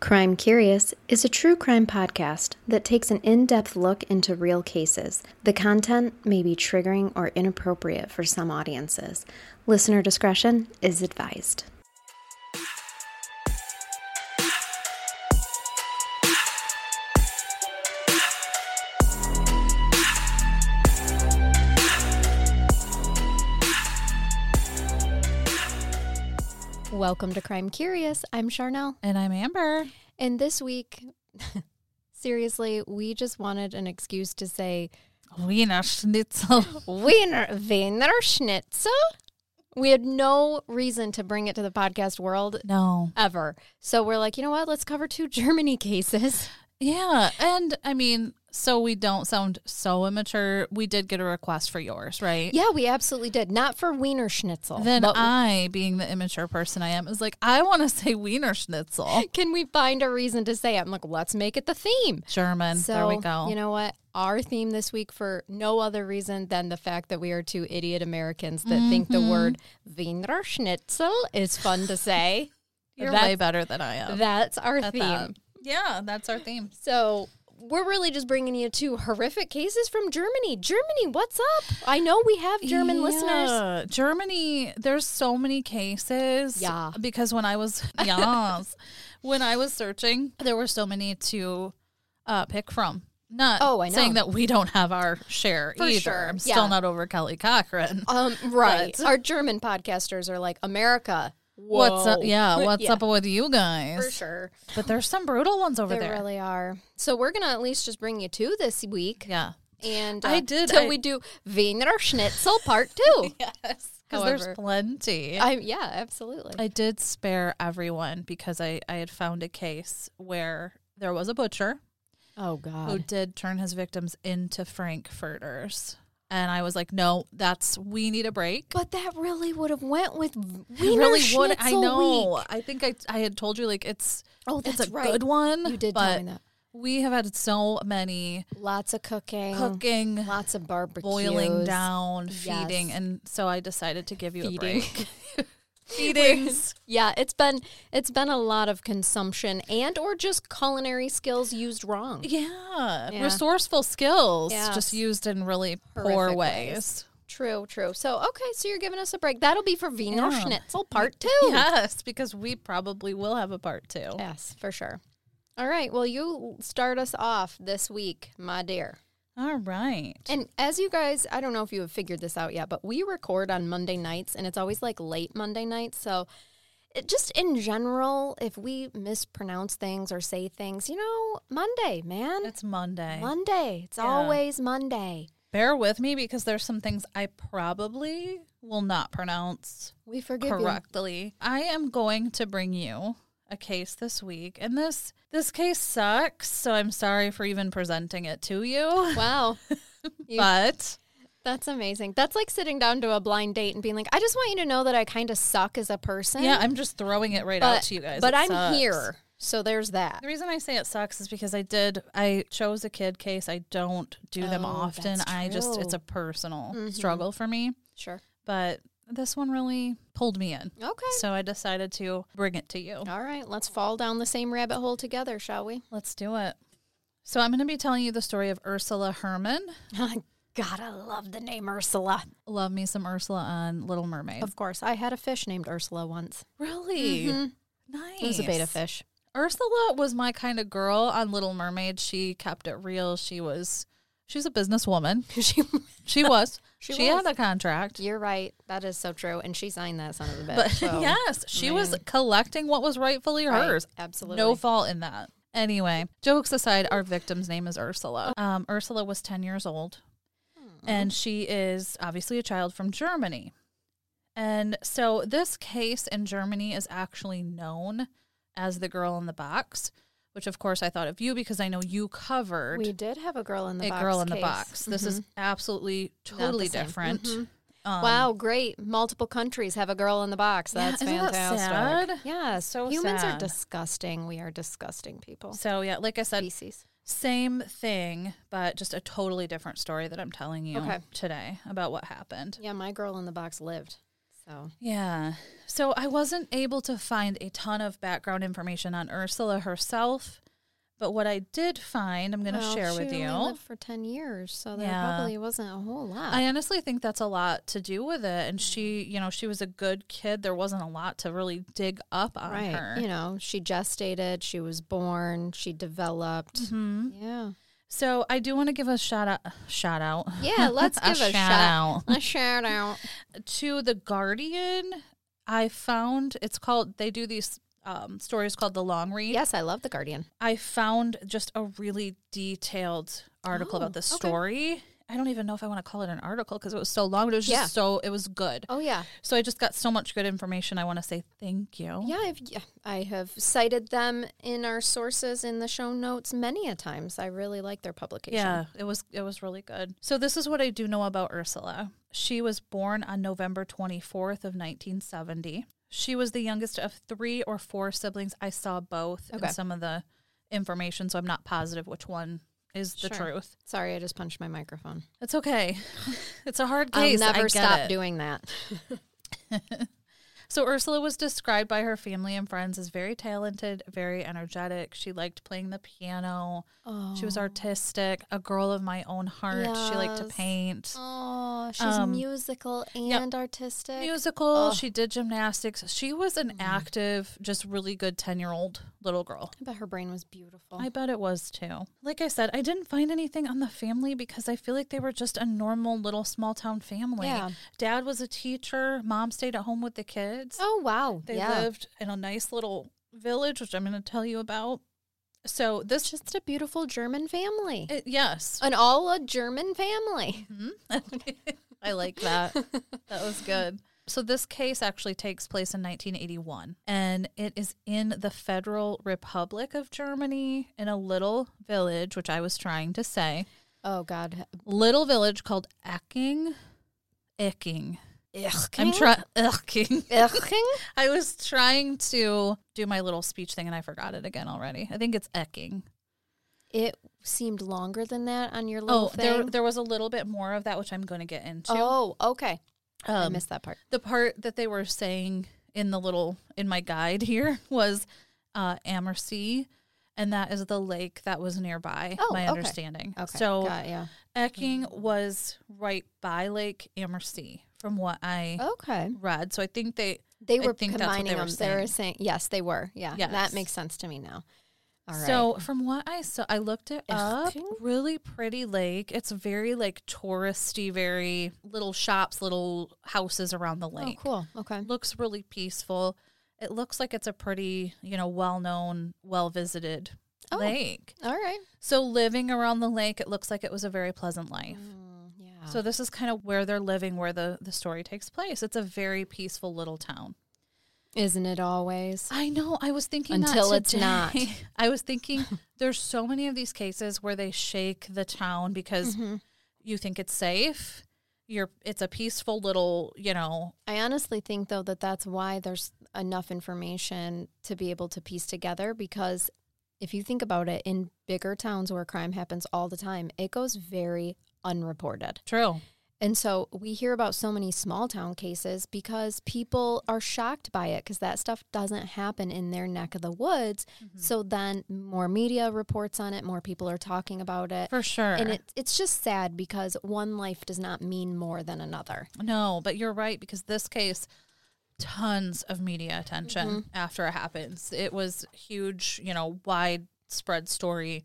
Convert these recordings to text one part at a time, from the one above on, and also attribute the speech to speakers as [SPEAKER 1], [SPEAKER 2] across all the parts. [SPEAKER 1] Crime Curious is a true crime podcast that takes an in depth look into real cases. The content may be triggering or inappropriate for some audiences. Listener discretion is advised. Welcome to Crime Curious. I'm Charnel.
[SPEAKER 2] And I'm Amber.
[SPEAKER 1] And this week, seriously, we just wanted an excuse to say
[SPEAKER 2] Wiener Schnitzel.
[SPEAKER 1] Wiener, Wiener Schnitzel. We had no reason to bring it to the podcast world
[SPEAKER 2] No.
[SPEAKER 1] ever. So we're like, you know what? Let's cover two Germany cases.
[SPEAKER 2] Yeah. And I mean, so we don't sound so immature, we did get a request for yours, right?
[SPEAKER 1] Yeah, we absolutely did. Not for Wiener Schnitzel.
[SPEAKER 2] Then
[SPEAKER 1] but
[SPEAKER 2] I, being the immature person I am, is like, I want to say Wiener Schnitzel.
[SPEAKER 1] can we find a reason to say it? I'm like, let's make it the theme.
[SPEAKER 2] German.
[SPEAKER 1] So,
[SPEAKER 2] there we go.
[SPEAKER 1] you know what? Our theme this week, for no other reason than the fact that we are two idiot Americans that think
[SPEAKER 2] Mm-hmm.
[SPEAKER 1] the word Wiener Schnitzel is fun to say.
[SPEAKER 2] You're
[SPEAKER 1] that's-
[SPEAKER 2] way better than I am.
[SPEAKER 1] That's our
[SPEAKER 2] at
[SPEAKER 1] theme.
[SPEAKER 2] that. Yeah, that's our theme.
[SPEAKER 1] So, we're really just bringing you two horrific cases from Germany. Germany, what's up? I know we have German listeners.
[SPEAKER 2] Yeah. Germany, there's so many cases.
[SPEAKER 1] Yeah.
[SPEAKER 2] Because when I was yes, when I was searching, there were so many to uh, pick from. Not
[SPEAKER 1] Oh, I know.
[SPEAKER 2] saying that we don't have our share
[SPEAKER 1] For
[SPEAKER 2] either.
[SPEAKER 1] sure.
[SPEAKER 2] I'm
[SPEAKER 1] Yeah.
[SPEAKER 2] still not over Kelly Cochran.
[SPEAKER 1] Um, right.
[SPEAKER 2] But-
[SPEAKER 1] Our German podcasters are like, America.
[SPEAKER 2] What's up?
[SPEAKER 1] whoa."
[SPEAKER 2] Yeah, what's
[SPEAKER 1] Yeah,
[SPEAKER 2] up with you guys?
[SPEAKER 1] For sure.
[SPEAKER 2] But there's some brutal ones over
[SPEAKER 1] There,
[SPEAKER 2] there.
[SPEAKER 1] really are. So, we're going to at least just bring you two this week.
[SPEAKER 2] yeah.
[SPEAKER 1] And uh,
[SPEAKER 2] I did-
[SPEAKER 1] So
[SPEAKER 2] I-
[SPEAKER 1] we do Wiener Schnitzel part two.
[SPEAKER 2] Yes. Because there's
[SPEAKER 1] However-
[SPEAKER 2] plenty.
[SPEAKER 1] I, yeah, absolutely.
[SPEAKER 2] I did spare everyone because I, I had found a case where there was a butcher
[SPEAKER 1] oh
[SPEAKER 2] who
[SPEAKER 1] God.
[SPEAKER 2] did turn his victims into frankfurters. And I was like, no, that's we need a break.
[SPEAKER 1] But that really would have went with
[SPEAKER 2] I
[SPEAKER 1] Wiener Schnitzel
[SPEAKER 2] would- I know.
[SPEAKER 1] Week.
[SPEAKER 2] I think I I had told you like it's
[SPEAKER 1] Oh, that's
[SPEAKER 2] it's a
[SPEAKER 1] right.
[SPEAKER 2] good one.
[SPEAKER 1] You did
[SPEAKER 2] but
[SPEAKER 1] tell me that.
[SPEAKER 2] We have had so many
[SPEAKER 1] Lots of cooking,
[SPEAKER 2] cooking,
[SPEAKER 1] Oh. lots of barbecues,
[SPEAKER 2] boiling down, feeding,
[SPEAKER 1] Yes.
[SPEAKER 2] and so I decided to give you a
[SPEAKER 1] feeding.
[SPEAKER 2] break. Feedings.
[SPEAKER 1] yeah, it's been it's been a lot of consumption and or just culinary skills used wrong.
[SPEAKER 2] Yeah.
[SPEAKER 1] Yeah.
[SPEAKER 2] Resourceful skills
[SPEAKER 1] Yes.
[SPEAKER 2] just used in really poor
[SPEAKER 1] Horrific
[SPEAKER 2] ways.
[SPEAKER 1] ways. True, true. So okay, so you're giving us a break. That'll be for Wiener
[SPEAKER 2] Yeah.
[SPEAKER 1] Schnitzel part two.
[SPEAKER 2] Yes, because we probably will have a part two.
[SPEAKER 1] Yes, for sure. All right. Well, you start us off this week, my dear.
[SPEAKER 2] All right.
[SPEAKER 1] And as you guys, I don't know if you have figured this out yet, but we record on Monday nights and it's always like late Monday nights. So it, just in general, if we mispronounce things or say things, you know, Monday, man.
[SPEAKER 2] It's Monday.
[SPEAKER 1] Monday. It's
[SPEAKER 2] Yeah.
[SPEAKER 1] always Monday.
[SPEAKER 2] Bear with me because there's some things I probably will not pronounce
[SPEAKER 1] We forgive
[SPEAKER 2] correctly. I am going to bring you a case this week, and this this case sucks. So I'm sorry for even presenting it to you,
[SPEAKER 1] you. Wow. You-
[SPEAKER 2] but
[SPEAKER 1] That's amazing. That's like sitting down to a blind date and being like, I just want you to know that I kind of suck as a person.
[SPEAKER 2] yeah, I'm just throwing it right out to you guys.
[SPEAKER 1] But
[SPEAKER 2] It
[SPEAKER 1] I'm
[SPEAKER 2] sucks.
[SPEAKER 1] here. So there's that.
[SPEAKER 2] The reason I say it sucks is because I did I chose a kid case. I don't do them
[SPEAKER 1] Oh,
[SPEAKER 2] often.
[SPEAKER 1] that's
[SPEAKER 2] I just it's
[SPEAKER 1] true. Mm-hmm.
[SPEAKER 2] a personal struggle for me,
[SPEAKER 1] Sure.
[SPEAKER 2] but this one really pulled me in.
[SPEAKER 1] Okay.
[SPEAKER 2] So I decided to bring it to you.
[SPEAKER 1] All right, let's fall down the same rabbit hole together, shall we?
[SPEAKER 2] Let's do it. So I'm going to be telling you the story of Ursula Herman.
[SPEAKER 1] God, I love the name Ursula.
[SPEAKER 2] Love me some Ursula on Little Mermaid.
[SPEAKER 1] Of course, I had a fish named Ursula once.
[SPEAKER 2] really? Mm-hmm. Nice.
[SPEAKER 1] It was a beta fish.
[SPEAKER 2] Ursula was my kind of girl on Little Mermaid. She kept it real. She was she's a businesswoman.
[SPEAKER 1] She-
[SPEAKER 2] She was.
[SPEAKER 1] She
[SPEAKER 2] she
[SPEAKER 1] was.
[SPEAKER 2] had a contract.
[SPEAKER 1] You're right. That is so true. And she signed that son of a bitch.
[SPEAKER 2] But
[SPEAKER 1] so-
[SPEAKER 2] yes, she was
[SPEAKER 1] man.
[SPEAKER 2] collecting what was rightfully
[SPEAKER 1] Right,
[SPEAKER 2] hers.
[SPEAKER 1] Absolutely.
[SPEAKER 2] No fault in that. Anyway, jokes aside, our victim's name is Ursula. Um, Ursula was 10 years old,
[SPEAKER 1] Hmm.
[SPEAKER 2] and she is obviously a child from Germany. And so this case in Germany is actually known as the girl in the box, which of course I thought of you because I know you covered
[SPEAKER 1] we did have a girl in the
[SPEAKER 2] a
[SPEAKER 1] box.
[SPEAKER 2] girl in the
[SPEAKER 1] case. Mm-hmm.
[SPEAKER 2] box. This is absolutely
[SPEAKER 1] the
[SPEAKER 2] totally
[SPEAKER 1] same.
[SPEAKER 2] different.
[SPEAKER 1] Mhm.
[SPEAKER 2] Um,
[SPEAKER 1] wow, great. Multiple countries have a girl in the box.
[SPEAKER 2] Yeah,
[SPEAKER 1] That's
[SPEAKER 2] isn't that
[SPEAKER 1] fantastic.
[SPEAKER 2] sad?
[SPEAKER 1] Yes.
[SPEAKER 2] So
[SPEAKER 1] Humans are
[SPEAKER 2] sad.
[SPEAKER 1] disgusting. We are disgusting people.
[SPEAKER 2] So yeah, like I said,
[SPEAKER 1] Species.
[SPEAKER 2] same thing, but just a totally different story that I'm telling you
[SPEAKER 1] Okay.
[SPEAKER 2] today about what happened.
[SPEAKER 1] Yeah, my girl in the box lived. So
[SPEAKER 2] Yeah. So I wasn't able to find a ton of background information on Ursula herself, but what I did find, I'm going to
[SPEAKER 1] Well,
[SPEAKER 2] share
[SPEAKER 1] she
[SPEAKER 2] with
[SPEAKER 1] only
[SPEAKER 2] you.
[SPEAKER 1] lived for ten years, so there
[SPEAKER 2] Yeah.
[SPEAKER 1] probably wasn't a whole lot.
[SPEAKER 2] I honestly think that's a lot to do with it. And she, you know, she was a good kid. There wasn't a lot to really dig up on
[SPEAKER 1] right?
[SPEAKER 2] her.
[SPEAKER 1] You know, she gestated, she was born, she developed.
[SPEAKER 2] Mhm.
[SPEAKER 1] Yeah,
[SPEAKER 2] So I do want to give a shout out, shout out,
[SPEAKER 1] yeah. Let's
[SPEAKER 2] a
[SPEAKER 1] give a
[SPEAKER 2] shout
[SPEAKER 1] shout
[SPEAKER 2] out
[SPEAKER 1] a shout out.
[SPEAKER 2] to the Guardian. I found it's called. They do these um, stories called the Long Read.
[SPEAKER 1] Yes, I love the Guardian.
[SPEAKER 2] I found just a really detailed article
[SPEAKER 1] Oh,
[SPEAKER 2] about this
[SPEAKER 1] okay.
[SPEAKER 2] story. I don't even know if I want to call it an article because it was so long, but it was just
[SPEAKER 1] Yeah.
[SPEAKER 2] so it was good.
[SPEAKER 1] Oh yeah,
[SPEAKER 2] So I just got so much good information. I want to say thank you.
[SPEAKER 1] yeah. I've yeah, I have cited them in our sources in the show notes many a times. I really like their publication.
[SPEAKER 2] Yeah, it was it was really good. So this is what I do know about Ursula. She was born on November 24th of 1970. She was the youngest of three or four siblings. I saw both
[SPEAKER 1] Okay.
[SPEAKER 2] in some of the information, so I'm not positive which one is the
[SPEAKER 1] Sure.
[SPEAKER 2] truth.
[SPEAKER 1] Sorry, I just punched my microphone.
[SPEAKER 2] It's okay. it's a hard
[SPEAKER 1] I'll
[SPEAKER 2] case. I
[SPEAKER 1] never
[SPEAKER 2] get
[SPEAKER 1] stop
[SPEAKER 2] it.
[SPEAKER 1] doing that.
[SPEAKER 2] So Ursula was described by her family and friends as very talented, very energetic. She liked playing the piano.
[SPEAKER 1] Oh.
[SPEAKER 2] She was artistic, a girl of my own heart. She liked to
[SPEAKER 1] Yes.
[SPEAKER 2] paint.
[SPEAKER 1] Oh, she's
[SPEAKER 2] Um,
[SPEAKER 1] musical and artistic.
[SPEAKER 2] musical.
[SPEAKER 1] Ugh.
[SPEAKER 2] She did gymnastics. She was an
[SPEAKER 1] Mm-hmm.
[SPEAKER 2] active, just really good 10 year old little girl.
[SPEAKER 1] I bet her brain was beautiful.
[SPEAKER 2] I bet it was too. Like I said, I didn't find anything on the family because I feel like they were just a normal little small town family.
[SPEAKER 1] Yeah.
[SPEAKER 2] Dad was a teacher, mom stayed at home with the kids.
[SPEAKER 1] oh wow,
[SPEAKER 2] They
[SPEAKER 1] yeah,
[SPEAKER 2] lived in a nice little village, which I'm going to tell you about. So this,
[SPEAKER 1] just a beautiful German family,
[SPEAKER 2] it, yes.
[SPEAKER 1] an all a German family.
[SPEAKER 2] Mm-hmm. I like that. that was good. So this case actually takes place in 1981 and it is in the Federal Republic of Germany in a little village which I was trying to say.
[SPEAKER 1] Oh God,
[SPEAKER 2] Little village called Ecking. Ecking. I'm
[SPEAKER 1] Irking?
[SPEAKER 2] trying Ecking.
[SPEAKER 1] Irking?
[SPEAKER 2] I was trying to do my little speech thing and I forgot it again already. I think it's Ecking.
[SPEAKER 1] It seemed longer than that on your little
[SPEAKER 2] Oh,
[SPEAKER 1] thing.
[SPEAKER 2] there there was a little bit more of that which I'm going to get into.
[SPEAKER 1] oh, okay. I
[SPEAKER 2] Um,
[SPEAKER 1] missed that part.
[SPEAKER 2] the part that they were saying in the little in my guide here was uh Ammersee and that is the lake that was nearby
[SPEAKER 1] Oh,
[SPEAKER 2] my
[SPEAKER 1] okay.
[SPEAKER 2] understanding
[SPEAKER 1] Okay,
[SPEAKER 2] so
[SPEAKER 1] got, Mm-hmm. yeah.
[SPEAKER 2] Ecking was right by Lake Ammersee from what
[SPEAKER 1] Oh.
[SPEAKER 2] I
[SPEAKER 1] Okay,
[SPEAKER 2] read so I think they
[SPEAKER 1] they
[SPEAKER 2] I
[SPEAKER 1] were
[SPEAKER 2] think that's what
[SPEAKER 1] combining
[SPEAKER 2] they were
[SPEAKER 1] them. They were saying yes, they were. Yeah,
[SPEAKER 2] Yes.
[SPEAKER 1] that makes sense to me now. All right.
[SPEAKER 2] so from what I saw I looked it up
[SPEAKER 1] Ecking?
[SPEAKER 2] really pretty lake it's very like touristy very little shops little houses around the
[SPEAKER 1] oh,
[SPEAKER 2] lake
[SPEAKER 1] cool. Okay.
[SPEAKER 2] looks really peaceful. It looks like it's a pretty, you know, well known, well visited
[SPEAKER 1] Oh.
[SPEAKER 2] lake.
[SPEAKER 1] All right.
[SPEAKER 2] So living around the lake, it looks like it was a very pleasant life.
[SPEAKER 1] Mm, yeah.
[SPEAKER 2] So this is kind of where they're living, where the, the story takes place. It's a very peaceful little town.
[SPEAKER 1] Isn't it always?
[SPEAKER 2] I know. I was thinking
[SPEAKER 1] Until
[SPEAKER 2] that
[SPEAKER 1] it's not.
[SPEAKER 2] today. I was thinking there's so many of these cases where they shake the town because you think it's safe. You're it's a peaceful little, you know,
[SPEAKER 1] I honestly think though that that's why there's enough information to be able to piece together because if you think about it in bigger towns where crime happens all the time, it goes very unreported.
[SPEAKER 2] true.
[SPEAKER 1] And so we hear about so many small town cases because people are shocked by it because that stuff doesn't happen in their neck of the woods.
[SPEAKER 2] Mm-hmm.
[SPEAKER 1] So then more media reports on it, more people are talking about it.
[SPEAKER 2] For sure.
[SPEAKER 1] And it, it's just sad because one life does not mean more than another.
[SPEAKER 2] No, but you're right because this case, tons of media attention
[SPEAKER 1] Mm-hmm.
[SPEAKER 2] after it happens. It was huge, you know, widespread story.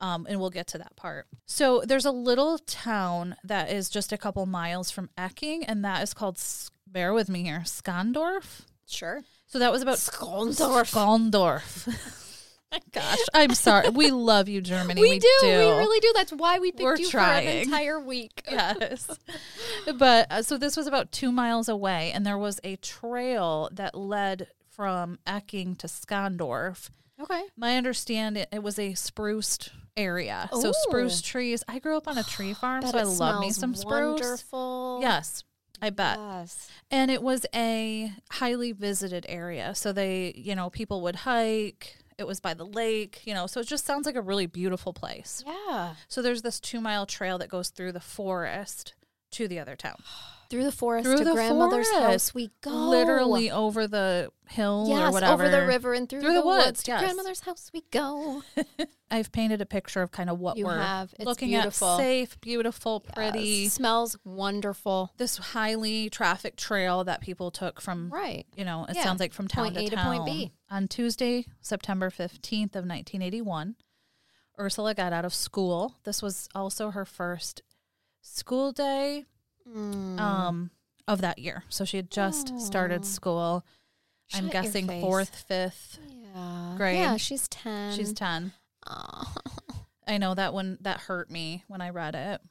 [SPEAKER 2] Um, and we'll get to that part. So there's a little town that is just a couple miles from Ecking, and that is called. S- Bear with me here, Skondorf.
[SPEAKER 1] Sure.
[SPEAKER 2] So that was about
[SPEAKER 1] Skondorf.
[SPEAKER 2] Skondorf. Gosh, I'm sorry. We love you, Germany.
[SPEAKER 1] We, do. We really do. That's why we picked
[SPEAKER 2] We're
[SPEAKER 1] you for
[SPEAKER 2] trying.
[SPEAKER 1] an entire week.
[SPEAKER 2] yes. But uh, so this was about two miles away, and there was a trail that led from Ecking to Skondorf.
[SPEAKER 1] Okay.
[SPEAKER 2] My understanding, it was a spruced area. So
[SPEAKER 1] Ooh.
[SPEAKER 2] spruce trees. I grew up on a tree farm, so I love me some spruce.
[SPEAKER 1] Wonderful.
[SPEAKER 2] Yes, I bet.
[SPEAKER 1] Yes.
[SPEAKER 2] And it was a highly visited area. So they, you know, people would hike. It was by the lake, you know, so it just sounds like a really beautiful place.
[SPEAKER 1] Yeah.
[SPEAKER 2] So there's this two mile trail that goes through the forest to the other town.
[SPEAKER 1] Through the forest
[SPEAKER 2] Through
[SPEAKER 1] to
[SPEAKER 2] the
[SPEAKER 1] grandmother's
[SPEAKER 2] forest.
[SPEAKER 1] house we go.
[SPEAKER 2] Literally over the hill or
[SPEAKER 1] Yes,
[SPEAKER 2] whatever.
[SPEAKER 1] over the river and through,
[SPEAKER 2] Through
[SPEAKER 1] the,
[SPEAKER 2] the
[SPEAKER 1] woods.
[SPEAKER 2] woods,
[SPEAKER 1] To
[SPEAKER 2] yes.
[SPEAKER 1] grandmother's house we go.
[SPEAKER 2] I've painted a picture of kind of what
[SPEAKER 1] You
[SPEAKER 2] we're
[SPEAKER 1] have. It's
[SPEAKER 2] looking
[SPEAKER 1] beautiful.
[SPEAKER 2] at. Safe, beautiful, pretty.
[SPEAKER 1] Yes, Smells wonderful.
[SPEAKER 2] This highly traffic trail that people took from
[SPEAKER 1] Right.
[SPEAKER 2] you know, it
[SPEAKER 1] Yeah.
[SPEAKER 2] sounds like from town
[SPEAKER 1] Point
[SPEAKER 2] to
[SPEAKER 1] A to
[SPEAKER 2] town.
[SPEAKER 1] point B.
[SPEAKER 2] On Tuesday, September 15th of 1981, Ursula got out of school. This was also her first school day
[SPEAKER 1] Mm.
[SPEAKER 2] um, of that year. So she had just started
[SPEAKER 1] Oh.
[SPEAKER 2] school.
[SPEAKER 1] Shut
[SPEAKER 2] I'm
[SPEAKER 1] your
[SPEAKER 2] guessing
[SPEAKER 1] face.
[SPEAKER 2] fourth, fifth.
[SPEAKER 1] Yeah.
[SPEAKER 2] grade.
[SPEAKER 1] Yeah, she's 10.
[SPEAKER 2] She's 10.
[SPEAKER 1] Aw.
[SPEAKER 2] I know that one that hurt me when I read it.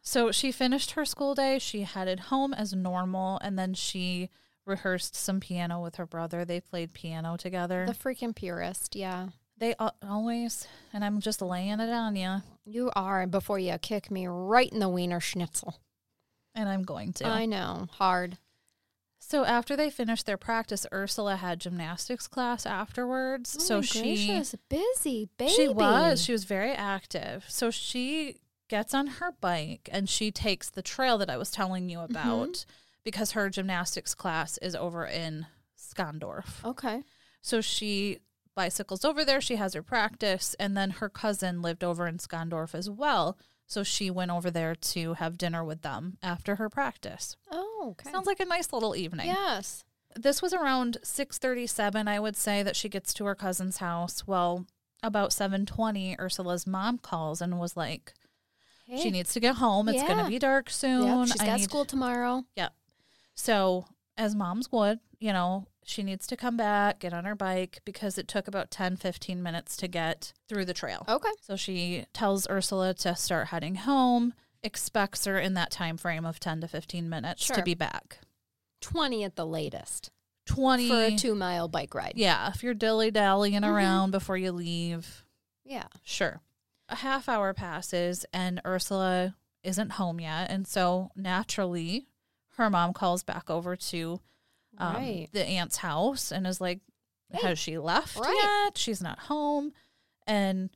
[SPEAKER 2] So she finished her school day, she headed home as normal and then she rehearsed some piano with her brother. They played piano together.
[SPEAKER 1] The freaking purist. Yeah.
[SPEAKER 2] They al- always, and I'm just laying it on you,
[SPEAKER 1] You are, and before you kick me right in the wiener schnitzel.
[SPEAKER 2] and I'm going to.
[SPEAKER 1] I know. Hard.
[SPEAKER 2] so after they finished their practice, Ursula had gymnastics class afterwards. so
[SPEAKER 1] Oh my
[SPEAKER 2] she
[SPEAKER 1] gracious, busy baby.
[SPEAKER 2] she was she was very active. So she gets on her bike and she takes the trail that I was telling you about because her gymnastics class is over in Skondorf.
[SPEAKER 1] Okay.
[SPEAKER 2] So she bicycles over there, she has her practice, and then her cousin lived over in Skondorf as well. So she went over there to have dinner with them after her practice.
[SPEAKER 1] Oh, okay.
[SPEAKER 2] Sounds like a nice little evening.
[SPEAKER 1] yes.
[SPEAKER 2] This was around 6:37, I would say that she gets to her cousin's house. Well, about 7:20, Ursula's mom calls and was like,
[SPEAKER 1] Hey.
[SPEAKER 2] "She needs to get home. It's going
[SPEAKER 1] Yeah.
[SPEAKER 2] to be dark soon.
[SPEAKER 1] Yep, she's
[SPEAKER 2] I
[SPEAKER 1] got
[SPEAKER 2] need-
[SPEAKER 1] school tomorrow.
[SPEAKER 2] So, as moms would, you know, she needs to come back, get on her bike because it took about 10, 15 minutes to get through the trail.
[SPEAKER 1] Okay.
[SPEAKER 2] So she tells Ursula to start heading home, expects her in that time frame of 10 to 15 minutes to
[SPEAKER 1] Sure.
[SPEAKER 2] be back.
[SPEAKER 1] 20 at the latest
[SPEAKER 2] 20
[SPEAKER 1] for a two mile bike ride.
[SPEAKER 2] Yeah, if you're dilly-dallying
[SPEAKER 1] Mm-hmm.
[SPEAKER 2] around before you leave,
[SPEAKER 1] Yeah.
[SPEAKER 2] sure. A half hour passes and Ursula isn't home yet, and so naturally her mom calls back over to um,
[SPEAKER 1] Right.
[SPEAKER 2] the aunt's house and is like,
[SPEAKER 1] Hey.
[SPEAKER 2] "Has she left
[SPEAKER 1] Right.
[SPEAKER 2] yet? She's not home." And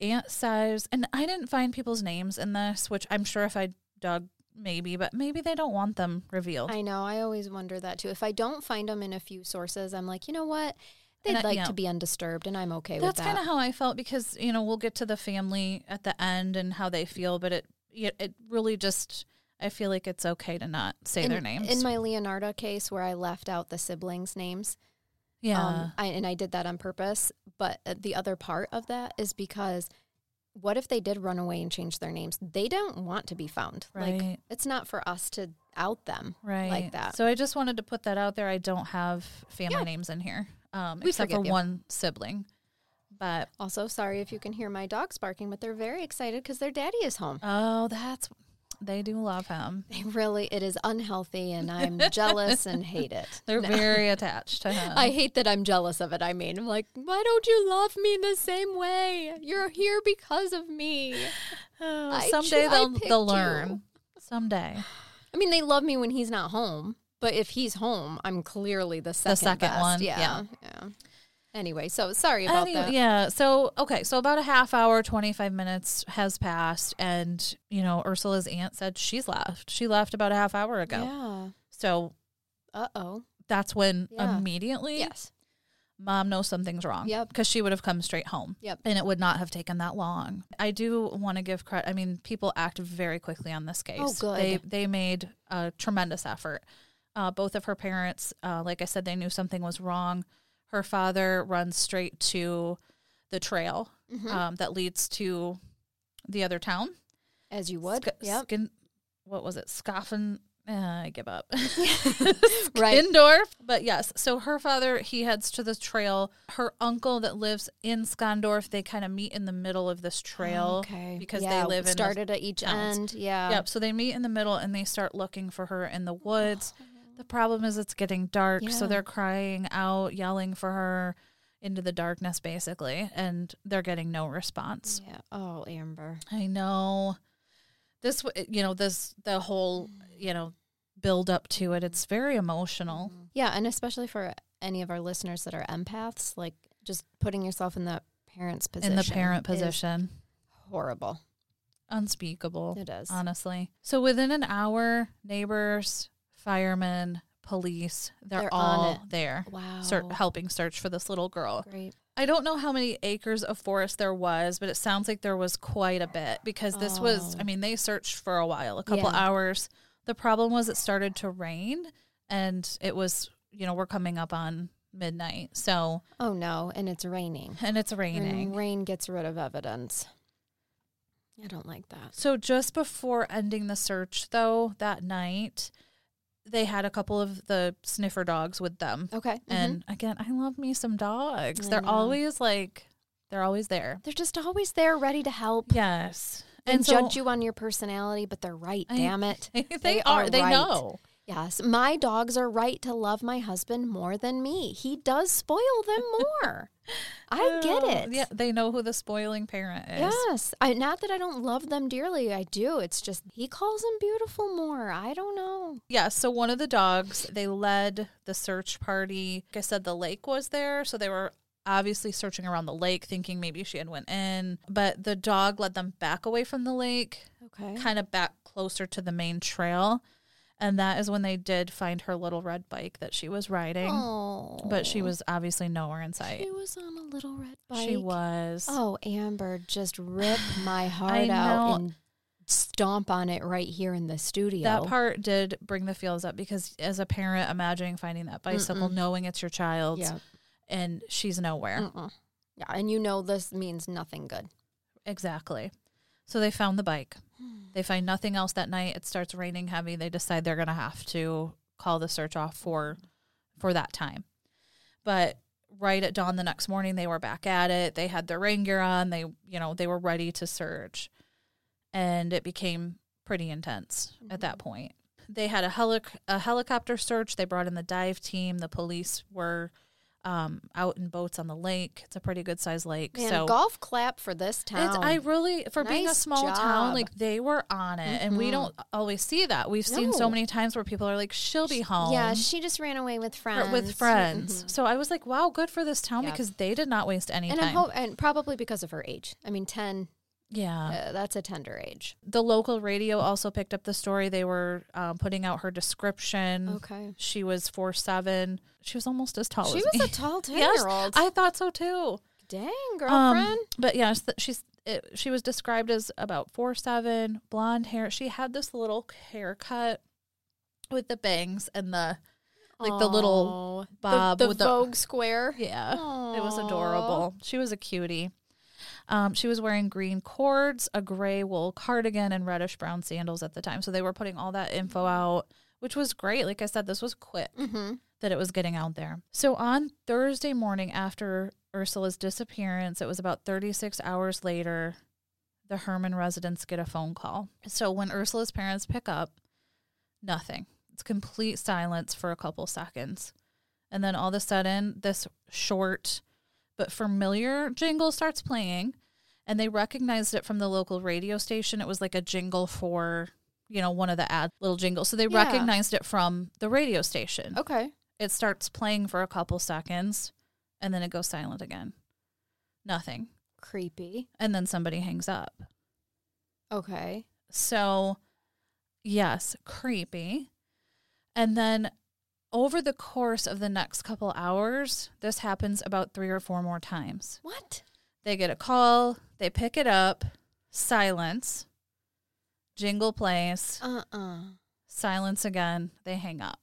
[SPEAKER 2] aunt says, and I didn't find people's names in this, which I'm sure if I dug, maybe, but maybe they don't want them revealed.
[SPEAKER 1] I know. I always wonder that too. If I don't find them in a few sources, I'm like, you know what? They'd
[SPEAKER 2] And I-
[SPEAKER 1] like
[SPEAKER 2] yeah.
[SPEAKER 1] to be undisturbed, and I'm okay
[SPEAKER 2] That's
[SPEAKER 1] with
[SPEAKER 2] kind
[SPEAKER 1] that.
[SPEAKER 2] of how I felt because you know we'll get to the family at the end and how they feel, but it it, it really just I feel like it's okay to not say
[SPEAKER 1] in,
[SPEAKER 2] their names.
[SPEAKER 1] in my Leonardo case, where I left out the siblings' names,
[SPEAKER 2] yeah,
[SPEAKER 1] um, I, and I did that on purpose. But uh, the other part of that is because what if they did run away and change their names? They don't want to be found. Like
[SPEAKER 2] Right.
[SPEAKER 1] it's not for us to out them
[SPEAKER 2] right.
[SPEAKER 1] like that.
[SPEAKER 2] So I just wanted to put that out there. I don't have family
[SPEAKER 1] Yeah.
[SPEAKER 2] names in here, um,
[SPEAKER 1] We
[SPEAKER 2] except for
[SPEAKER 1] forgive you.
[SPEAKER 2] one sibling. But
[SPEAKER 1] also, sorry if you can hear my dogs barking, but they're very excited because their daddy is home.
[SPEAKER 2] oh, that's they do love him.
[SPEAKER 1] They really, it is unhealthy, and I'm jealous and hate it.
[SPEAKER 2] They're
[SPEAKER 1] No.
[SPEAKER 2] very attached to him.
[SPEAKER 1] I hate that I'm jealous of it. I mean, I'm like, why don't you love me the same way? You're here because of me.
[SPEAKER 2] Oh,
[SPEAKER 1] I
[SPEAKER 2] someday
[SPEAKER 1] cho- I
[SPEAKER 2] they'll
[SPEAKER 1] picked
[SPEAKER 2] they'll
[SPEAKER 1] you.
[SPEAKER 2] learn. Someday
[SPEAKER 1] I mean, they love me when he's not home, but if he's home, I'm clearly the second,
[SPEAKER 2] second
[SPEAKER 1] best.
[SPEAKER 2] one,
[SPEAKER 1] Yeah, yeah. Anyway, so sorry about
[SPEAKER 2] Any-
[SPEAKER 1] that.
[SPEAKER 2] Yeah. So okay. So about a half hour, twenty five minutes has passed, and you know Ursula's aunt said she's left. She left about a half hour ago. So
[SPEAKER 1] Uh oh.
[SPEAKER 2] that's when
[SPEAKER 1] Yeah.
[SPEAKER 2] immediately
[SPEAKER 1] Yes.
[SPEAKER 2] mom knows something's wrong.
[SPEAKER 1] Yep.
[SPEAKER 2] Because she would have come straight home.
[SPEAKER 1] Yep.
[SPEAKER 2] And it would not have taken that long. I do want to give credit. I mean, people act very quickly on this case.
[SPEAKER 1] Oh, good.
[SPEAKER 2] They they made a tremendous effort. Uh, both of her parents, uh, like I said, they knew something was wrong. Her father runs straight to the trail
[SPEAKER 1] Mm-hmm.
[SPEAKER 2] um, that leads to the other town.
[SPEAKER 1] As you would.
[SPEAKER 2] Sc-
[SPEAKER 1] yep.
[SPEAKER 2] Skin, what was it? Scoffin. Uh, I give up.
[SPEAKER 1] Right.
[SPEAKER 2] Skindorf. But yes, so her father, he heads to the trail. Her uncle that lives in Skondorf, they kind of meet in the middle of this trail
[SPEAKER 1] Oh, okay.
[SPEAKER 2] because
[SPEAKER 1] Yeah,
[SPEAKER 2] they live in started.
[SPEAKER 1] started at each
[SPEAKER 2] towns.
[SPEAKER 1] end. Yeah.
[SPEAKER 2] yep. So they meet in the middle and they start looking for her in the woods. The problem is it's getting dark, so
[SPEAKER 1] Yeah.
[SPEAKER 2] they're crying out, yelling for her into the darkness, basically, and they're getting no response.
[SPEAKER 1] Yeah. Oh, Amber.
[SPEAKER 2] I know. This, w- you know, this, the whole, you know, build up to it, it's very emotional.
[SPEAKER 1] Yeah, and especially for any of our listeners that are empaths, like just putting yourself in that parent's position
[SPEAKER 2] in the parent
[SPEAKER 1] is
[SPEAKER 2] position.
[SPEAKER 1] horrible.
[SPEAKER 2] unspeakable.
[SPEAKER 1] It is.
[SPEAKER 2] Honestly. So within an hour, neighbors, firemen, police, they're,
[SPEAKER 1] They're on
[SPEAKER 2] all
[SPEAKER 1] it. Oh.
[SPEAKER 2] there
[SPEAKER 1] Wow.
[SPEAKER 2] ser- helping search for this little girl.
[SPEAKER 1] Great.
[SPEAKER 2] I don't know how many acres of forest there was, but it sounds like there was quite a bit because this was,
[SPEAKER 1] Oh.
[SPEAKER 2] I mean, they searched for a while, a couple
[SPEAKER 1] Yeah.
[SPEAKER 2] hours. The problem was it started to rain and it was, you know, we're coming up on midnight. So,
[SPEAKER 1] Oh no, and it's raining.
[SPEAKER 2] and it's
[SPEAKER 1] And
[SPEAKER 2] raining.
[SPEAKER 1] rain gets rid of evidence. I don't like that.
[SPEAKER 2] So just before ending the search, though, that night, they had a couple of the sniffer dogs with them.
[SPEAKER 1] Okay. mhm.
[SPEAKER 2] And again, I love me some dogs.
[SPEAKER 1] I
[SPEAKER 2] They're
[SPEAKER 1] know.
[SPEAKER 2] always like, they're always there.
[SPEAKER 1] they're just always there ready to help
[SPEAKER 2] Yes.
[SPEAKER 1] and,
[SPEAKER 2] so-
[SPEAKER 1] judge you on your personality, but they're right,
[SPEAKER 2] I-
[SPEAKER 1] damn it.
[SPEAKER 2] They,
[SPEAKER 1] They
[SPEAKER 2] are.
[SPEAKER 1] are
[SPEAKER 2] They
[SPEAKER 1] right.
[SPEAKER 2] know.
[SPEAKER 1] Yes, my dogs are right to love my husband more than me. He does spoil them more. I get
[SPEAKER 2] Oh,
[SPEAKER 1] it.
[SPEAKER 2] Yeah, they know who the spoiling parent is.
[SPEAKER 1] Yes. I, not that I don't love them dearly. I do. It's just he calls them beautiful more. I don't know.
[SPEAKER 2] Yeah, so one of the dogs, they led the search party. Like I said, the lake was there, so they were obviously searching around the lake, thinking maybe she had went in. But the dog led them back away from the lake,
[SPEAKER 1] Okay.
[SPEAKER 2] kind of back closer to the main trail. And that is when they did find her little red bike that she was riding.
[SPEAKER 1] Oh.
[SPEAKER 2] But she was obviously nowhere in sight.
[SPEAKER 1] She was on a little red
[SPEAKER 2] She,
[SPEAKER 1] bike.
[SPEAKER 2] was.
[SPEAKER 1] Oh, Amber, just rip my
[SPEAKER 2] I
[SPEAKER 1] heart
[SPEAKER 2] know.
[SPEAKER 1] out and stomp on it right here in the studio.
[SPEAKER 2] That part did bring the feels up because, as a parent, imagining finding that bicycle, knowing it's your child,
[SPEAKER 1] Yeah.
[SPEAKER 2] and she's nowhere.
[SPEAKER 1] Mm-mm. Yeah, and you know this means nothing good.
[SPEAKER 2] Exactly. So they found the bike. They find nothing else that night. It starts raining heavy. They decide they're going to have to call the search off for for that time. But right at dawn the next morning, they were back at it. They had their rain gear on. They, you know, they were ready to search. And it became pretty intense at that point. They had a helic- a helicopter search. They brought in the dive team. The police were um, out in boats on the lake. It's a pretty good sized lake.
[SPEAKER 1] Man,
[SPEAKER 2] so
[SPEAKER 1] golf clap for this town.
[SPEAKER 2] it's, I really, for being a
[SPEAKER 1] Nice
[SPEAKER 2] small town,
[SPEAKER 1] job.
[SPEAKER 2] like they were on it, and we
[SPEAKER 1] Mhm.
[SPEAKER 2] don't always see that. We've seen so
[SPEAKER 1] No.
[SPEAKER 2] many times where people are like, "She'll be home,"
[SPEAKER 1] Yeah, she just ran away with
[SPEAKER 2] or
[SPEAKER 1] friends.
[SPEAKER 2] with friends.
[SPEAKER 1] Mhm.
[SPEAKER 2] So I was like, "Wow, good for this town
[SPEAKER 1] Yeah.
[SPEAKER 2] because they did not waste any
[SPEAKER 1] And
[SPEAKER 2] time."
[SPEAKER 1] I'm hope, and probably because of her age. I mean, ten.
[SPEAKER 2] yeah,
[SPEAKER 1] uh, that's a tender age.
[SPEAKER 2] the local radio also picked up the story. They were um, putting out her description.
[SPEAKER 1] Okay.
[SPEAKER 2] She was four seven. She was almost as tall
[SPEAKER 1] She
[SPEAKER 2] as
[SPEAKER 1] was
[SPEAKER 2] me.
[SPEAKER 1] a tall ten
[SPEAKER 2] Yes,
[SPEAKER 1] year old.
[SPEAKER 2] I thought so too.
[SPEAKER 1] Dang,
[SPEAKER 2] Um,
[SPEAKER 1] girlfriend.
[SPEAKER 2] but yes, th- she's it, she was described as about four seven, blonde hair. She had this little haircut with the bangs and the like the little
[SPEAKER 1] Aw. The-
[SPEAKER 2] bob
[SPEAKER 1] the,
[SPEAKER 2] with the-
[SPEAKER 1] Vogue square.
[SPEAKER 2] yeah. It was
[SPEAKER 1] Aw.
[SPEAKER 2] adorable. She was a cutie. Um, she was wearing green cords, a gray wool cardigan, and reddish brown sandals at the time. So they were putting all that info out, which was great. Like I said, this was quick
[SPEAKER 1] Mhm.
[SPEAKER 2] that it was getting out there. So on Thursday morning after Ursula's disappearance, it was about 36 hours later, the Herman residents get a phone call. So when Ursula's parents pick up, nothing. It's complete silence for a couple seconds. And then all of a sudden, this short but familiar jingle starts playing, and they recognized it from the local radio station. It was like a jingle for, you know, one of the ad little jingles. So they
[SPEAKER 1] Yeah.
[SPEAKER 2] recognized it from the radio station
[SPEAKER 1] Okay.
[SPEAKER 2] it starts playing for a couple seconds and then it goes silent again. Nothing.
[SPEAKER 1] Creepy.
[SPEAKER 2] And then somebody hangs up.
[SPEAKER 1] Okay.
[SPEAKER 2] So, yes, creepy. And then over the course of the next couple hours, this happens about three or four more times.
[SPEAKER 1] What?
[SPEAKER 2] They get a call, they pick it up, silence, jingle plays,
[SPEAKER 1] Uh uh
[SPEAKER 2] silence again, they hang up.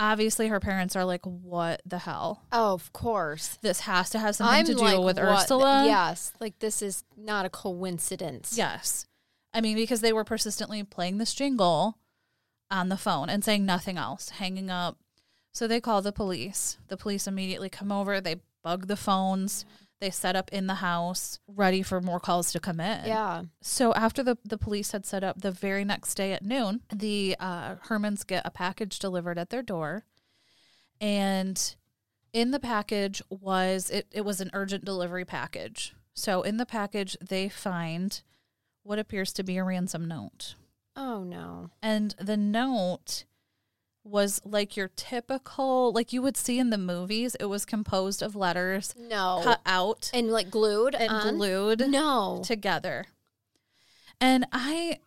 [SPEAKER 2] Obviously, her parents are like, what the hell?
[SPEAKER 1] Oh, of course.
[SPEAKER 2] this has to have something to do
[SPEAKER 1] what
[SPEAKER 2] with
[SPEAKER 1] the-
[SPEAKER 2] Ursula.
[SPEAKER 1] Yes, like this is not a coincidence.
[SPEAKER 2] Yes. I mean, because they were persistently playing this jingle on the phone and saying nothing else, hanging up. So they call the police. The police immediately come over. They bug the phones. They set up in the house, ready for more calls to come in.
[SPEAKER 1] Yeah.
[SPEAKER 2] So after the, the police had set up, the very next day at noon, the uh, Hermans get a package delivered at their door, and in the package was it, it was an urgent delivery package. So in the package, they find what appears to be a ransom note,
[SPEAKER 1] Oh no.
[SPEAKER 2] and the note was like your typical like you would see in the movies. It was composed of letters
[SPEAKER 1] No.
[SPEAKER 2] cut out
[SPEAKER 1] and like glued
[SPEAKER 2] and
[SPEAKER 1] Oh. on?
[SPEAKER 2] glued
[SPEAKER 1] No.
[SPEAKER 2] together. And I,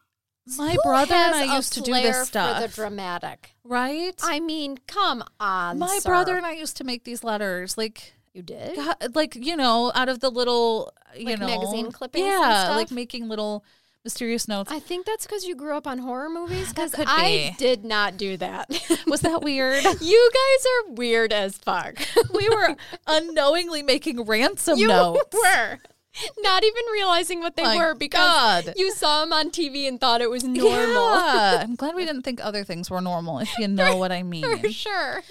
[SPEAKER 2] my
[SPEAKER 1] Who
[SPEAKER 2] brother
[SPEAKER 1] has
[SPEAKER 2] and I
[SPEAKER 1] a
[SPEAKER 2] used to do
[SPEAKER 1] flair
[SPEAKER 2] this stuff.
[SPEAKER 1] For the dramatic.
[SPEAKER 2] right?
[SPEAKER 1] I mean, come on.
[SPEAKER 2] my
[SPEAKER 1] sir.
[SPEAKER 2] brother and I used to make these letters. Like,
[SPEAKER 1] You did?
[SPEAKER 2] God, like you know, out of the little you
[SPEAKER 1] Like
[SPEAKER 2] know
[SPEAKER 1] magazine clippings and
[SPEAKER 2] Yeah,
[SPEAKER 1] stuff?
[SPEAKER 2] like making little mysterious notes.
[SPEAKER 1] I think that's because you grew up on horror movies. Because
[SPEAKER 2] could
[SPEAKER 1] I
[SPEAKER 2] be.
[SPEAKER 1] did not do that.
[SPEAKER 2] Was that weird?
[SPEAKER 1] you guys are weird as fuck.
[SPEAKER 2] we were unknowingly making ransom
[SPEAKER 1] you
[SPEAKER 2] notes.
[SPEAKER 1] were not even realizing what they
[SPEAKER 2] My
[SPEAKER 1] were because
[SPEAKER 2] God.
[SPEAKER 1] you saw them on TV and thought it was normal.
[SPEAKER 2] Yeah. I'm glad we didn't think other things were normal, if you know what I
[SPEAKER 1] For
[SPEAKER 2] mean.
[SPEAKER 1] sure.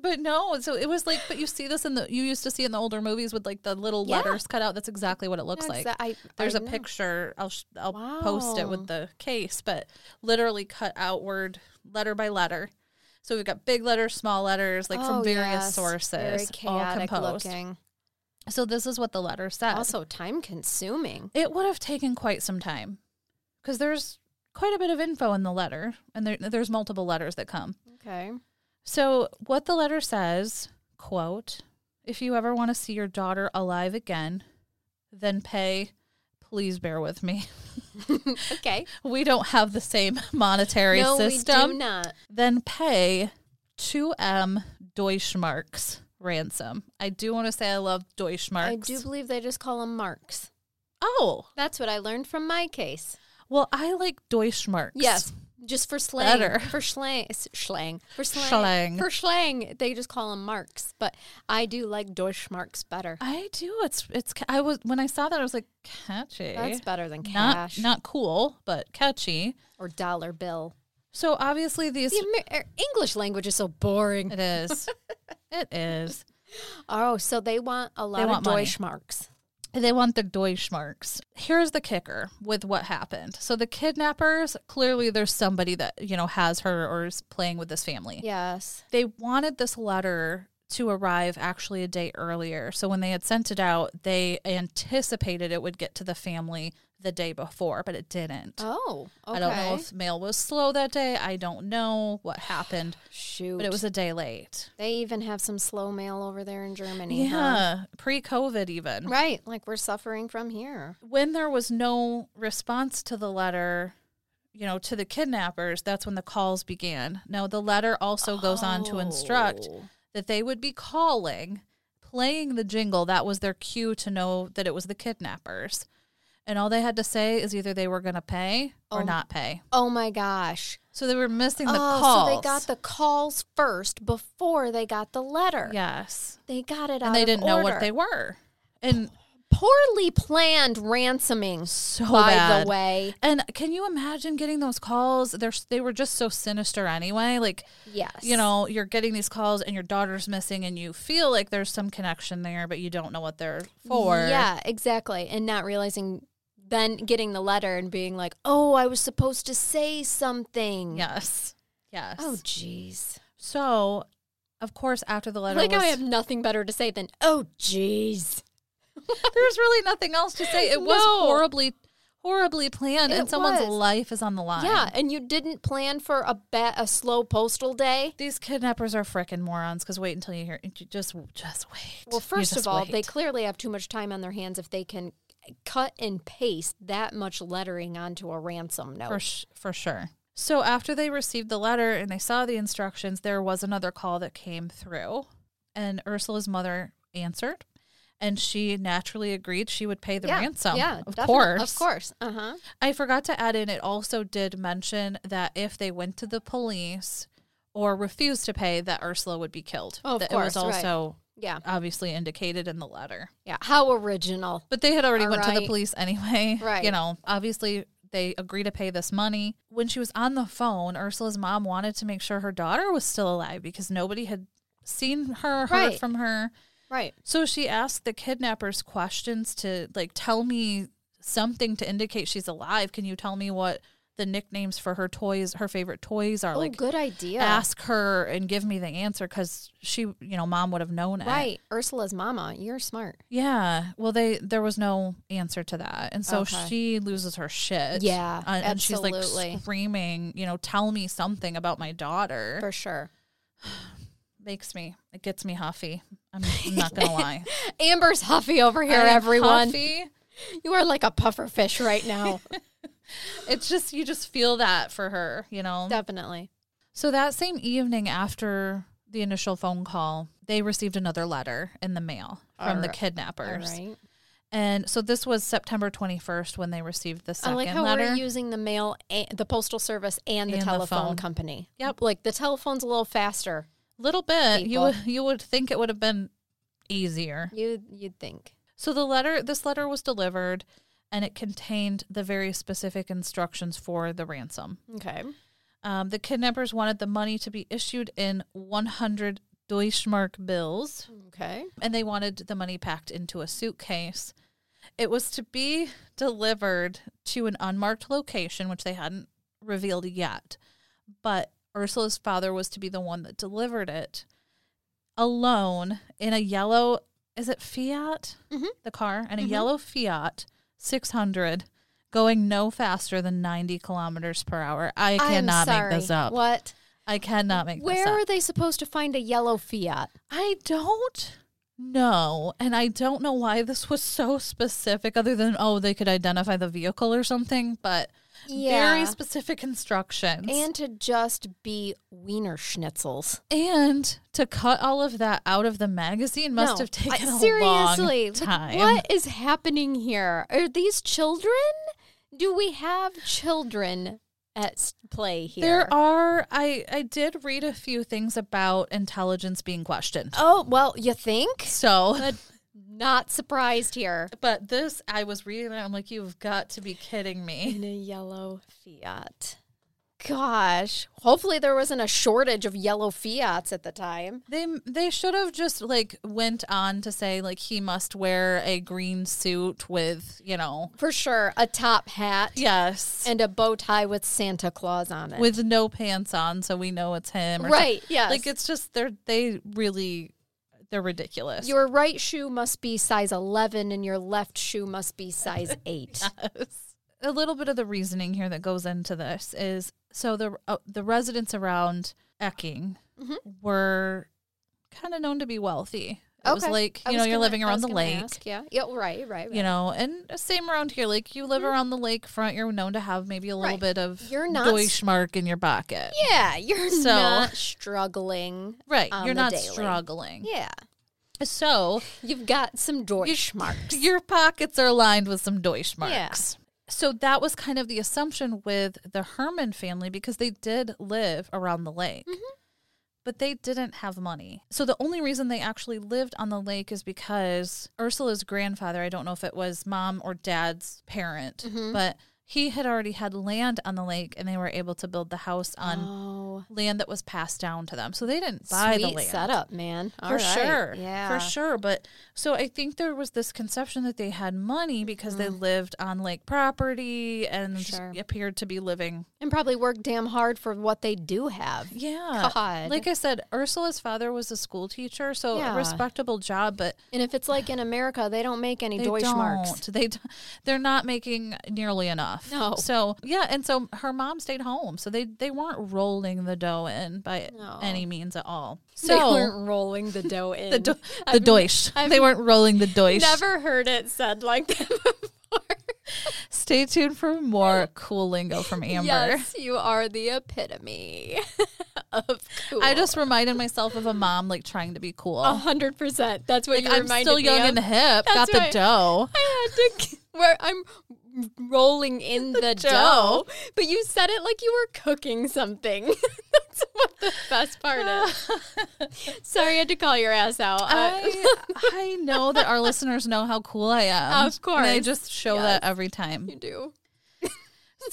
[SPEAKER 2] But no, so it was like, but you see this in the, you used to see in the older movies with like the little
[SPEAKER 1] Yeah.
[SPEAKER 2] letters cut out. That's exactly what it looks like.
[SPEAKER 1] Exa- I-
[SPEAKER 2] There's
[SPEAKER 1] I
[SPEAKER 2] a
[SPEAKER 1] know.
[SPEAKER 2] picture. I'll sh- I'll post it
[SPEAKER 1] Wow.
[SPEAKER 2] with the case, but literally cut outward letter by letter. So we've got big letters, small letters, like
[SPEAKER 1] Oh,
[SPEAKER 2] from various
[SPEAKER 1] yes.
[SPEAKER 2] sources,
[SPEAKER 1] Very chaotic
[SPEAKER 2] all composed. Uh,
[SPEAKER 1] looking.
[SPEAKER 2] So this is what the letter says.
[SPEAKER 1] Also time consuming.
[SPEAKER 2] it would have taken quite some time because there's quite a bit of info in the letter, and there, there's multiple letters that come.
[SPEAKER 1] Okay.
[SPEAKER 2] So, what the letter says, quote, if you ever want to see your daughter alive again, then pay, please bear with me.
[SPEAKER 1] Okay.
[SPEAKER 2] We don't have the same monetary
[SPEAKER 1] no, we do
[SPEAKER 2] system.
[SPEAKER 1] not.
[SPEAKER 2] Then pay 2M Deutschmarks ransom. I do want to say I love Deutschmarks.
[SPEAKER 1] I do believe they just call them marks.
[SPEAKER 2] Oh,
[SPEAKER 1] That's what I learned from my case.
[SPEAKER 2] well, I like Deutschmarks.
[SPEAKER 1] Yes. Just for slang.
[SPEAKER 2] Better.
[SPEAKER 1] For slang. s- Schlang. For slang.
[SPEAKER 2] Schlang.
[SPEAKER 1] For slang. They just call them marks. But I do like Deutschmarks better.
[SPEAKER 2] I do. It's it's. ca- I was when I saw that I was like catchy.
[SPEAKER 1] That's better than
[SPEAKER 2] not
[SPEAKER 1] cash
[SPEAKER 2] not cool, but catchy.
[SPEAKER 1] or dollar bill.
[SPEAKER 2] So obviously these
[SPEAKER 1] The Amer-
[SPEAKER 2] uh,
[SPEAKER 1] er, English language is so boring.
[SPEAKER 2] It is. it is.
[SPEAKER 1] Oh, so they want a lot
[SPEAKER 2] want
[SPEAKER 1] of
[SPEAKER 2] money.
[SPEAKER 1] Deutschmarks.
[SPEAKER 2] They want the Deutschmarks. Here's the kicker with what happened. So the kidnappers, clearly there's somebody that, you know, has her or is playing with this family.
[SPEAKER 1] Yes.
[SPEAKER 2] They wanted this letter to arrive actually a day earlier. So when they had sent it out, they anticipated it would get to the family the day before, but it didn't.
[SPEAKER 1] Oh, okay.
[SPEAKER 2] I don't know if mail was slow that day. I don't know what happened,
[SPEAKER 1] Shoot.
[SPEAKER 2] but it was a day late.
[SPEAKER 1] They even have some slow mail over there in Germany. huh?
[SPEAKER 2] Yeah, pre-COVID even.
[SPEAKER 1] Right. Like we're suffering from here.
[SPEAKER 2] when there was no response to the letter, you know, to the kidnappers, that's when the calls began. Now, the letter also goes on to instruct
[SPEAKER 1] Oh.
[SPEAKER 2] that they would be calling, playing the jingle. That was their cue to know that it was the kidnappers. And all they had to say is either they were going to pay or
[SPEAKER 1] Oh.
[SPEAKER 2] not pay.
[SPEAKER 1] Oh my gosh.
[SPEAKER 2] So they were missing the
[SPEAKER 1] oh,
[SPEAKER 2] calls.
[SPEAKER 1] so they got the calls first before they got the letter.
[SPEAKER 2] yes,
[SPEAKER 1] They got it out
[SPEAKER 2] and they didn't
[SPEAKER 1] of
[SPEAKER 2] know what
[SPEAKER 1] order.
[SPEAKER 2] they were. And
[SPEAKER 1] poorly planned ransoming
[SPEAKER 2] so
[SPEAKER 1] by
[SPEAKER 2] bad.
[SPEAKER 1] the way.
[SPEAKER 2] And can you imagine getting those calls? They're s- they were just so sinister anyway. Like
[SPEAKER 1] Yes.
[SPEAKER 2] you know, you're getting these calls and your daughter's missing and you feel like there's some connection there, but you don't know what they're for.
[SPEAKER 1] Yeah, exactly. And not realizing then getting the letter and being like, "Oh, I was supposed to say something."
[SPEAKER 2] Yes. Yes.
[SPEAKER 1] Oh jeez.
[SPEAKER 2] So, of course, after the letter
[SPEAKER 1] Like
[SPEAKER 2] was,
[SPEAKER 1] I have nothing better to say than, "Oh jeez."
[SPEAKER 2] there's really nothing else to say. It was
[SPEAKER 1] No.
[SPEAKER 2] horribly, horribly planned and
[SPEAKER 1] It
[SPEAKER 2] someone's
[SPEAKER 1] was.
[SPEAKER 2] life is on the line.
[SPEAKER 1] Yeah, and you didn't plan for a ba- a slow postal day.
[SPEAKER 2] These kidnappers are frickin' morons because wait until you hear, you just, just wait.
[SPEAKER 1] Well,
[SPEAKER 2] You
[SPEAKER 1] first of
[SPEAKER 2] just
[SPEAKER 1] all, they
[SPEAKER 2] wait.
[SPEAKER 1] clearly have too much time on their hands if they can cut and paste that much lettering onto a ransom note.
[SPEAKER 2] For, sh- for sure. So after they received the letter and they saw the instructions, there was another call that came through, and Ursula's mother answered, and she naturally agreed she would pay the
[SPEAKER 1] yeah,
[SPEAKER 2] ransom.
[SPEAKER 1] yeah,
[SPEAKER 2] of
[SPEAKER 1] definite-
[SPEAKER 2] course,
[SPEAKER 1] of course. Uh huh.
[SPEAKER 2] I forgot to add in. It also did mention that if they went to the police or refused to pay, that Ursula would be killed.
[SPEAKER 1] Oh, of
[SPEAKER 2] that it was
[SPEAKER 1] course, right.
[SPEAKER 2] also
[SPEAKER 1] Yeah,
[SPEAKER 2] obviously indicated in the letter.
[SPEAKER 1] yeah. How original.
[SPEAKER 2] But they had already
[SPEAKER 1] All
[SPEAKER 2] went to the
[SPEAKER 1] right.
[SPEAKER 2] police anyway.
[SPEAKER 1] Right.
[SPEAKER 2] You know, obviously they agree to pay this money. When she was on the phone, Ursula's mom wanted to make sure her daughter was still alive because nobody had seen her, heard
[SPEAKER 1] Right.
[SPEAKER 2] from her.
[SPEAKER 1] Right.
[SPEAKER 2] So she asked the kidnappers questions to like tell me something to indicate she's alive. Can you tell me what the nicknames for her toys, her favorite toys are?
[SPEAKER 1] Oh,
[SPEAKER 2] like
[SPEAKER 1] good idea.
[SPEAKER 2] ask her and give me the answer because she, you know, mom would have known it.
[SPEAKER 1] Right, Ursula's mama. You're smart.
[SPEAKER 2] Yeah. Well, they there was no answer to that, and so
[SPEAKER 1] Okay.
[SPEAKER 2] she loses her shit.
[SPEAKER 1] Yeah,
[SPEAKER 2] and, and she's like
[SPEAKER 1] absolutely.
[SPEAKER 2] screaming, you know, tell me something about my daughter.
[SPEAKER 1] For sure.
[SPEAKER 2] Makes me, it gets me huffy. I'm not gonna lie.
[SPEAKER 1] Amber's huffy over here,
[SPEAKER 2] I am
[SPEAKER 1] everyone.
[SPEAKER 2] huffy.
[SPEAKER 1] You are like a puffer fish right now.
[SPEAKER 2] it's just you just feel that for her, you know.
[SPEAKER 1] Definitely.
[SPEAKER 2] So that same evening after the initial phone call, they received another letter in the mail from the
[SPEAKER 1] Alri- All
[SPEAKER 2] kidnappers.
[SPEAKER 1] right.
[SPEAKER 2] And so this was September 21st when they received the
[SPEAKER 1] I
[SPEAKER 2] second
[SPEAKER 1] like how
[SPEAKER 2] letter.
[SPEAKER 1] we're using the mail, and, the postal service, and the
[SPEAKER 2] And the
[SPEAKER 1] telephone
[SPEAKER 2] phone.
[SPEAKER 1] company.
[SPEAKER 2] Yep.
[SPEAKER 1] Like the telephone's a little faster.
[SPEAKER 2] Little bit. You
[SPEAKER 1] people.
[SPEAKER 2] would you would think it would have been easier.
[SPEAKER 1] You you'd think.
[SPEAKER 2] So the letter this letter was delivered and it contained the very specific instructions for the ransom.
[SPEAKER 1] Okay.
[SPEAKER 2] Um, the kidnappers wanted the money to be issued in 100 Deutschmark bills,
[SPEAKER 1] Okay.
[SPEAKER 2] and they wanted the money packed into a suitcase. It was to be delivered to an unmarked location, which they hadn't revealed yet. But Ursula's father was to be the one that delivered it alone in a yellow, is it Fiat?
[SPEAKER 1] Mhm.
[SPEAKER 2] The car, and a yellow Fiat 600 going no faster than 90 kilometers per hour. I cannot
[SPEAKER 1] I'm sorry.
[SPEAKER 2] make this up.
[SPEAKER 1] What?
[SPEAKER 2] I cannot make this
[SPEAKER 1] Where
[SPEAKER 2] up.
[SPEAKER 1] are they supposed to find a yellow Fiat?
[SPEAKER 2] I don't know. And I don't know why this was so specific, other than, oh, they could identify the vehicle or something, but very specific instructions.
[SPEAKER 1] and to just be wiener schnitzels.
[SPEAKER 2] And to cut all of that out of the magazine must
[SPEAKER 1] No,
[SPEAKER 2] have taken
[SPEAKER 1] I-
[SPEAKER 2] a
[SPEAKER 1] seriously, like,
[SPEAKER 2] long time.
[SPEAKER 1] what is happening here? Are these children? Do we have children at s- play here?
[SPEAKER 2] There are I I did read a few things about intelligence being questioned.
[SPEAKER 1] Oh well, you think?
[SPEAKER 2] So,
[SPEAKER 1] But not surprised here.
[SPEAKER 2] but this I was reading and I'm like you've got to be kidding me.
[SPEAKER 1] In a yellow Fiat. Gosh, hopefully there wasn't a shortage of yellow Fiats at the time.
[SPEAKER 2] They they should have just like went on to say like he must wear a green suit with you know
[SPEAKER 1] For sure, a top hat
[SPEAKER 2] yes
[SPEAKER 1] and a bow tie with Santa Claus on it.
[SPEAKER 2] with no pants on so we know it's him or some-
[SPEAKER 1] right, yes.
[SPEAKER 2] like it's just they're they really they're ridiculous
[SPEAKER 1] your right shoe must be size 11 and your left shoe must be size 8.
[SPEAKER 2] Yes. a little bit of the reasoning here that goes into this is so the uh, the residents around Ecking
[SPEAKER 1] Mhm.
[SPEAKER 2] were kind of known to be wealthy it was
[SPEAKER 1] Okay.
[SPEAKER 2] like
[SPEAKER 1] I
[SPEAKER 2] you know
[SPEAKER 1] was
[SPEAKER 2] you're
[SPEAKER 1] gonna-
[SPEAKER 2] living
[SPEAKER 1] I
[SPEAKER 2] around
[SPEAKER 1] was
[SPEAKER 2] the
[SPEAKER 1] gonna
[SPEAKER 2] lake
[SPEAKER 1] ask, yeah. yeah, right, right. right. Mm-hmm.
[SPEAKER 2] you know, and same around here. Like you live around the lakefront, you're known to have maybe a little
[SPEAKER 1] Right.
[SPEAKER 2] bit of
[SPEAKER 1] You're not-
[SPEAKER 2] Deutschmark in your pocket,
[SPEAKER 1] yeah, you're
[SPEAKER 2] So-
[SPEAKER 1] not struggling.
[SPEAKER 2] right?
[SPEAKER 1] On
[SPEAKER 2] You're
[SPEAKER 1] the
[SPEAKER 2] not
[SPEAKER 1] daily.
[SPEAKER 2] struggling.
[SPEAKER 1] Yeah.
[SPEAKER 2] So
[SPEAKER 1] You've got some Deutschmarks.
[SPEAKER 2] your pockets are lined with some Deutschmarks.
[SPEAKER 1] Yeah.
[SPEAKER 2] So that was kind of the assumption with the Herman family because they did live around the lake.
[SPEAKER 1] Mm-hmm.
[SPEAKER 2] But they didn't have money. So the only reason they actually lived on the lake is because Ursula's grandfather, I don't know if it was mom or dad's parent,
[SPEAKER 1] Mm-hmm.
[SPEAKER 2] but he had already had land on the lake and they were able to build the house on
[SPEAKER 1] Oh,
[SPEAKER 2] land that was passed down to them. So they didn't buy
[SPEAKER 1] sweet
[SPEAKER 2] the land
[SPEAKER 1] setup, man. All
[SPEAKER 2] for
[SPEAKER 1] right.
[SPEAKER 2] sure
[SPEAKER 1] Yeah.
[SPEAKER 2] for sure but so i think there was this conception that they had money because they lived on lake property and
[SPEAKER 1] Mm. Sure.
[SPEAKER 2] appeared to be living
[SPEAKER 1] And probably work damn hard for what they do have.
[SPEAKER 2] yeah
[SPEAKER 1] God.
[SPEAKER 2] like i said ursula's father was a school teacher so
[SPEAKER 1] Yeah.
[SPEAKER 2] a respectable job but
[SPEAKER 1] And if it's like in America, they don't make any
[SPEAKER 2] they
[SPEAKER 1] Deutschmarks.
[SPEAKER 2] don't they d- they're not making nearly enough
[SPEAKER 1] No.
[SPEAKER 2] so yeah and so her mom stayed home so they they weren't rolling the dough in by
[SPEAKER 1] No.
[SPEAKER 2] any means at all
[SPEAKER 1] They
[SPEAKER 2] so
[SPEAKER 1] weren't rolling the dough in.
[SPEAKER 2] the, do- the Deutsch. they weren't rolling the Deutsch.
[SPEAKER 1] Never heard it said like that before.
[SPEAKER 2] Stay tuned for more cool lingo from Amber.
[SPEAKER 1] Oh. Yes, you are the epitome of cool.
[SPEAKER 2] I just reminded myself of a mom like trying to be cool.
[SPEAKER 1] a hundred percent. That's what Oh, you
[SPEAKER 2] I'm
[SPEAKER 1] reminded
[SPEAKER 2] still
[SPEAKER 1] me
[SPEAKER 2] young
[SPEAKER 1] of.
[SPEAKER 2] and hip.
[SPEAKER 1] That's
[SPEAKER 2] got the
[SPEAKER 1] right.
[SPEAKER 2] dough.
[SPEAKER 1] I had to where I'm rolling in the, dough.
[SPEAKER 2] dough.
[SPEAKER 1] but you said it like you were cooking something. That's what the best part is. Sorry, I had to call your ass out. Uh,
[SPEAKER 2] I, I know that our listeners know how cool I am.
[SPEAKER 1] Of
[SPEAKER 2] And I
[SPEAKER 1] course.
[SPEAKER 2] just show that every time.
[SPEAKER 1] you do.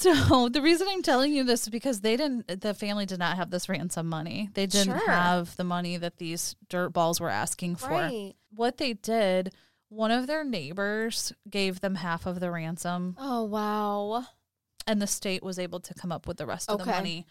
[SPEAKER 2] So the reason I'm telling you this is because they didn't the family did not have this ransom money. They didn't
[SPEAKER 1] Sure.
[SPEAKER 2] have the money that these dirt balls were asking for.
[SPEAKER 1] Right.
[SPEAKER 2] What they did, one of their neighbors gave them half of the ransom
[SPEAKER 1] Oh wow.
[SPEAKER 2] and the state was able to come up with the rest of the
[SPEAKER 1] Okay.
[SPEAKER 2] money.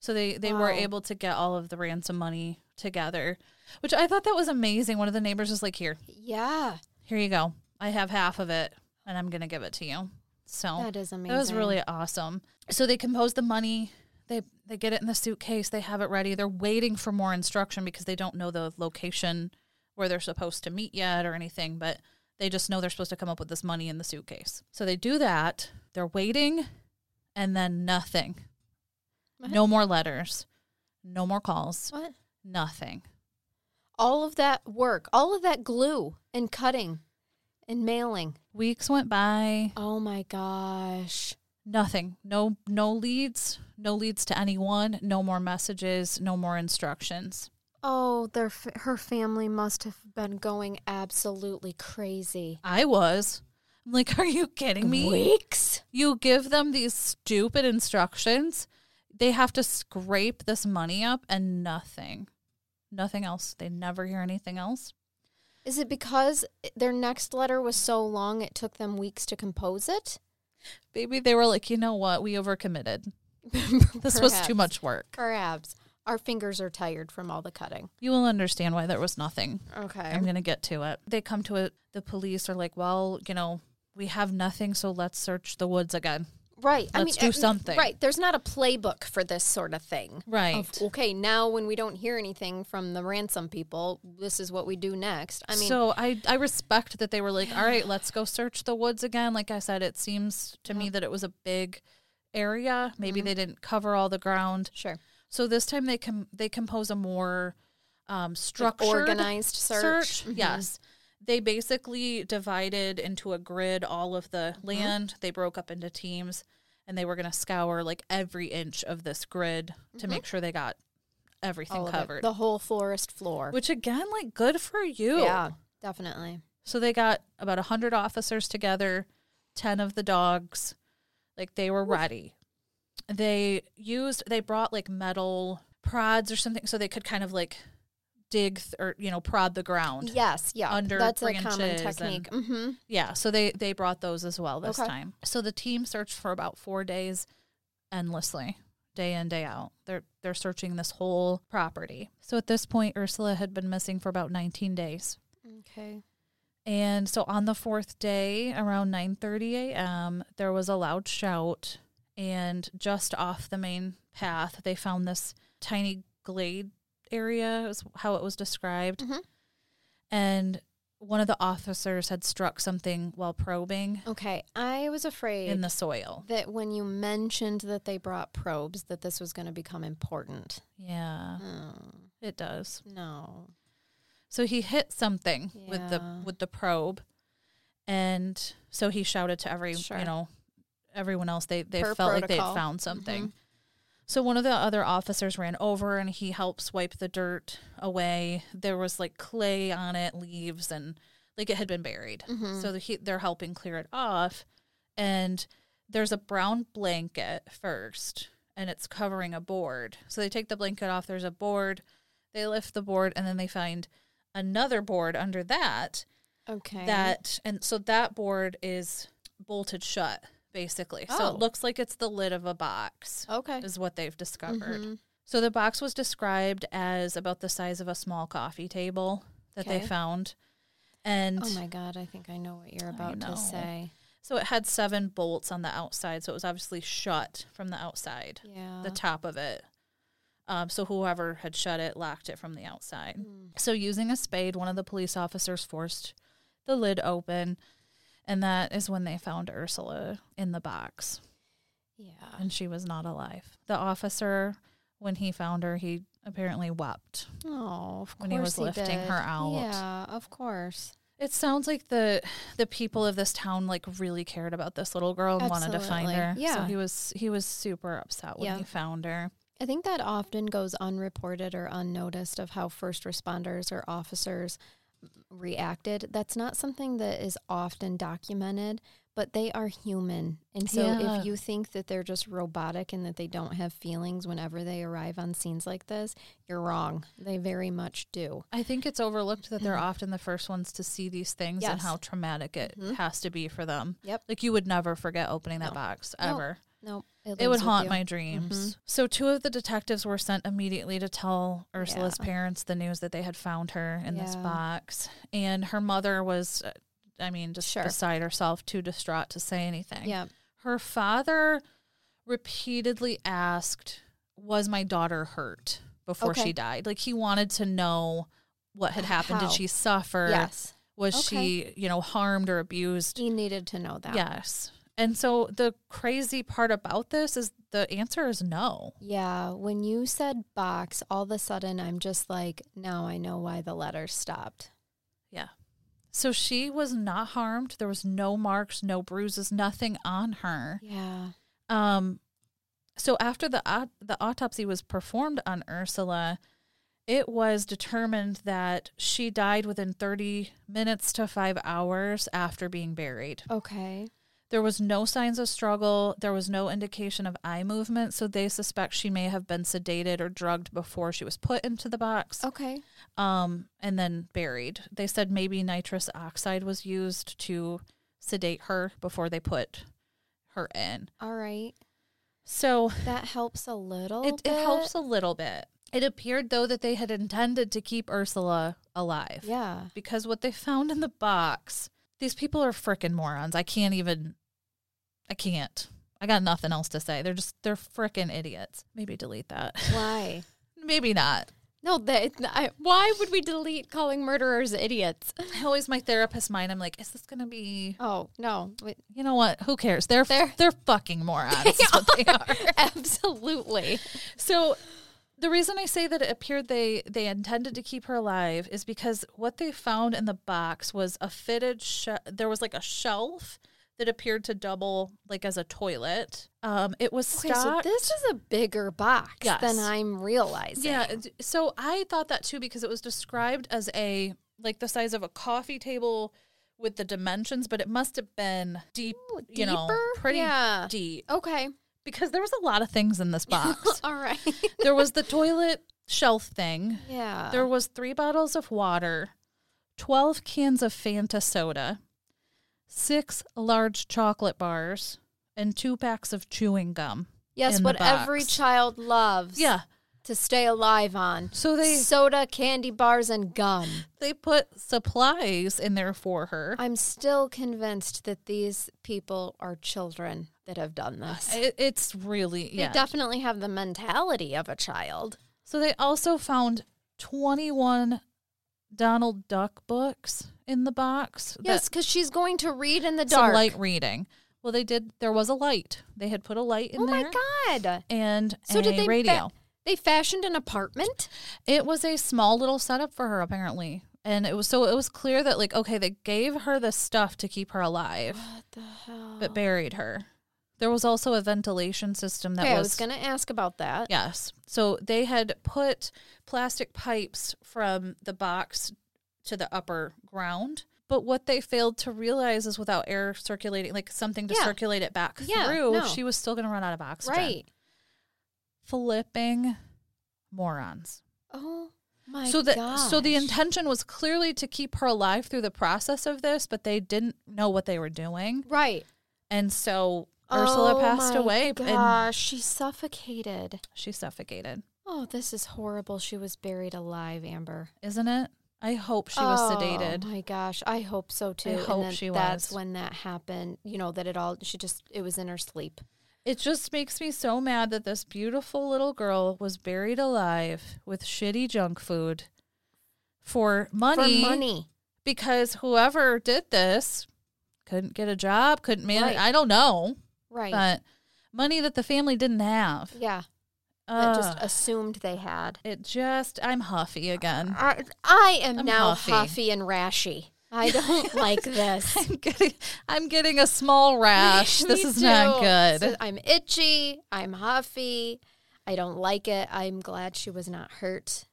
[SPEAKER 2] So they they were
[SPEAKER 1] Wow.
[SPEAKER 2] able to get all of the ransom money together, which I thought that was amazing. One of the neighbors was like, "Here,
[SPEAKER 1] Yeah.
[SPEAKER 2] here you go. I have half of it, and I'm gonna give it to you." So
[SPEAKER 1] That is amazing.
[SPEAKER 2] that was really awesome. So they compose the money. They they get it in the suitcase. They have it ready. They're waiting for more instruction because they don't know the location where they're supposed to meet yet or anything, but they just know they're supposed to come up with this money in the suitcase. So they do that. They're waiting. and then nothing.
[SPEAKER 1] What?
[SPEAKER 2] No more letters, no more calls,
[SPEAKER 1] What?
[SPEAKER 2] nothing.
[SPEAKER 1] All of that work, all of that glue and cutting and mailing.
[SPEAKER 2] Weeks went by,
[SPEAKER 1] Oh my gosh.
[SPEAKER 2] nothing. No no leads, no leads to anyone, no more messages, no more instructions.
[SPEAKER 1] Oh, their f- her family must have been going absolutely crazy.
[SPEAKER 2] I was I'm like, are you kidding me?
[SPEAKER 1] Weeks?
[SPEAKER 2] You give them these stupid instructions. They have to scrape this money up and nothing. Nothing else. They never hear anything else.
[SPEAKER 1] Is it because their next letter was so long it took them weeks to compose it?
[SPEAKER 2] Maybe they were like, you know what? We overcommitted. This was
[SPEAKER 1] Perhaps.
[SPEAKER 2] too much work.
[SPEAKER 1] Perhaps. Our fingers are tired from all the cutting.
[SPEAKER 2] You will understand why there was nothing.
[SPEAKER 1] Okay.
[SPEAKER 2] I'm going to get to it. They come to it. The police are like, well, you know, we have nothing, so let's search the woods again.
[SPEAKER 1] Right. I mean,
[SPEAKER 2] Let's do
[SPEAKER 1] uh,
[SPEAKER 2] something.
[SPEAKER 1] Right. There's not a playbook for this sort of thing.
[SPEAKER 2] Right.
[SPEAKER 1] Of, okay, now when we don't hear anything from the ransom people, this is what we do next. I mean,
[SPEAKER 2] so I, I respect that they were like, all right, let's go search the woods again. Like I said, it seems to me that it was a big area. Maybe
[SPEAKER 1] Mm-hmm.
[SPEAKER 2] they didn't cover all the ground.
[SPEAKER 1] sure.
[SPEAKER 2] So this time they com- they compose a more um,
[SPEAKER 1] Like
[SPEAKER 2] structured
[SPEAKER 1] organized search. Mm-hmm.
[SPEAKER 2] Yes. They basically divided into a grid all of the
[SPEAKER 1] Mm-hmm.
[SPEAKER 2] land. They broke up into teams and they were going to scour like every inch of this grid to make sure they got everything
[SPEAKER 1] Mm-hmm. All of it.
[SPEAKER 2] covered.
[SPEAKER 1] The whole forest floor.
[SPEAKER 2] Which again, like good for you.
[SPEAKER 1] yeah, definitely.
[SPEAKER 2] So they got about 100 officers together, 10 of the dogs. Like they were ready. They used, they brought like metal prods or something so they could kind of like dig th- or, you know, prod the ground.
[SPEAKER 1] Yes, yeah.
[SPEAKER 2] Under
[SPEAKER 1] That's a common
[SPEAKER 2] branches and-
[SPEAKER 1] technique. hmm
[SPEAKER 2] Yeah. So they, they brought those as well this
[SPEAKER 1] Okay.
[SPEAKER 2] time. So the team searched for about four days endlessly. Day in, day out. They're they're searching this whole property. So at this point, Ursula had been missing for about nineteen days.
[SPEAKER 1] Okay.
[SPEAKER 2] And so on the fourth day, around 9:30 a.m., there was a loud shout, and just off the main path, they found this tiny glade area. Is how it was described.
[SPEAKER 1] Mhm.
[SPEAKER 2] And one of the officers had struck something while probing
[SPEAKER 1] Okay. I was afraid
[SPEAKER 2] in the soil.
[SPEAKER 1] that when you mentioned that they brought probes, that this was going to become important.
[SPEAKER 2] Yeah,
[SPEAKER 1] Mm,
[SPEAKER 2] it does.
[SPEAKER 1] no.
[SPEAKER 2] So he hit something with the
[SPEAKER 1] Yeah.
[SPEAKER 2] with the probe, and so he shouted to every
[SPEAKER 1] Sure.
[SPEAKER 2] you know everyone else. They they
[SPEAKER 1] Per
[SPEAKER 2] felt like
[SPEAKER 1] protocol.
[SPEAKER 2] they found something. So one of the other officers ran over and he helped swipe the dirt away. There was like clay on it, leaves, and like it had been buried. So he, they're helping clear it off. And there's a brown blanket first, and it's covering a board. So they take the blanket off. There's a board. They lift the board, and then they find another board under that.
[SPEAKER 1] Okay.
[SPEAKER 2] That and so that board is bolted shut basically. So
[SPEAKER 1] Oh.
[SPEAKER 2] it looks like it's the lid of a box
[SPEAKER 1] Okay.
[SPEAKER 2] is what they've discovered.
[SPEAKER 1] Mhm.
[SPEAKER 2] So the box was described as about the size of a small coffee table that
[SPEAKER 1] Okay.
[SPEAKER 2] they found. And
[SPEAKER 1] Oh my God, I think I know what you're about
[SPEAKER 2] know.
[SPEAKER 1] to say.
[SPEAKER 2] so it had seven bolts on the outside. So it was obviously shut from the outside,
[SPEAKER 1] Yeah.
[SPEAKER 2] the top of it. Um, so whoever had shut it locked it from the outside.
[SPEAKER 1] Mm.
[SPEAKER 2] So using a spade, one of the police officers forced the lid open. And that is when they found Ursula in the box.
[SPEAKER 1] yeah.
[SPEAKER 2] and she was not alive. The officer, when he found her, he apparently wept.
[SPEAKER 1] Oh, of course.
[SPEAKER 2] when he was lifting
[SPEAKER 1] did.
[SPEAKER 2] her out.
[SPEAKER 1] Yeah, of course.
[SPEAKER 2] It sounds like the the people of this town like really cared about this little girl and wanted to find
[SPEAKER 1] Absolutely.
[SPEAKER 2] her. So
[SPEAKER 1] Yeah.
[SPEAKER 2] he was he was super upset when
[SPEAKER 1] Yeah.
[SPEAKER 2] he found her.
[SPEAKER 1] I think that often goes unreported or unnoticed of how first responders or officers reacted. That's not something that is often documented, but they are human. And so
[SPEAKER 2] Yeah.
[SPEAKER 1] if you think that they're just robotic and that they don't have feelings whenever they arrive on scenes like this, you're wrong. They very much do.
[SPEAKER 2] I think it's overlooked that they're often the first ones to see these
[SPEAKER 1] Mm.
[SPEAKER 2] things and
[SPEAKER 1] Yes. Mm-hmm.
[SPEAKER 2] how traumatic it has to be for them.
[SPEAKER 1] Yep.
[SPEAKER 2] Like you would never forget opening that box
[SPEAKER 1] No.
[SPEAKER 2] ever.
[SPEAKER 1] No,
[SPEAKER 2] It would
[SPEAKER 1] lives with
[SPEAKER 2] haunt
[SPEAKER 1] you. Mm-hmm.
[SPEAKER 2] my dreams. So, two of the detectives were sent immediately to tell Ursula's
[SPEAKER 1] Yeah.
[SPEAKER 2] parents the news that they had found her in this
[SPEAKER 1] Yeah.
[SPEAKER 2] box. And her mother was, uh, I mean, just
[SPEAKER 1] Sure.
[SPEAKER 2] beside herself, too distraught to say anything.
[SPEAKER 1] Yeah.
[SPEAKER 2] Her father repeatedly asked, Was my daughter hurt before
[SPEAKER 1] Okay.
[SPEAKER 2] she died? Like, he wanted to know what had happened.
[SPEAKER 1] How?
[SPEAKER 2] Did she suffer?
[SPEAKER 1] Yes.
[SPEAKER 2] Was
[SPEAKER 1] Okay.
[SPEAKER 2] she, you know, harmed or abused?
[SPEAKER 1] He needed to know that.
[SPEAKER 2] Yes. And so the crazy part about this is the answer is no.
[SPEAKER 1] Yeah, when you said box, all of a sudden I'm just like, now I know why the letter stopped.
[SPEAKER 2] Yeah. So she was not harmed. There was no marks, no bruises, nothing on her.
[SPEAKER 1] Yeah.
[SPEAKER 2] Um so after the au- the autopsy was performed on Ursula, it was determined that she died within 30 minutes to 5 hours after being buried.
[SPEAKER 1] Okay.
[SPEAKER 2] There was no signs of struggle. There was no indication of eye movement, so they suspect she may have been sedated or drugged before she was put into the box
[SPEAKER 1] Okay.
[SPEAKER 2] um, and then buried. They said maybe nitrous oxide was used to sedate her before they put her in.
[SPEAKER 1] All right.
[SPEAKER 2] So
[SPEAKER 1] That helps a little.
[SPEAKER 2] it,
[SPEAKER 1] bit.
[SPEAKER 2] it helps a little bit. It appeared, though, that they had intended to keep Ursula alive
[SPEAKER 1] Yeah.
[SPEAKER 2] because what they found in the box, these people are frickin' morons. I can't even, I can't. I got nothing else to say. They're just, they're frickin' idiots. Maybe delete that.
[SPEAKER 1] Why?
[SPEAKER 2] Maybe not.
[SPEAKER 1] No, that I, why would we delete calling murderers idiots?
[SPEAKER 2] I always, my therapist mind, I'm like, is this going to be,
[SPEAKER 1] Oh no, Wait,
[SPEAKER 2] you know what? Who cares? They're, they're,
[SPEAKER 1] They're-
[SPEAKER 2] fucking morons. is what they are.
[SPEAKER 1] absolutely.
[SPEAKER 2] So the reason I say that it appeared they they intended to keep her alive is because what they found in the box was a fitted she- there was like a shelf that appeared to double like as a toilet. Um it was
[SPEAKER 1] Okay, so
[SPEAKER 2] stocked.
[SPEAKER 1] this is a bigger box
[SPEAKER 2] Yes.
[SPEAKER 1] than I'm realizing.
[SPEAKER 2] yeah, it- so I thought that too because it was described as a like the size of a coffee table with the dimensions, but it must have been deep,
[SPEAKER 1] Ooh,
[SPEAKER 2] you know,
[SPEAKER 1] deeper?
[SPEAKER 2] pretty
[SPEAKER 1] Yeah.
[SPEAKER 2] deep
[SPEAKER 1] Okay.
[SPEAKER 2] because there was a lot of things in this box.
[SPEAKER 1] All right.
[SPEAKER 2] there was the toilet shelf thing
[SPEAKER 1] yeah.
[SPEAKER 2] There was three bottles of water, twelve cans of Fanta soda, six large chocolate bars, and two packs of chewing gum.
[SPEAKER 1] yes,
[SPEAKER 2] in the
[SPEAKER 1] what every
[SPEAKER 2] box.
[SPEAKER 1] child loves.
[SPEAKER 2] Yeah.
[SPEAKER 1] To stay alive on.
[SPEAKER 2] So they
[SPEAKER 1] soda, candy bars, and gum.
[SPEAKER 2] they put supplies in there for her.
[SPEAKER 1] I'm still convinced that these people are children that have done this.
[SPEAKER 2] It, it's really
[SPEAKER 1] They
[SPEAKER 2] yeah.
[SPEAKER 1] definitely have the mentality of a child.
[SPEAKER 2] so they also found twenty one Donald Duck books in the box. that-
[SPEAKER 1] Yes, because she's going to read in the
[SPEAKER 2] some
[SPEAKER 1] dark. Oh
[SPEAKER 2] light reading. Well, they did. There was a light. They had put a light in
[SPEAKER 1] oh
[SPEAKER 2] there.
[SPEAKER 1] my god!
[SPEAKER 2] And
[SPEAKER 1] So
[SPEAKER 2] a
[SPEAKER 1] did they fa-
[SPEAKER 2] radio.
[SPEAKER 1] they fashioned an apartment?
[SPEAKER 2] It was a small little setup for her, apparently. And it was so it was clear that like okay, they gave her the stuff to keep her alive,
[SPEAKER 1] What the hell?
[SPEAKER 2] but buried her. There was also a ventilation system that
[SPEAKER 1] okay, I
[SPEAKER 2] was,
[SPEAKER 1] was going to ask about that.
[SPEAKER 2] yes. So they had put plastic pipes from the box to the upper ground. But what they failed to realize is without air circulating, like something to
[SPEAKER 1] Yeah.
[SPEAKER 2] circulate it back
[SPEAKER 1] Yeah,
[SPEAKER 2] through,
[SPEAKER 1] no.
[SPEAKER 2] she was still going to run out of oxygen.
[SPEAKER 1] right.
[SPEAKER 2] Flipping morons.
[SPEAKER 1] Oh my
[SPEAKER 2] so the so the
[SPEAKER 1] gosh.
[SPEAKER 2] intention was clearly to keep her alive through the process of this, but they didn't know what they were doing,
[SPEAKER 1] Right.
[SPEAKER 2] and so Ursula
[SPEAKER 1] Oh
[SPEAKER 2] passed
[SPEAKER 1] my
[SPEAKER 2] away and
[SPEAKER 1] Gosh, she suffocated.
[SPEAKER 2] she suffocated,
[SPEAKER 1] Oh, this is horrible. She was buried alive, Amber.
[SPEAKER 2] isn't it? I hope she was
[SPEAKER 1] Oh,
[SPEAKER 2] sedated.
[SPEAKER 1] my gosh, I hope so too. And
[SPEAKER 2] hope
[SPEAKER 1] then
[SPEAKER 2] she
[SPEAKER 1] That's
[SPEAKER 2] was.
[SPEAKER 1] when that happened. You know that it all. She just it was in her sleep.
[SPEAKER 2] It just makes me so mad that this beautiful little girl was buried alive with shitty junk food for money,
[SPEAKER 1] For money.
[SPEAKER 2] because whoever did this couldn't get a job, couldn't manage.
[SPEAKER 1] Right.
[SPEAKER 2] I don't know,
[SPEAKER 1] Right.
[SPEAKER 2] but money that the family didn't have.
[SPEAKER 1] yeah. That
[SPEAKER 2] Ugh.
[SPEAKER 1] just assumed they had.
[SPEAKER 2] It just, I'm huffy again.
[SPEAKER 1] I, I am
[SPEAKER 2] Mm. I'm
[SPEAKER 1] now
[SPEAKER 2] huffy.
[SPEAKER 1] huffy. and rashy. I don't like this.
[SPEAKER 2] I'm getting, I'm getting a small rash. this
[SPEAKER 1] Me
[SPEAKER 2] is not
[SPEAKER 1] too.
[SPEAKER 2] good.
[SPEAKER 1] So I'm itchy. I'm huffy. I don't like it. I'm glad she was not hurt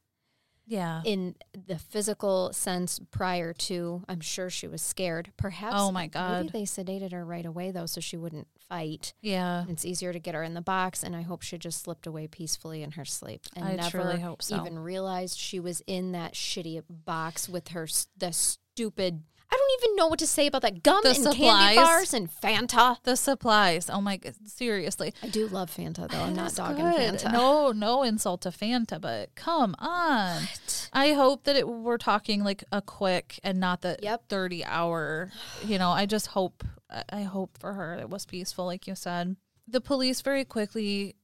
[SPEAKER 2] yeah.
[SPEAKER 1] in the physical sense prior to. I'm sure she was scared. Perhaps.
[SPEAKER 2] Oh, my
[SPEAKER 1] Maybe
[SPEAKER 2] God.
[SPEAKER 1] they sedated her right away though, so she wouldn't fight.
[SPEAKER 2] yeah.
[SPEAKER 1] It's easier to get her in the box, and I hope she just slipped away peacefully in her sleep and
[SPEAKER 2] I
[SPEAKER 1] never
[SPEAKER 2] truly hope so.
[SPEAKER 1] even realized she was in that shitty box with her s- the stupid. I don't even know what to say about that gum
[SPEAKER 2] The
[SPEAKER 1] and
[SPEAKER 2] supplies.
[SPEAKER 1] candy bars and Fanta.
[SPEAKER 2] The supplies. Oh my, g- seriously.
[SPEAKER 1] I do love Fanta though. I'm
[SPEAKER 2] It
[SPEAKER 1] not
[SPEAKER 2] is
[SPEAKER 1] dogging
[SPEAKER 2] Oh, good.
[SPEAKER 1] Fanta.
[SPEAKER 2] No, no insult to Fanta, but come on.
[SPEAKER 1] What?
[SPEAKER 2] I hope that it, we're talking like a quick and not the
[SPEAKER 1] Yep.
[SPEAKER 2] 30 hour. You know, I just hope, I- I hope for her it was peaceful, like you said. The police very quickly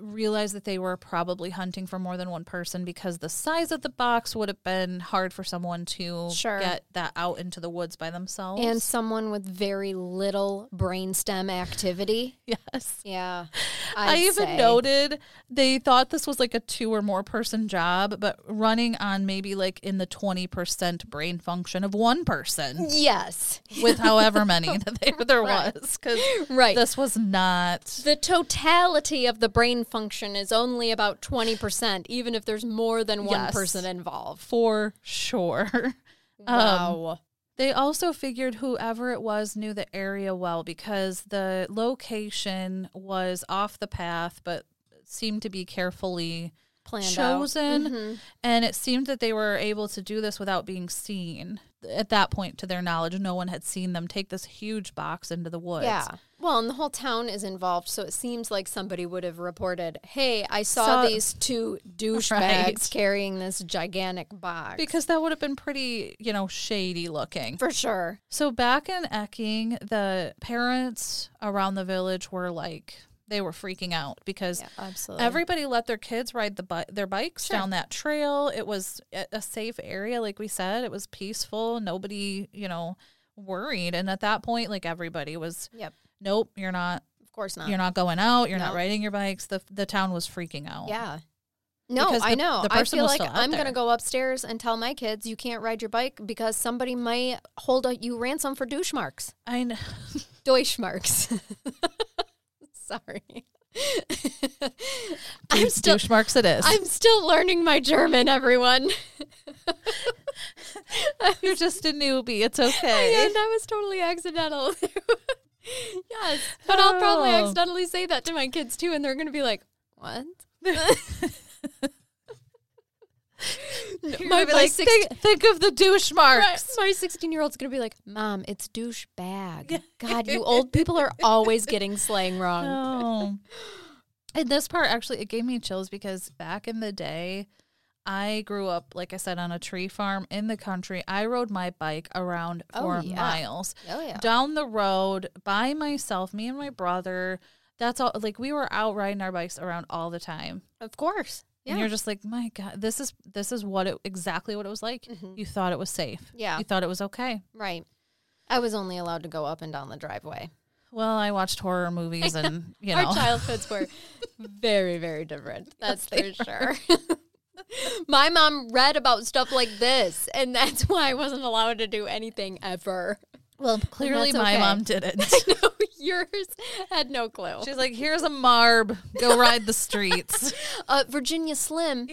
[SPEAKER 2] realized that they were probably hunting for more than one person because the size of the box would have been hard for someone to
[SPEAKER 1] Sure.
[SPEAKER 2] get that out into the woods by themselves.
[SPEAKER 1] And someone with very little brainstem activity.
[SPEAKER 2] yes.
[SPEAKER 1] Yeah.
[SPEAKER 2] i
[SPEAKER 1] I'd
[SPEAKER 2] even
[SPEAKER 1] say.
[SPEAKER 2] noted they thought this was like a two or more person job, but running on maybe like in the 20% brain function of one person
[SPEAKER 1] Yes.
[SPEAKER 2] with however many that they, there
[SPEAKER 1] Right.
[SPEAKER 2] was. Because
[SPEAKER 1] Right.
[SPEAKER 2] this was not.
[SPEAKER 1] the totality of the brain function is only about 20%, even if there's more than one
[SPEAKER 2] Yes.
[SPEAKER 1] person involved.
[SPEAKER 2] For sure. Um,
[SPEAKER 1] wow.
[SPEAKER 2] They also figured whoever it was knew the area well because the location was off the path, but seemed to be carefully
[SPEAKER 1] Planned
[SPEAKER 2] chosen.
[SPEAKER 1] out. Mhm.
[SPEAKER 2] And it seemed that they were able to do this without being seen. At that point, to their knowledge, no one had seen them take this huge box into the woods.
[SPEAKER 1] Yeah. Well, and the whole town is involved, so it seems like somebody would have reported, "Hey, I saw
[SPEAKER 2] Saw-
[SPEAKER 1] these two douchebags
[SPEAKER 2] Right.
[SPEAKER 1] carrying this gigantic box."
[SPEAKER 2] Because that would have been pretty, you know, shady looking.
[SPEAKER 1] for sure.
[SPEAKER 2] So back in Ecking, the parents around the village were like, they were freaking out because
[SPEAKER 1] Yeah, absolutely.
[SPEAKER 2] Everybody let their kids ride the bi- their bikes down that trail. It was a a safe area, like we said. It was peaceful. Nobody, you know, worried. And at that point, like everybody was,
[SPEAKER 1] Yep.
[SPEAKER 2] nope, you're not,
[SPEAKER 1] Of course not.
[SPEAKER 2] you're not going out. You're
[SPEAKER 1] No.
[SPEAKER 2] not riding your bikes. The the town was freaking out.
[SPEAKER 1] Yeah. No,
[SPEAKER 2] Because
[SPEAKER 1] I
[SPEAKER 2] the-
[SPEAKER 1] know.
[SPEAKER 2] the
[SPEAKER 1] I
[SPEAKER 2] person
[SPEAKER 1] feel
[SPEAKER 2] was
[SPEAKER 1] like
[SPEAKER 2] still out
[SPEAKER 1] I'm going to
[SPEAKER 2] there.
[SPEAKER 1] go upstairs and tell my kids you can't ride your bike because somebody might hold a, you ransom for douche marks.
[SPEAKER 2] I know.
[SPEAKER 1] Deutsch marks. Sorry. I'm still
[SPEAKER 2] douche marks. It is.
[SPEAKER 1] I'm still learning my German, everyone.
[SPEAKER 2] you're just a newbie. It's
[SPEAKER 1] Yeah,
[SPEAKER 2] okay.
[SPEAKER 1] that was totally accidental. yes, but I'll probably
[SPEAKER 2] Oh.
[SPEAKER 1] accidentally say that to my kids too, and they're going to be like, "What?"
[SPEAKER 2] You're
[SPEAKER 1] my-
[SPEAKER 2] gonna be
[SPEAKER 1] my
[SPEAKER 2] like,
[SPEAKER 1] six-
[SPEAKER 2] think, think of the douche marks.
[SPEAKER 1] My sixteen-year-old's going to be like, "Mom, it's douchebag." God, you old people are always getting slang wrong.
[SPEAKER 2] No. And this part actually it gave me chills because back in the day, I grew up, like I said, on a tree farm in the country. I rode my bike around
[SPEAKER 1] Oh,
[SPEAKER 2] for
[SPEAKER 1] yeah.
[SPEAKER 2] miles.
[SPEAKER 1] Oh yeah,
[SPEAKER 2] Down the road by myself, me and my brother. That's all like we were out riding our bikes around all the time.
[SPEAKER 1] of course.
[SPEAKER 2] And you're
[SPEAKER 1] Yeah,
[SPEAKER 2] just like, my God, this is this is what it exactly what it was like. You thought it was safe.
[SPEAKER 1] Mm-hmm. Yeah.
[SPEAKER 2] You thought it was okay.
[SPEAKER 1] right. I was only allowed to go up and down the driveway.
[SPEAKER 2] Well, I watched horror movies and you know
[SPEAKER 1] Our childhoods were very, very different. That's for sure. My mom read about stuff like this, and that's why I wasn't allowed to do anything ever.
[SPEAKER 2] Well, clearly
[SPEAKER 1] that's
[SPEAKER 2] my
[SPEAKER 1] okay.
[SPEAKER 2] mom didn't.
[SPEAKER 1] No, yours had no clue.
[SPEAKER 2] She's like, here's a marb. Go ride the streets.
[SPEAKER 1] Uh, Virginia Slim.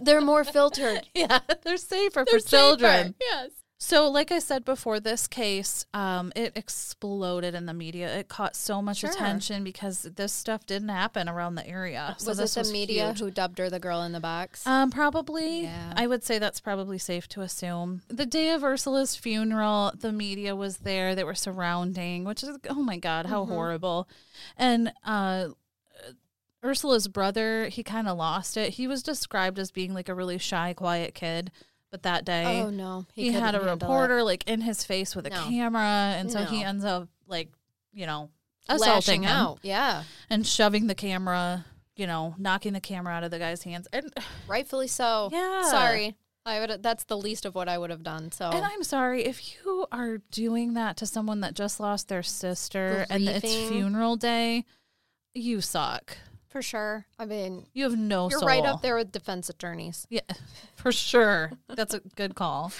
[SPEAKER 1] They're more filtered.
[SPEAKER 2] yeah, they're safer for children.
[SPEAKER 1] Safer, Yes.
[SPEAKER 2] So, like I said before, this case, um, it exploded in the media. It caught so much
[SPEAKER 1] Sure.
[SPEAKER 2] attention because this stuff didn't happen around the area. So
[SPEAKER 1] Uh, was
[SPEAKER 2] this
[SPEAKER 1] it the media
[SPEAKER 2] huge.
[SPEAKER 1] who dubbed her the girl in the box?
[SPEAKER 2] Um, probably.
[SPEAKER 1] Yeah.
[SPEAKER 2] I would say that's probably safe to assume. The day of Ursula's funeral, the media was there. They were surrounding, which is oh my god, how
[SPEAKER 1] Mm-hmm.
[SPEAKER 2] horrible. And uh, Ursula's brother, he kind of lost it. He was described as being like a really shy, quiet kid, but that day
[SPEAKER 1] oh no,
[SPEAKER 2] he,
[SPEAKER 1] couldn't
[SPEAKER 2] had a
[SPEAKER 1] handle it.
[SPEAKER 2] reporter like in his face with a
[SPEAKER 1] No.
[SPEAKER 2] camera, and so he
[SPEAKER 1] No.
[SPEAKER 2] ends up like you know
[SPEAKER 1] lashing
[SPEAKER 2] assaulting him
[SPEAKER 1] out. Yeah,
[SPEAKER 2] and shoving the camera. You know, knocking the camera out of the guy's hands, and
[SPEAKER 1] rightfully so.
[SPEAKER 2] Yeah.
[SPEAKER 1] Sorry, I would. That's the least of what I would have done. So
[SPEAKER 2] And I'm sorry if you are doing that to someone that just lost their sister and it's
[SPEAKER 1] Grieving.
[SPEAKER 2] funeral day. You suck.
[SPEAKER 1] for sure, I mean,
[SPEAKER 2] You have no
[SPEAKER 1] You're
[SPEAKER 2] soul.
[SPEAKER 1] right up there with defense attorneys.
[SPEAKER 2] Yeah, for sure. That's a good call.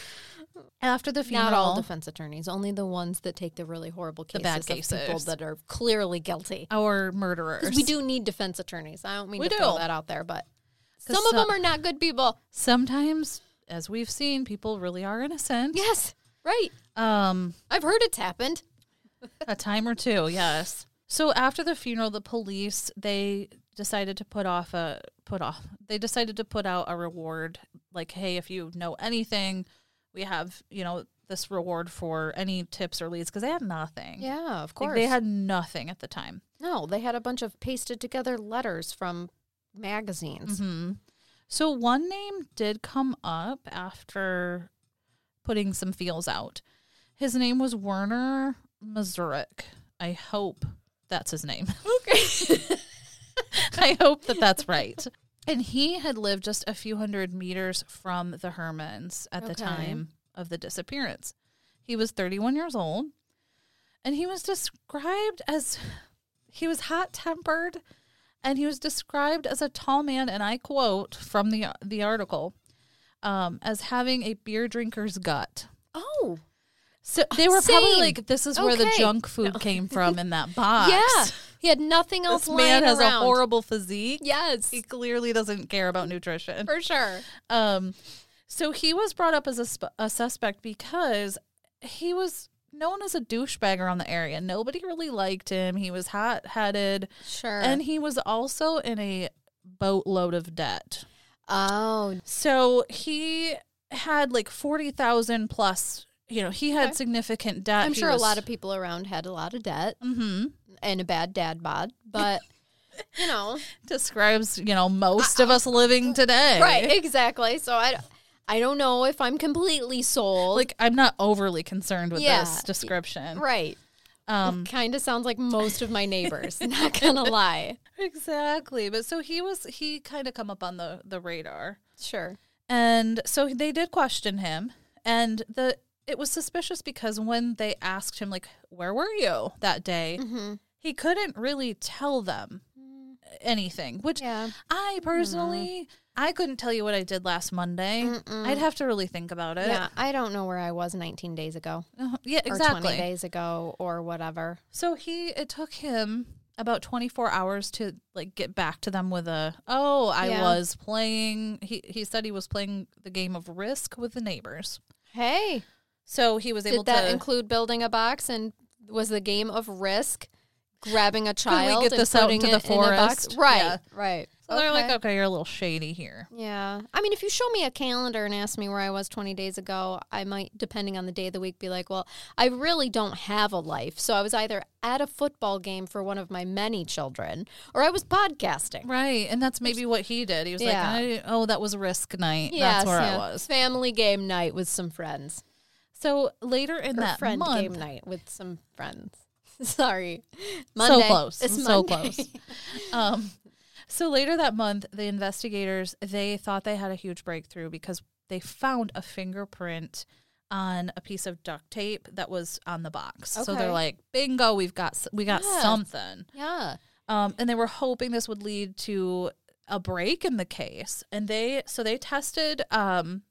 [SPEAKER 2] After the funeral,
[SPEAKER 1] Not all defense attorneys, only the ones that take the really horrible cases,
[SPEAKER 2] bad
[SPEAKER 1] of people
[SPEAKER 2] cases.
[SPEAKER 1] that are clearly guilty.
[SPEAKER 2] our murderers.
[SPEAKER 1] We do need defense attorneys. I don't mean
[SPEAKER 2] We
[SPEAKER 1] to throw
[SPEAKER 2] do.
[SPEAKER 1] that out there, but
[SPEAKER 2] 'Cause
[SPEAKER 1] some of
[SPEAKER 2] some-
[SPEAKER 1] them are not good people.
[SPEAKER 2] Sometimes, as we've seen, people really are innocent.
[SPEAKER 1] Yes, right.
[SPEAKER 2] Um,
[SPEAKER 1] I've heard it's happened.
[SPEAKER 2] a time or two, yes. So after the funeral, the police they decided to put off a put off. They decided to put out a reward, like, hey, if you know anything, we have you know this reward for any tips or leads because they had nothing.
[SPEAKER 1] Yeah, of course.
[SPEAKER 2] Like, they had nothing at the time.
[SPEAKER 1] no. They had a bunch of pasted together letters from magazines.
[SPEAKER 2] Mm-hmm. So one name did come up after putting some feels out. His name was Werner Mazurik. I hope that's his name.
[SPEAKER 1] Okay.
[SPEAKER 2] I hope that that's right. And he had lived just a few hundred meters from the Hermans at the
[SPEAKER 1] Okay.
[SPEAKER 2] time of the disappearance. He was 31 years old and he was described as he was hot tempered and he was described as a tall man and I quote from the the article um, as having a beer drinker's gut.
[SPEAKER 1] Oh,
[SPEAKER 2] So they were probably
[SPEAKER 1] Same.
[SPEAKER 2] like, this is where the
[SPEAKER 1] Okay.
[SPEAKER 2] junk food came from in that box.
[SPEAKER 1] yeah. He had nothing else
[SPEAKER 2] This
[SPEAKER 1] lying
[SPEAKER 2] man has
[SPEAKER 1] around.
[SPEAKER 2] a horrible physique.
[SPEAKER 1] yes,
[SPEAKER 2] He clearly doesn't care about nutrition.
[SPEAKER 1] for sure.
[SPEAKER 2] Um, so he was brought up as a, sp- a suspect because he was known as a douchebag around the area. Nobody really liked him. He was hot headed,
[SPEAKER 1] Sure.
[SPEAKER 2] and he was also in a boatload of debt.
[SPEAKER 1] oh,
[SPEAKER 2] So he had like forty thousand plus. You know, he had
[SPEAKER 1] Okay.
[SPEAKER 2] significant debt.
[SPEAKER 1] I'm
[SPEAKER 2] He
[SPEAKER 1] sure
[SPEAKER 2] was-
[SPEAKER 1] a lot of people around had a lot of debt
[SPEAKER 2] Mhm.
[SPEAKER 1] and a bad dad bod, but you know,
[SPEAKER 2] describes you know most of us living today
[SPEAKER 1] right? Exactly. So I, I don't know if I'm completely sold.
[SPEAKER 2] like i'm not overly concerned with
[SPEAKER 1] Yeah.
[SPEAKER 2] this description
[SPEAKER 1] right.
[SPEAKER 2] um
[SPEAKER 1] Kind of sounds like most of my neighbors. not gonna lie.
[SPEAKER 2] exactly but so he was he kind of come up on the the radar
[SPEAKER 1] Sure.
[SPEAKER 2] and so they did question him and the it was suspicious because when they asked him like where were you that day
[SPEAKER 1] Mm-hmm.
[SPEAKER 2] he couldn't really tell them
[SPEAKER 1] Mm.
[SPEAKER 2] anything which
[SPEAKER 1] Yeah.
[SPEAKER 2] i
[SPEAKER 1] Mm-hmm.
[SPEAKER 2] personally i couldn't tell you what i did last monday i'd have to really think about it
[SPEAKER 1] Yeah. I don't know where I was 19 days ago
[SPEAKER 2] Uh-huh. yeah
[SPEAKER 1] or
[SPEAKER 2] exactly
[SPEAKER 1] 20 days ago or whatever.
[SPEAKER 2] So he it took him about 24 hours to like get back to them with a oh I
[SPEAKER 1] Yeah.
[SPEAKER 2] was playing he he said he was playing the game of risk with the neighbors.
[SPEAKER 1] Hey,
[SPEAKER 2] So he was able
[SPEAKER 1] did that
[SPEAKER 2] to
[SPEAKER 1] include building a box and was the game of risk grabbing a
[SPEAKER 2] we
[SPEAKER 1] child
[SPEAKER 2] get
[SPEAKER 1] and
[SPEAKER 2] this out
[SPEAKER 1] putting
[SPEAKER 2] into
[SPEAKER 1] it
[SPEAKER 2] the
[SPEAKER 1] in a box?
[SPEAKER 2] forest?
[SPEAKER 1] Right.
[SPEAKER 2] Yeah.
[SPEAKER 1] Right.
[SPEAKER 2] so they're like
[SPEAKER 1] Okay.
[SPEAKER 2] okay you're a little shady here.
[SPEAKER 1] Yeah. I mean, if you show me a calendar and ask me where I was 20 days ago, I might, depending on the day of the week, be like, well, I really don't have a life. So I was either at a football game for one of my many children or I was podcasting.
[SPEAKER 2] Right. And that's maybe what he did. He was
[SPEAKER 1] Yeah.
[SPEAKER 2] like I, oh that was risk night.
[SPEAKER 1] Yes,
[SPEAKER 2] that's where
[SPEAKER 1] yeah.
[SPEAKER 2] I was.
[SPEAKER 1] Family game night with some friends.
[SPEAKER 2] So later in
[SPEAKER 1] Or
[SPEAKER 2] that
[SPEAKER 1] friend
[SPEAKER 2] month
[SPEAKER 1] game night with some friends. Sorry. Monday.
[SPEAKER 2] So close.
[SPEAKER 1] It's
[SPEAKER 2] so
[SPEAKER 1] Monday.
[SPEAKER 2] close. Um, so later that month, the investigators they thought they had a huge breakthrough because they found a fingerprint on a piece of duct tape that was on the box. So
[SPEAKER 1] Okay.
[SPEAKER 2] they're like, "Bingo, we've got s- we got
[SPEAKER 1] Yes.
[SPEAKER 2] something."
[SPEAKER 1] Yeah.
[SPEAKER 2] Um, and they were hoping this would lead to a break in the case. And they so they tested um,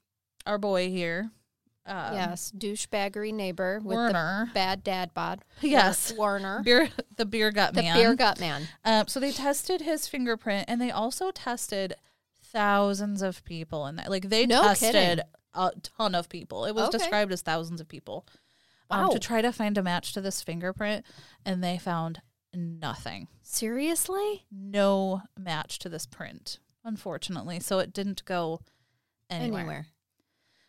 [SPEAKER 2] our boy here, um,
[SPEAKER 1] yes. Douchebaggery neighbor with
[SPEAKER 2] Werner.
[SPEAKER 1] the bad dad bod.
[SPEAKER 2] Yes.
[SPEAKER 1] Warner.
[SPEAKER 2] beer the beer gut
[SPEAKER 1] the
[SPEAKER 2] man.
[SPEAKER 1] beer gut man.
[SPEAKER 2] Um, so they tested his fingerprint, and they also tested thousands of people in that. Like they
[SPEAKER 1] No
[SPEAKER 2] tested
[SPEAKER 1] kidding.
[SPEAKER 2] a ton of people. It was
[SPEAKER 1] Okay.
[SPEAKER 2] described as thousands of people um,
[SPEAKER 1] Wow.
[SPEAKER 2] to try to find a match to this fingerprint, and they found nothing,
[SPEAKER 1] Seriously?
[SPEAKER 2] no match to this print, unfortunately. So it didn't go anywhere.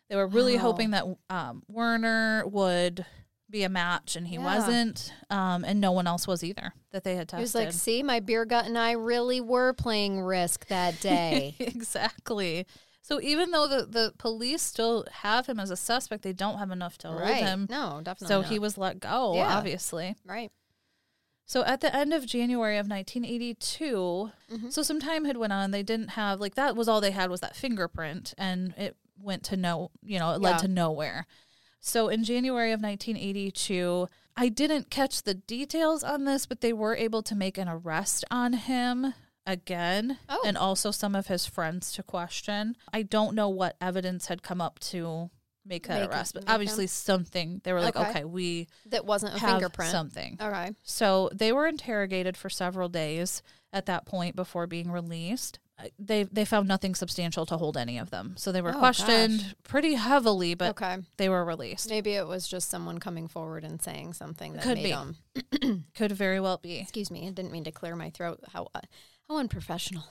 [SPEAKER 2] They were really
[SPEAKER 1] Wow.
[SPEAKER 2] hoping that um, Werner would be a match, and he
[SPEAKER 1] Yeah.
[SPEAKER 2] wasn't, um, and no one else was either that they had tested.
[SPEAKER 1] He was like, see, my beer gut and I really were playing risk that day.
[SPEAKER 2] exactly. So even though the, the police still have him as a suspect, they don't have enough to hold
[SPEAKER 1] right.
[SPEAKER 2] him.
[SPEAKER 1] No, definitely.
[SPEAKER 2] so he
[SPEAKER 1] not.
[SPEAKER 2] was let go,
[SPEAKER 1] Yeah.
[SPEAKER 2] obviously.
[SPEAKER 1] right.
[SPEAKER 2] So at the end of January of 1982,
[SPEAKER 1] Mm-hmm.
[SPEAKER 2] so some time had went on. They didn't have like that was all they had was that fingerprint, and it went to no, you know, it led
[SPEAKER 1] Yeah.
[SPEAKER 2] to nowhere. So in January of 1982, I didn't catch the details on this, but they were able to make an arrest on him again,
[SPEAKER 1] Oh.
[SPEAKER 2] and also some of his friends to question. I don't know what evidence had come up to make that
[SPEAKER 1] Make-
[SPEAKER 2] arrest, but
[SPEAKER 1] make him?
[SPEAKER 2] obviously something. They were like,
[SPEAKER 1] Okay.
[SPEAKER 2] okay, we
[SPEAKER 1] That wasn't a
[SPEAKER 2] have
[SPEAKER 1] fingerprint.
[SPEAKER 2] something.
[SPEAKER 1] Okay.
[SPEAKER 2] So they were interrogated for several days at that point before being released. Uh, They they found nothing substantial to hold any of them. So they were
[SPEAKER 1] Oh,
[SPEAKER 2] questioned pretty heavily, but
[SPEAKER 1] okay.
[SPEAKER 2] they were released.
[SPEAKER 1] Maybe it was just someone coming forward and saying something that
[SPEAKER 2] Could
[SPEAKER 1] made
[SPEAKER 2] be.
[SPEAKER 1] him.
[SPEAKER 2] Could very well be.
[SPEAKER 1] Excuse me. I didn't mean to clear my throat. How uh, how unprofessional.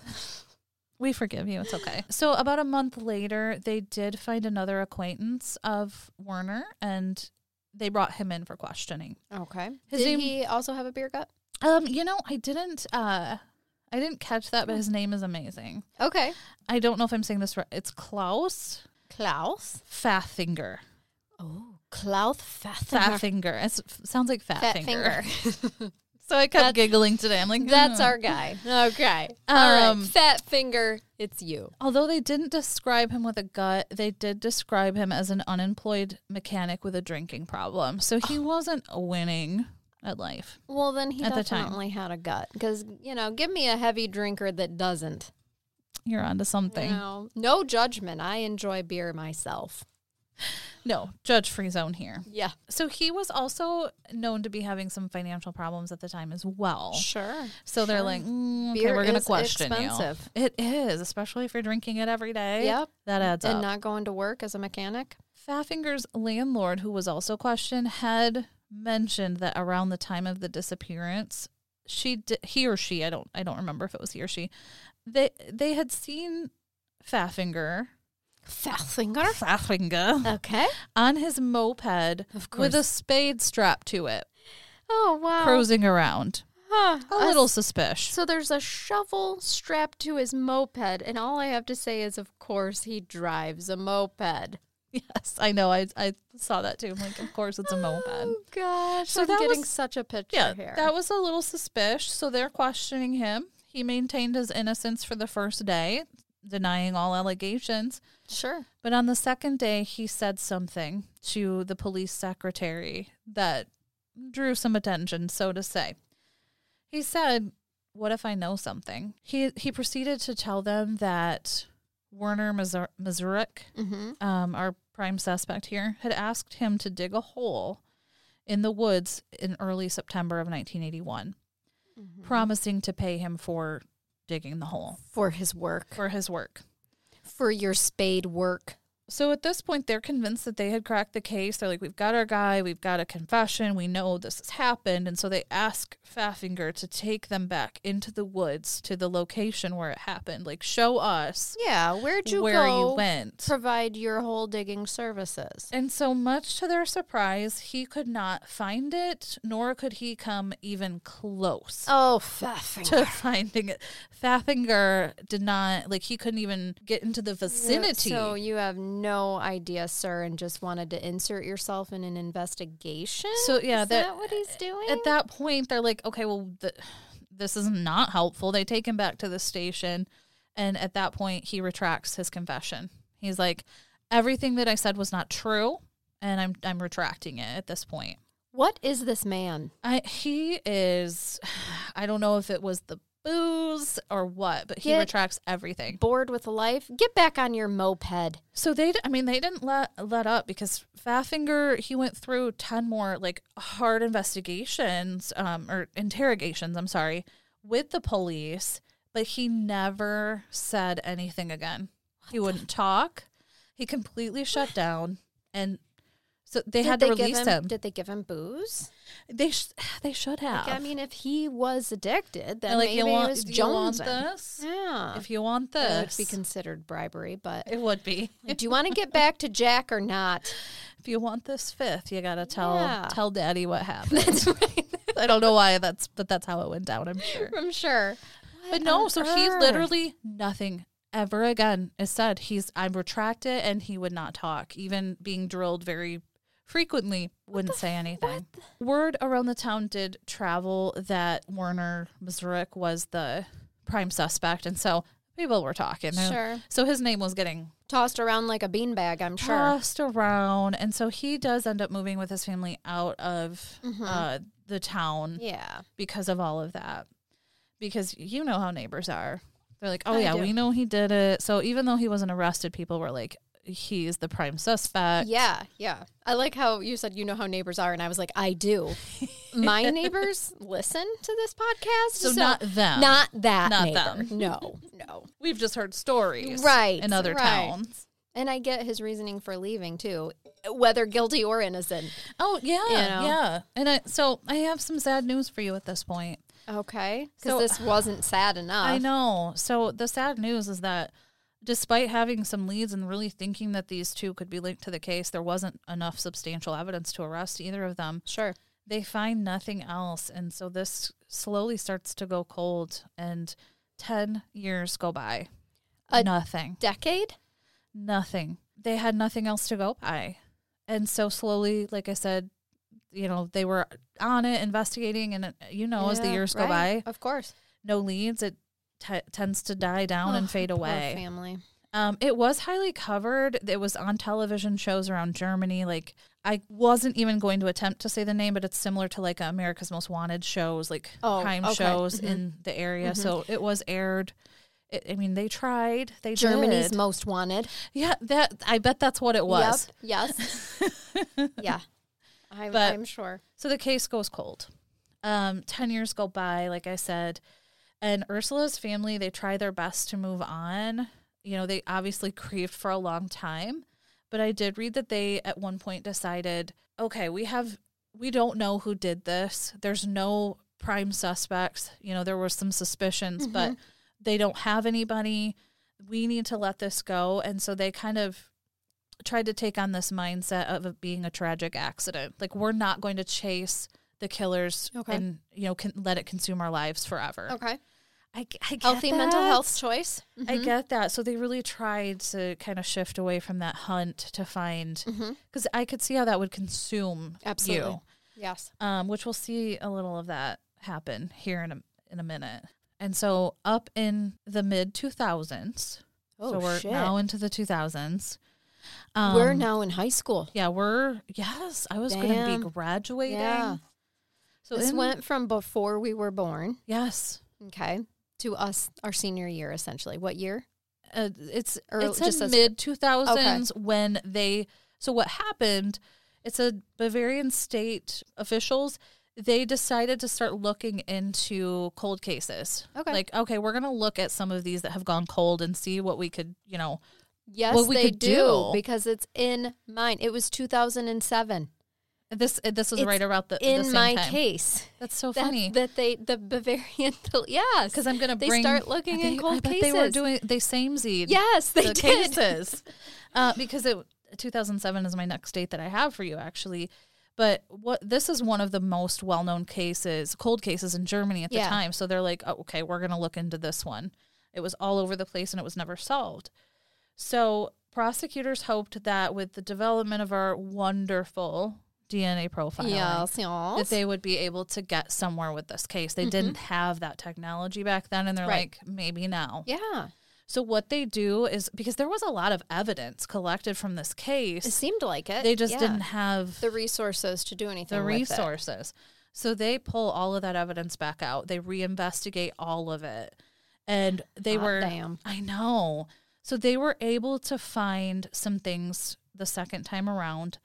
[SPEAKER 2] We forgive you. It's okay. So about a month later, they did find another acquaintance of Werner and they brought him in for questioning.
[SPEAKER 1] Okay.
[SPEAKER 2] His
[SPEAKER 1] Did
[SPEAKER 2] name-
[SPEAKER 1] he also have a beer gut?
[SPEAKER 2] Um, you know, I didn't uh I didn't catch that, but his name is amazing.
[SPEAKER 1] Okay.
[SPEAKER 2] I don't know if I'm saying this right. It's Klaus
[SPEAKER 1] Klaus.
[SPEAKER 2] Fathinger.
[SPEAKER 1] Oh, Klaus Fathinger.
[SPEAKER 2] Fat finger. It sounds like fat,
[SPEAKER 1] Fat
[SPEAKER 2] finger.
[SPEAKER 1] finger.
[SPEAKER 2] So I kept
[SPEAKER 1] That's-
[SPEAKER 2] giggling today. I'm like,
[SPEAKER 1] That's
[SPEAKER 2] "Mm."
[SPEAKER 1] our guy. Okay. All
[SPEAKER 2] Um,
[SPEAKER 1] right. Fat finger, it's you.
[SPEAKER 2] Although they didn't describe him with a gut, they did describe him as an unemployed mechanic with a drinking problem. So he wasn't winning at life.
[SPEAKER 1] Well, then he
[SPEAKER 2] At the time.
[SPEAKER 1] definitely had a gut because, you know, give me a heavy drinker that doesn't.
[SPEAKER 2] You're onto something.
[SPEAKER 1] You know, no judgment. I enjoy beer myself.
[SPEAKER 2] No, judge free zone here.
[SPEAKER 1] Yeah.
[SPEAKER 2] So he was also known to be having some financial problems at the time as well.
[SPEAKER 1] Sure.
[SPEAKER 2] So they're
[SPEAKER 1] sure.
[SPEAKER 2] like, "Mm, okay,
[SPEAKER 1] Beer
[SPEAKER 2] we're going to
[SPEAKER 1] is
[SPEAKER 2] question
[SPEAKER 1] expensive.
[SPEAKER 2] you. It is, especially if you're drinking it every day.
[SPEAKER 1] Yep.
[SPEAKER 2] That adds
[SPEAKER 1] and
[SPEAKER 2] up.
[SPEAKER 1] not going to work as a mechanic.
[SPEAKER 2] Faffinger's landlord, who was also questioned, had mentioned that around the time of the disappearance, she di- he or she I don't I don't remember if it was he or she, they they had seen Faffinger
[SPEAKER 1] Fat finger.
[SPEAKER 2] Faffinger
[SPEAKER 1] Okay.
[SPEAKER 2] on his moped
[SPEAKER 1] Of
[SPEAKER 2] with a spade strapped to it,
[SPEAKER 1] Oh, wow.
[SPEAKER 2] cruising around,
[SPEAKER 1] Huh.
[SPEAKER 2] a little suspicious.
[SPEAKER 1] So there's a shovel strapped to his moped, and all I have to say is, of course, he drives a moped.
[SPEAKER 2] Yes, I know. I I saw that too. I'm like, of course it's a moped.
[SPEAKER 1] Oh gosh,
[SPEAKER 2] So
[SPEAKER 1] I'm
[SPEAKER 2] that
[SPEAKER 1] getting
[SPEAKER 2] was-
[SPEAKER 1] such a picture
[SPEAKER 2] Yeah,
[SPEAKER 1] here.
[SPEAKER 2] that was a little suspicious. So they're questioning him. He maintained his innocence for the first day, denying all allegations.
[SPEAKER 1] sure.
[SPEAKER 2] But on the second day, he said something to the police secretary that drew some attention, so to say. He said, "What if I know something?" He he proceeded to tell them that Werner Mazur- Mazurek,
[SPEAKER 1] Mm-hmm.
[SPEAKER 2] um, our prime suspect here, had asked him to dig a hole in the woods in early September of 1981, promising to pay him for digging the hole
[SPEAKER 1] For his work,
[SPEAKER 2] for his work.
[SPEAKER 1] for your spade work.
[SPEAKER 2] So at this point, they're convinced that they had cracked the case. They're like, we've got our guy, we've got a confession, we know this has happened. And so they ask Faffinger to take them back into the woods to the location where it happened. Like, show us
[SPEAKER 1] Yeah, where'd you
[SPEAKER 2] where
[SPEAKER 1] go?
[SPEAKER 2] you went.
[SPEAKER 1] Provide your hole digging services.
[SPEAKER 2] And so, much to their surprise, he could not find it, nor could he come even close
[SPEAKER 1] Oh, faffing.
[SPEAKER 2] to finding it. Faffinger did not, like, he couldn't even get into the vicinity.
[SPEAKER 1] So you have no idea, sir, and just wanted to insert yourself in an investigation.
[SPEAKER 2] So, yeah,
[SPEAKER 1] is
[SPEAKER 2] that-
[SPEAKER 1] that, what he's doing?
[SPEAKER 2] At that point, they're like, okay, well, th- this is not helpful. They take him back to the station. And at that point, he retracts his confession. He's like, everything that I said was not true. And I'm, I'm retracting it at this point.
[SPEAKER 1] what is this man?
[SPEAKER 2] I, he is, I don't know if it was the booze or what, but he
[SPEAKER 1] Get-
[SPEAKER 2] retracts everything.
[SPEAKER 1] Bored with life? Get back on your moped.
[SPEAKER 2] So they, d- I mean, they didn't let let up because Faffinger he went through ten more like hard investigations um, or interrogations. I'm sorry, with the police, but he never said anything again. he wouldn't talk. He completely shut down, and so they had to
[SPEAKER 1] give
[SPEAKER 2] release him.
[SPEAKER 1] Did they give him booze?
[SPEAKER 2] They sh- they should have.
[SPEAKER 1] Like, I mean, if he was addicted,
[SPEAKER 2] They're
[SPEAKER 1] then
[SPEAKER 2] like
[SPEAKER 1] maybe
[SPEAKER 2] you
[SPEAKER 1] it
[SPEAKER 2] want,
[SPEAKER 1] was
[SPEAKER 2] if you
[SPEAKER 1] Jones.
[SPEAKER 2] want this.
[SPEAKER 1] Yeah,
[SPEAKER 2] If you want
[SPEAKER 1] it would
[SPEAKER 2] this,
[SPEAKER 1] be considered bribery. But
[SPEAKER 2] it would be.
[SPEAKER 1] do you want to get back to Jack or not?
[SPEAKER 2] If you want this fifth, you gotta tell
[SPEAKER 1] Yeah.
[SPEAKER 2] tell Daddy what happened. That's right. I don't know why that's, but that's how it went down. I'm sure.
[SPEAKER 1] I'm sure.
[SPEAKER 2] But no,
[SPEAKER 1] on
[SPEAKER 2] so he
[SPEAKER 1] earth?
[SPEAKER 2] literally nothing ever again is said. He's I retract it, and he would not talk, even being drilled very frequently. Wouldn't say anything. Word around the town did travel that Warner Mazurek was the prime suspect, and so people were talking.
[SPEAKER 1] Sure.
[SPEAKER 2] So his name was getting
[SPEAKER 1] Tossed around like a beanbag. I'm sure.
[SPEAKER 2] tossed around, and so he does end up moving with his family out of
[SPEAKER 1] Mm-hmm.
[SPEAKER 2] uh, the town
[SPEAKER 1] yeah.
[SPEAKER 2] because of all of that. Because you know how neighbors are, they're like, "Oh
[SPEAKER 1] I
[SPEAKER 2] yeah,
[SPEAKER 1] do.
[SPEAKER 2] we know he did it." So even though he wasn't arrested, people were like, "He's the prime suspect."
[SPEAKER 1] Yeah, yeah. I like how you said you know how neighbors are, and I was like, I do. My neighbors listen to this podcast,
[SPEAKER 2] So not them.
[SPEAKER 1] not that,
[SPEAKER 2] Not
[SPEAKER 1] neighbor.
[SPEAKER 2] them.
[SPEAKER 1] No, no.
[SPEAKER 2] We've just heard stories,
[SPEAKER 1] Right,
[SPEAKER 2] in other
[SPEAKER 1] right.
[SPEAKER 2] towns.
[SPEAKER 1] And I get his reasoning for leaving too, whether guilty or innocent.
[SPEAKER 2] Oh yeah,
[SPEAKER 1] know?
[SPEAKER 2] yeah. And I, so I have some sad news for you at this point.
[SPEAKER 1] Okay, because
[SPEAKER 2] So-
[SPEAKER 1] this wasn't sad enough.
[SPEAKER 2] I know. So the sad news is that despite having some leads and really thinking that these two could be linked to the case, there wasn't enough substantial evidence to arrest either of them.
[SPEAKER 1] Sure.
[SPEAKER 2] They find nothing else. And so this slowly starts to go cold, and 10 years go by.
[SPEAKER 1] A-
[SPEAKER 2] nothing.
[SPEAKER 1] Decade.
[SPEAKER 2] Nothing. They had nothing else to go by. And so slowly, like I said, you know, they were on it investigating, and uh, you know, as the
[SPEAKER 1] Yeah,
[SPEAKER 2] years go by,
[SPEAKER 1] right. Of course.
[SPEAKER 2] no leads, it t- tends to die down and
[SPEAKER 1] Ugh,
[SPEAKER 2] fade
[SPEAKER 1] poor
[SPEAKER 2] away.
[SPEAKER 1] family.
[SPEAKER 2] Um, it was highly covered. It was on television shows around Germany. Like I wasn't even going to attempt to say the name, but it's similar to like America's Most Wanted shows, like
[SPEAKER 1] Oh,
[SPEAKER 2] crime
[SPEAKER 1] okay.
[SPEAKER 2] shows
[SPEAKER 1] Mhm.
[SPEAKER 2] in the area. So it was aired. It, I mean, they tried. They
[SPEAKER 1] Germany's
[SPEAKER 2] did.
[SPEAKER 1] most wanted.
[SPEAKER 2] yeah. That I bet that's what it was.
[SPEAKER 1] Yep. Yes. yeah. I'm,
[SPEAKER 2] But-
[SPEAKER 1] I'm sure.
[SPEAKER 2] So the case goes cold. Um, 10 years go by, like I said, and Ursula's family, they try their best to move on. You know, they obviously grieved for a long time, but I did read that they at one point decided, okay, we have, we don't know who did this. There's no prime suspects. You know, there were some suspicions, but
[SPEAKER 1] Mm-hmm.
[SPEAKER 2] they don't have anybody. We need to let this go. And so they kind of tried to take on this mindset of it being a tragic accident. Like we're not going to chase the killers
[SPEAKER 1] Okay.
[SPEAKER 2] and you know can, let it consume our lives forever.
[SPEAKER 1] Okay.
[SPEAKER 2] I, I get
[SPEAKER 1] Healthy mental
[SPEAKER 2] that.
[SPEAKER 1] health mm-hmm. choice.
[SPEAKER 2] I get that. So they really tried to kind of shift away from that hunt to find because I could see how that would consume
[SPEAKER 1] Mm-hmm. Absolutely.
[SPEAKER 2] you.
[SPEAKER 1] Yes.
[SPEAKER 2] Um, which we'll see a little of that happen here in a in a minute. And so up in the mid two thousands. so
[SPEAKER 1] Oh,
[SPEAKER 2] we're
[SPEAKER 1] shit.
[SPEAKER 2] now into the two thousands. Um,
[SPEAKER 1] We're now in high school.
[SPEAKER 2] Yeah, we're yes. I was going to be
[SPEAKER 1] Damn.
[SPEAKER 2] graduating.
[SPEAKER 1] Yeah.
[SPEAKER 2] So
[SPEAKER 1] this
[SPEAKER 2] in-
[SPEAKER 1] went from before we were born,
[SPEAKER 2] yes.
[SPEAKER 1] okay, to us our senior year essentially. What year?
[SPEAKER 2] Uh, it's
[SPEAKER 1] Or
[SPEAKER 2] it
[SPEAKER 1] just
[SPEAKER 2] said
[SPEAKER 1] says-
[SPEAKER 2] mid two thousands when they. So what happened? It's a Bavarian state officials. They decided to start looking into cold cases.
[SPEAKER 1] Okay.
[SPEAKER 2] Like, okay, we're going to look at some of these that have gone cold and see what we could, you know.
[SPEAKER 1] Yes,
[SPEAKER 2] What we
[SPEAKER 1] they
[SPEAKER 2] could
[SPEAKER 1] do,
[SPEAKER 2] do.
[SPEAKER 1] because it's in mine. It was 2007
[SPEAKER 2] This this was
[SPEAKER 1] It's
[SPEAKER 2] right about the the
[SPEAKER 1] in
[SPEAKER 2] same
[SPEAKER 1] my
[SPEAKER 2] time.
[SPEAKER 1] case.
[SPEAKER 2] That's so
[SPEAKER 1] That's-
[SPEAKER 2] funny.
[SPEAKER 1] that they the Bavarian yes
[SPEAKER 2] Because I'm going to
[SPEAKER 1] they
[SPEAKER 2] bring.
[SPEAKER 1] start looking
[SPEAKER 2] I
[SPEAKER 1] in
[SPEAKER 2] think-
[SPEAKER 1] cold
[SPEAKER 2] I bet
[SPEAKER 1] cases.
[SPEAKER 2] They were doing. They same seed.
[SPEAKER 1] yes, they
[SPEAKER 2] the
[SPEAKER 1] did.
[SPEAKER 2] cases. Uh, because it 2007 is my next date that I have for you actually. But what this is one of the most well-known cases, cold cases in Germany at the
[SPEAKER 1] Yeah.
[SPEAKER 2] time. So they're like, oh, okay, we're going to look into this one. It was all over the place and it was never solved. So prosecutors hoped that with the development of our wonderful DNA profile,
[SPEAKER 1] Yes, yes.
[SPEAKER 2] that they would be able to get somewhere with this case. They didn't have that technology back then, and they're
[SPEAKER 1] Mm-hmm. Right.
[SPEAKER 2] like, maybe now.
[SPEAKER 1] yeah,
[SPEAKER 2] So what they do is because there was a lot of evidence collected from this
[SPEAKER 1] it
[SPEAKER 2] case,
[SPEAKER 1] seemed like it.
[SPEAKER 2] they just
[SPEAKER 1] yeah.
[SPEAKER 2] didn't have
[SPEAKER 1] the resources to do anything.
[SPEAKER 2] the
[SPEAKER 1] with it.
[SPEAKER 2] resources. So they pull all of that evidence back out. They reinvestigate all of it. And they
[SPEAKER 1] Hot
[SPEAKER 2] were
[SPEAKER 1] damn.
[SPEAKER 2] I know. So they were able to find some things the second time around.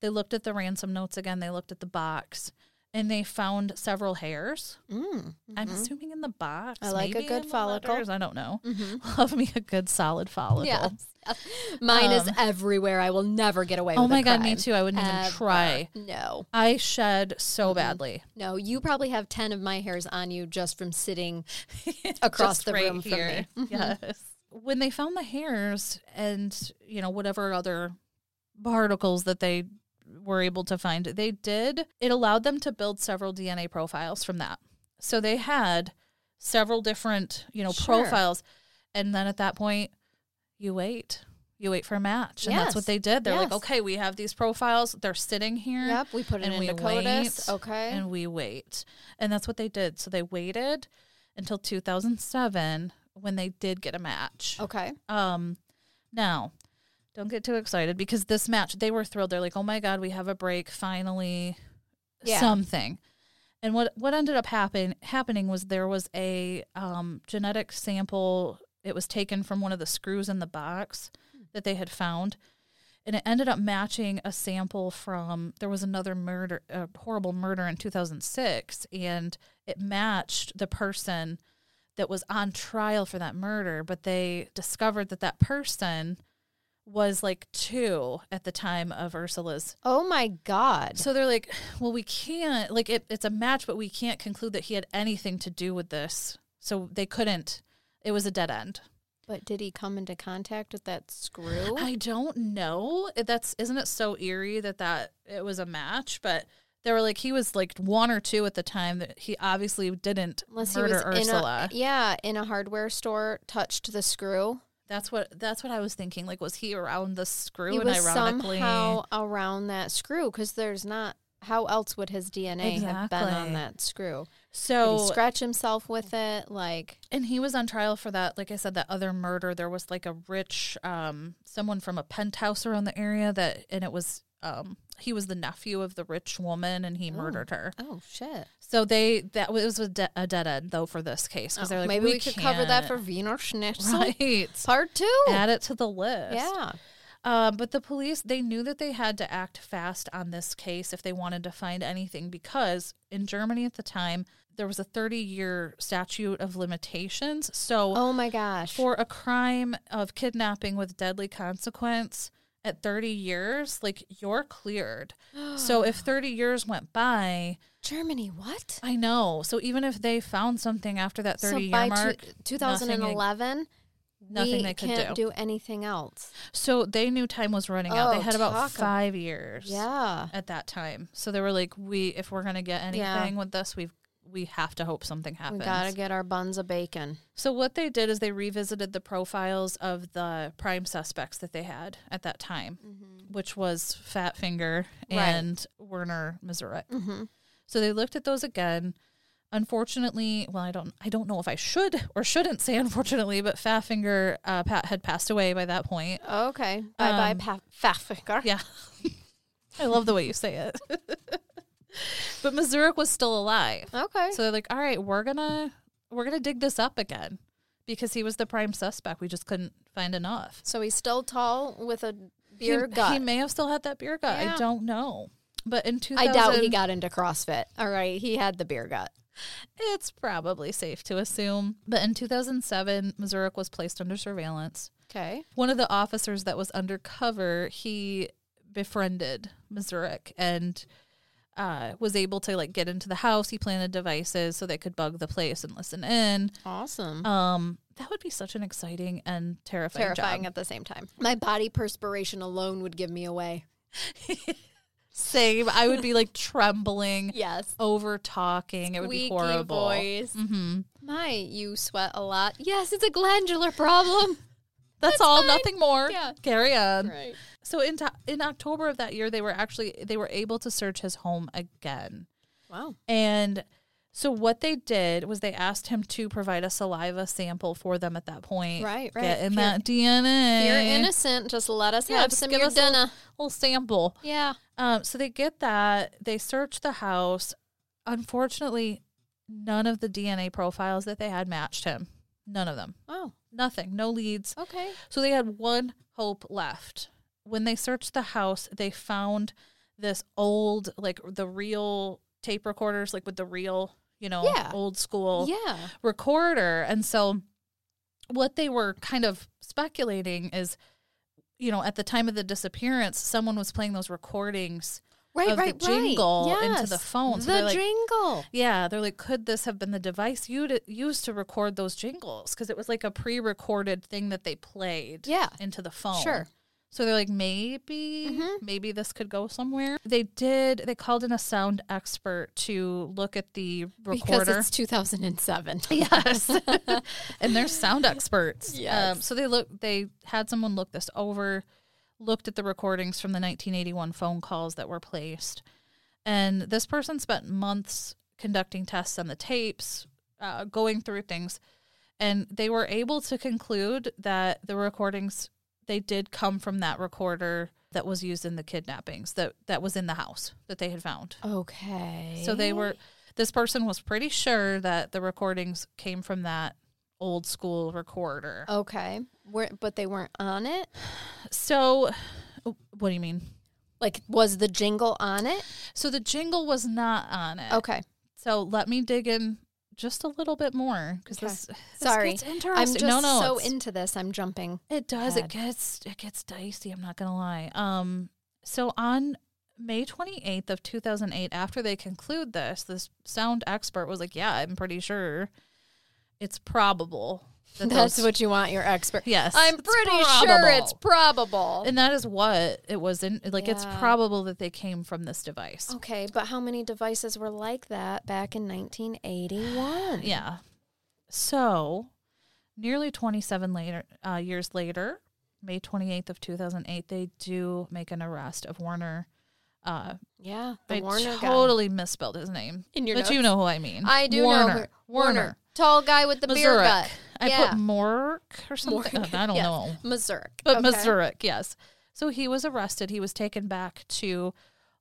[SPEAKER 2] They looked at the ransom notes again, they looked at the box, and they found several hairs.
[SPEAKER 1] Mm.
[SPEAKER 2] I'm assuming in the box.
[SPEAKER 1] I like a
[SPEAKER 2] maybe
[SPEAKER 1] good
[SPEAKER 2] in the
[SPEAKER 1] follicle. Mm-hmm.
[SPEAKER 2] letters, I don't know. Love me a good solid follicle.
[SPEAKER 1] Yes. Mine is everywhere. I will never get away.
[SPEAKER 2] um, Oh
[SPEAKER 1] with a
[SPEAKER 2] my god, me
[SPEAKER 1] crime.
[SPEAKER 2] too. I wouldn't even
[SPEAKER 1] Ever. Mm-hmm.
[SPEAKER 2] try.
[SPEAKER 1] No,
[SPEAKER 2] I shed so badly.
[SPEAKER 1] no. You probably have ten of my hairs on you just from sitting across
[SPEAKER 2] Just
[SPEAKER 1] the
[SPEAKER 2] right
[SPEAKER 1] room
[SPEAKER 2] here.
[SPEAKER 1] from me. Mm-hmm.
[SPEAKER 2] Yes. When they found the hairs and, you know, whatever other particles that they were able to find, they did it allowed them to build several DNA profiles from that. So they had several different, you know,
[SPEAKER 1] Sure.
[SPEAKER 2] profiles. And then at that point, you wait. You wait for a match. And that's
[SPEAKER 1] Yes.
[SPEAKER 2] what they did. They're like,
[SPEAKER 1] Yes.
[SPEAKER 2] okay, we have these profiles. They're sitting here.
[SPEAKER 1] Yep, we put it
[SPEAKER 2] And
[SPEAKER 1] in
[SPEAKER 2] we
[SPEAKER 1] Dakotas.
[SPEAKER 2] wait,
[SPEAKER 1] Okay.
[SPEAKER 2] and we wait. And that's what they did. So they waited until 2007 when they did get a match.
[SPEAKER 1] okay.
[SPEAKER 2] Um, now, don't get too excited because this match, they were thrilled. They're like, oh my God, we have a break finally,
[SPEAKER 1] Yeah.
[SPEAKER 2] something. And what, what ended up happen, happening was there was a um, genetic sample. It was taken from one of the screws in the box that they had found. And it ended up matching a sample from, there was another murder, a horrible murder in 2006. And it matched the person that was on trial for that murder, but they discovered that that person was like two at the time of Ursula's.
[SPEAKER 1] Oh my god.
[SPEAKER 2] So they're like, well, we can't, like, it, it's a match, but we can't conclude that he had anything to do with this. So they couldn't. It was a dead end.
[SPEAKER 1] But did he come into contact with that screw?
[SPEAKER 2] I don't know. It- That's isn't it so eerie that that it was a match, but they were like he was like one or two at the time that he obviously didn't
[SPEAKER 1] Unless he
[SPEAKER 2] murder
[SPEAKER 1] was
[SPEAKER 2] Ursula.
[SPEAKER 1] in a yeah in a hardware store, touched the screw.
[SPEAKER 2] That's what that's what I was thinking. Like, was he around the screw?
[SPEAKER 1] He
[SPEAKER 2] and
[SPEAKER 1] was
[SPEAKER 2] ironically,
[SPEAKER 1] somehow around that screw because there's not how else would his DNA have been
[SPEAKER 2] Exactly.
[SPEAKER 1] on that screw? Did he
[SPEAKER 2] So,
[SPEAKER 1] scratch himself with it? Like,
[SPEAKER 2] and he was on trial for that. Like I said, that other murder. There was like a rich, um, someone from a penthouse around the area that, and it was, um, he was the nephew of the rich woman, and he murdered her.
[SPEAKER 1] oh shit!
[SPEAKER 2] So they that was, it was a, de- a dead end though for this case because they're like
[SPEAKER 1] oh, Maybe we, could cover that for
[SPEAKER 2] can't."
[SPEAKER 1] Wiener Schnitzel
[SPEAKER 2] right.
[SPEAKER 1] part two.
[SPEAKER 2] Add it to the list.
[SPEAKER 1] yeah,
[SPEAKER 2] Um, but the police, they knew that they had to act fast on this case if they wanted to find anything because in Germany at the time, there was a 30 year statute of limitations. So
[SPEAKER 1] Oh my gosh.
[SPEAKER 2] for a crime of kidnapping with deadly consequence at 30 years, like you're cleared. so if 30 years went by,
[SPEAKER 1] Germany, what?
[SPEAKER 2] I know. So even if they found something after that 30
[SPEAKER 1] so by
[SPEAKER 2] year mark,
[SPEAKER 1] two, 2011,
[SPEAKER 2] nothing
[SPEAKER 1] we
[SPEAKER 2] they could
[SPEAKER 1] can't do. anything else.
[SPEAKER 2] so they knew time was running out. They
[SPEAKER 1] Oh,
[SPEAKER 2] had about
[SPEAKER 1] talk ab-
[SPEAKER 2] five years.
[SPEAKER 1] Yeah.
[SPEAKER 2] at that time. So they were like, "We, if we're gonna get anything
[SPEAKER 1] Yeah.
[SPEAKER 2] with this, we've we have to hope something happens."
[SPEAKER 1] We gotta get our buns of bacon.
[SPEAKER 2] so what they did is they revisited the profiles of the prime suspects that they had at that time, which was Fat Finger
[SPEAKER 1] Mm-hmm. Right. Mm-hmm.
[SPEAKER 2] and Werner Mizurek. So they looked at those again. Unfortunately, well, I don't, I don't know if I should or shouldn't say unfortunately, but Fat Finger uh, Pat had passed away by that point.
[SPEAKER 1] Okay. Bye
[SPEAKER 2] Um,
[SPEAKER 1] bye, Paffinger.
[SPEAKER 2] Yeah. I love the way you say it. but Mazurek was still alive.
[SPEAKER 1] Okay.
[SPEAKER 2] So they're like, all right, we're gonna we're gonna dig this up again. Because he was the prime suspect. We just couldn't find enough.
[SPEAKER 1] So he's still tall with a
[SPEAKER 2] He-
[SPEAKER 1] beer
[SPEAKER 2] he,
[SPEAKER 1] gut.
[SPEAKER 2] may have still had that beer gut. I
[SPEAKER 1] Yeah.
[SPEAKER 2] don't know. But in 2000,
[SPEAKER 1] I doubt he got into CrossFit. All right, he had the beer gut.
[SPEAKER 2] it's probably safe to assume. But in 2007, Mazurek was placed under surveillance.
[SPEAKER 1] Okay.
[SPEAKER 2] One of the officers that was undercover, he befriended Mazurek and uh, was able to like get into the house. He planted devices so they could bug the place and listen in.
[SPEAKER 1] Awesome.
[SPEAKER 2] Um, that would be such an exciting and terrifying,
[SPEAKER 1] Terrifying
[SPEAKER 2] job.
[SPEAKER 1] at the same time. My body perspiration alone would give me away.
[SPEAKER 2] Same. I would be like trembling,
[SPEAKER 1] Yes.
[SPEAKER 2] over talking. It would be
[SPEAKER 1] Squeaky
[SPEAKER 2] horrible.
[SPEAKER 1] voice. My, you sweat a lot. Yes, it's a glandular problem.
[SPEAKER 2] That's, all. Nothing more.
[SPEAKER 1] Yeah.
[SPEAKER 2] Carry on.
[SPEAKER 1] right.
[SPEAKER 2] So in to in October of that year, they were actually they were able to search his home again.
[SPEAKER 1] Wow.
[SPEAKER 2] And so what they did was they asked him to provide a saliva sample for them at that point.
[SPEAKER 1] Right, right.
[SPEAKER 2] Get in
[SPEAKER 1] If you're-
[SPEAKER 2] that DNA.
[SPEAKER 1] You're innocent. Eh. Just let us
[SPEAKER 2] Yeah,
[SPEAKER 1] have
[SPEAKER 2] just
[SPEAKER 1] some of
[SPEAKER 2] give
[SPEAKER 1] your
[SPEAKER 2] us a little-
[SPEAKER 1] dinner.
[SPEAKER 2] Little sample.
[SPEAKER 1] yeah.
[SPEAKER 2] Um, so they get that. They search the house. Unfortunately, none of the DNA profiles that they had matched him. None of them.
[SPEAKER 1] Oh,
[SPEAKER 2] Nothing. No leads.
[SPEAKER 1] okay.
[SPEAKER 2] So they had one hope left. When they searched the house, they found this old, like the real tape recorders, like with the real, you know,
[SPEAKER 1] Yeah.
[SPEAKER 2] old school
[SPEAKER 1] Yeah.
[SPEAKER 2] recorder. And so what they were kind of speculating is, you know, at the time of the disappearance, someone was playing those recordings
[SPEAKER 1] Right,
[SPEAKER 2] of the
[SPEAKER 1] right,
[SPEAKER 2] jingle
[SPEAKER 1] right.
[SPEAKER 2] into
[SPEAKER 1] Yes.
[SPEAKER 2] the phone. So
[SPEAKER 1] the
[SPEAKER 2] they're like-
[SPEAKER 1] jingle.
[SPEAKER 2] yeah, they're like, could this have been the device you used to record those jingles? Because it was like a pre-recorded thing that they played
[SPEAKER 1] Yeah.
[SPEAKER 2] into the phone.
[SPEAKER 1] Sure. Mm-hmm.
[SPEAKER 2] So they're like, maybe, maybe this could go somewhere. They did. They called in a sound expert to look at the
[SPEAKER 1] Because
[SPEAKER 2] recorder,
[SPEAKER 1] it's 2007. Yes.
[SPEAKER 2] and they're sound experts. Um,
[SPEAKER 1] Yes.
[SPEAKER 2] so they look. They had someone look this over, looked at the recordings from the 1981 phone calls that were placed, and this person spent months conducting tests on the tapes, uh, going through things, and they were able to conclude that the recordings they did come from that recorder that was used in the kidnappings that that was in the house that they had found.
[SPEAKER 1] okay.
[SPEAKER 2] So they were this person was pretty sure that the recordings came from that old school recorder.
[SPEAKER 1] Oh. Okay. Were, but they weren't on it?
[SPEAKER 2] So oh, what do you mean?
[SPEAKER 1] Like, was the jingle on it?
[SPEAKER 2] So the jingle was not on it.
[SPEAKER 1] Okay.
[SPEAKER 2] So let me dig in just a little bit more cuz
[SPEAKER 1] Okay.
[SPEAKER 2] this, this
[SPEAKER 1] Sorry.
[SPEAKER 2] gets
[SPEAKER 1] I'm
[SPEAKER 2] interesting.
[SPEAKER 1] just
[SPEAKER 2] no, no,
[SPEAKER 1] so
[SPEAKER 2] it's-
[SPEAKER 1] into this. I'm jumping.
[SPEAKER 2] It does. It
[SPEAKER 1] Bad.
[SPEAKER 2] gets it gets dicey. I'm not gonna lie. Um, so on May 28th of 2008, after they conclude this, this sound expert was like, "Yeah, I'm pretty sure it's probable that
[SPEAKER 1] That's
[SPEAKER 2] those-
[SPEAKER 1] what you want your expert.
[SPEAKER 2] Yes,
[SPEAKER 1] I'm
[SPEAKER 2] it's
[SPEAKER 1] pretty sure it's
[SPEAKER 2] probable.
[SPEAKER 1] probable.
[SPEAKER 2] and that is what it was in. Like, it's
[SPEAKER 1] Yeah. Oh
[SPEAKER 2] probable that they came from this device.
[SPEAKER 1] okay, but how many devices were like that back in 1981?
[SPEAKER 2] Yeah. So, nearly 27 later uh, years later, May 28th of 2008, they do make an arrest of Warner Uh,
[SPEAKER 1] Yeah, the
[SPEAKER 2] I
[SPEAKER 1] Warner guy.
[SPEAKER 2] totally misspelled his name.
[SPEAKER 1] In your
[SPEAKER 2] but you
[SPEAKER 1] notes?
[SPEAKER 2] know who I mean.
[SPEAKER 1] I do
[SPEAKER 2] Warner.
[SPEAKER 1] know her.
[SPEAKER 2] Warner.
[SPEAKER 1] tall guy with the beer
[SPEAKER 2] Mazurek.
[SPEAKER 1] gut.
[SPEAKER 2] I
[SPEAKER 1] yeah.
[SPEAKER 2] put Mork or something.
[SPEAKER 1] Mork.
[SPEAKER 2] I don't
[SPEAKER 1] Yes.
[SPEAKER 2] know.
[SPEAKER 1] Mazurek.
[SPEAKER 2] But
[SPEAKER 1] Okay.
[SPEAKER 2] Mazurek, yes. So he was arrested. He was taken back to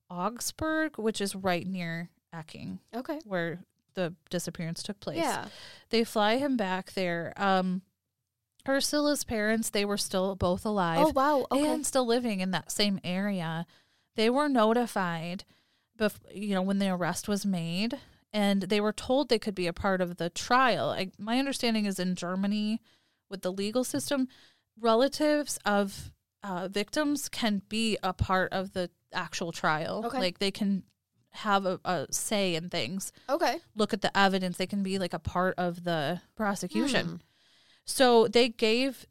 [SPEAKER 2] Augsburg, which is right near Ecking,
[SPEAKER 1] Okay.
[SPEAKER 2] where the disappearance took place.
[SPEAKER 1] Yeah.
[SPEAKER 2] They fly him back there. Um, Ursula's parents, they were still both alive
[SPEAKER 1] Oh wow. Okay.
[SPEAKER 2] and still living in that same area. They were notified, bef- you know, when the arrest was made, and they were told they could be a part of the trial. I, my understanding is in Germany, with the legal system, relatives of uh, victims can be a part of the actual trial.
[SPEAKER 1] Okay.
[SPEAKER 2] Like they can have a, a say in things
[SPEAKER 1] okay.
[SPEAKER 2] look at the evidence. They can be like a part of the
[SPEAKER 1] Hmm.
[SPEAKER 2] prosecution. So they gave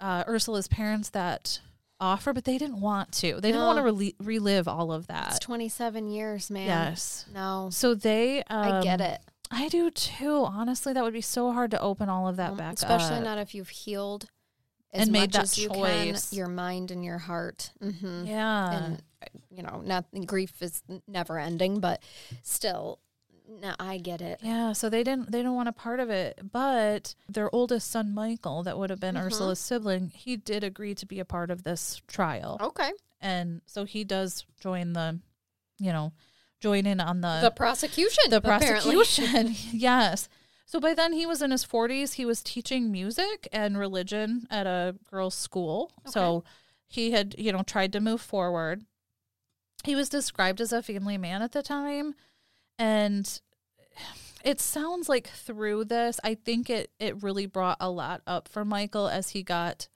[SPEAKER 2] uh, Ursula's parents that offer, but they didn't want to. They didn't
[SPEAKER 1] No.
[SPEAKER 2] want to rel- relive all of
[SPEAKER 1] It's
[SPEAKER 2] that.
[SPEAKER 1] 27 years, man.
[SPEAKER 2] Yes.
[SPEAKER 1] No.
[SPEAKER 2] So they. Um,
[SPEAKER 1] I get it.
[SPEAKER 2] I do too. Honestly, that would be so hard to open all of that
[SPEAKER 1] Um,
[SPEAKER 2] back
[SPEAKER 1] Especially
[SPEAKER 2] up.
[SPEAKER 1] not if you've healed as
[SPEAKER 2] And made
[SPEAKER 1] much
[SPEAKER 2] that
[SPEAKER 1] as you can,
[SPEAKER 2] choice.
[SPEAKER 1] your mind and your heart. hmm
[SPEAKER 2] Yeah.
[SPEAKER 1] And you know, not grief is never ending, but still, no, I get it.
[SPEAKER 2] yeah, so they didn't they didn't want a part of it, but their oldest son Michael, that would have
[SPEAKER 1] Mm-hmm.
[SPEAKER 2] been Ursula's sibling, he did agree to be a part of this trial.
[SPEAKER 1] Okay.
[SPEAKER 2] and so he does join the you know join in on the
[SPEAKER 1] the prosecution.
[SPEAKER 2] Uh, the
[SPEAKER 1] apparently.
[SPEAKER 2] prosecution yes so by then he was in his 40s he was teaching music and religion at a girls school so he had you know tried to move forward he was described as a family man at the time and it sounds like through this i think it it really brought a lot up for michael as he got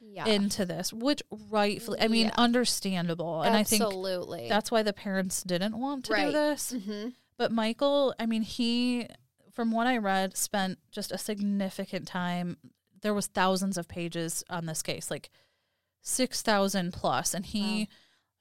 [SPEAKER 1] Yeah.
[SPEAKER 2] into this, which rightfully, I mean,
[SPEAKER 1] Yeah.
[SPEAKER 2] understandable. Oh, And I think
[SPEAKER 1] Absolutely.
[SPEAKER 2] that's why the parents didn't want to do
[SPEAKER 1] Right.
[SPEAKER 2] this.
[SPEAKER 1] hmm
[SPEAKER 2] But Michael, I mean, he, from what I read, spent just a significant time. There was thousands of pages on this case, like 6,000 plus, and he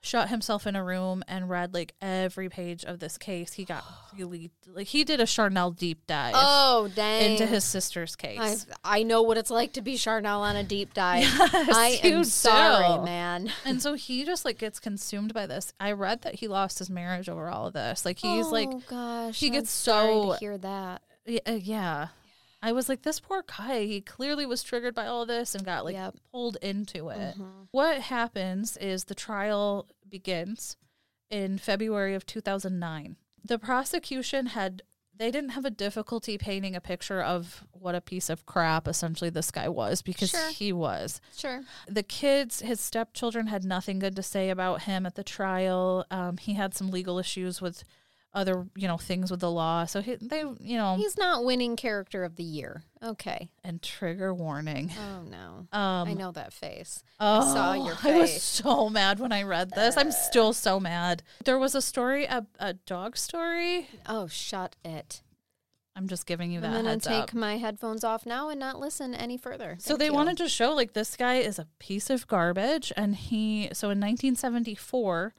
[SPEAKER 2] shut himself in a room and read like every page of this case. He got really like he did a Charnel deep dive
[SPEAKER 1] Oh, dang.
[SPEAKER 2] into his sister's case.
[SPEAKER 1] I, I know what it's like to be Charnel on a deep dive.
[SPEAKER 2] Yes,
[SPEAKER 1] I
[SPEAKER 2] you
[SPEAKER 1] am sorry,
[SPEAKER 2] do.
[SPEAKER 1] man.
[SPEAKER 2] and so he just like gets consumed by this. I read that he lost his marriage over all of this. Like he's like,
[SPEAKER 1] oh gosh,
[SPEAKER 2] he
[SPEAKER 1] I'm
[SPEAKER 2] gets
[SPEAKER 1] sorry
[SPEAKER 2] so-
[SPEAKER 1] to hear that.
[SPEAKER 2] y- uh, yeah. I was like, this poor guy. He clearly was triggered by all this and got like
[SPEAKER 1] Yep. Mm-hmm.
[SPEAKER 2] pulled into it. What happens is the trial begins in February of 2009. The prosecution had they didn't have a difficulty painting a picture of what a piece of crap essentially this guy was because
[SPEAKER 1] Sure.
[SPEAKER 2] he was.
[SPEAKER 1] Sure.
[SPEAKER 2] the kids, his stepchildren, had nothing good to say about him at the trial. Um, he had some legal issues with other, you know, things with the law. So he, they, you know,
[SPEAKER 1] He's not winning character of the year. Okay.
[SPEAKER 2] and trigger warning.
[SPEAKER 1] Oh no.
[SPEAKER 2] Um,
[SPEAKER 1] I know that face.
[SPEAKER 2] Oh,
[SPEAKER 1] saw your
[SPEAKER 2] I was
[SPEAKER 1] face. Uh.
[SPEAKER 2] so mad when I read this. I'm still so mad. There was a story, a, a dog story.
[SPEAKER 1] Oh, shut it.
[SPEAKER 2] I'm just giving you that
[SPEAKER 1] I'm gonna
[SPEAKER 2] heads
[SPEAKER 1] take
[SPEAKER 2] up.
[SPEAKER 1] my headphones off now and not listen any further.
[SPEAKER 2] So
[SPEAKER 1] Thank
[SPEAKER 2] they
[SPEAKER 1] you.
[SPEAKER 2] wanted to show like this guy is a piece of garbage and he so in 1974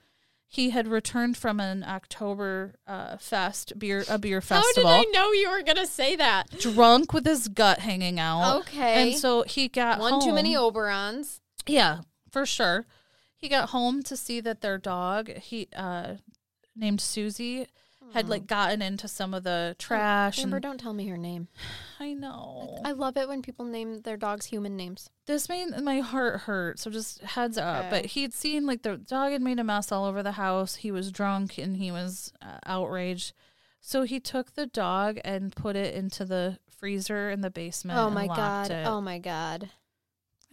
[SPEAKER 2] he had returned from an October uh, fest beer a beer festival
[SPEAKER 1] How did I know you were gonna say that?
[SPEAKER 2] drunk with his gut hanging out.
[SPEAKER 1] Okay.
[SPEAKER 2] And so he got
[SPEAKER 1] One too many
[SPEAKER 2] home-
[SPEAKER 1] Oberons.
[SPEAKER 2] Yeah, for sure. He got home to see that their dog he uh named Susie had
[SPEAKER 1] Mm-hmm.
[SPEAKER 2] like gotten into some of the
[SPEAKER 1] Oh,
[SPEAKER 2] trash
[SPEAKER 1] Amber,
[SPEAKER 2] and
[SPEAKER 1] don't tell me her name.
[SPEAKER 2] I know.
[SPEAKER 1] I love it when people name their dogs human names.
[SPEAKER 2] this made my heart hurt. So just heads up.
[SPEAKER 1] Okay.
[SPEAKER 2] But he'd seen like the dog had made a mess all over the house. He was drunk and he was uh, outraged. So he took the dog and put it into the freezer in the basement.
[SPEAKER 1] Oh
[SPEAKER 2] and
[SPEAKER 1] my
[SPEAKER 2] locked
[SPEAKER 1] god.
[SPEAKER 2] It.
[SPEAKER 1] Oh my god.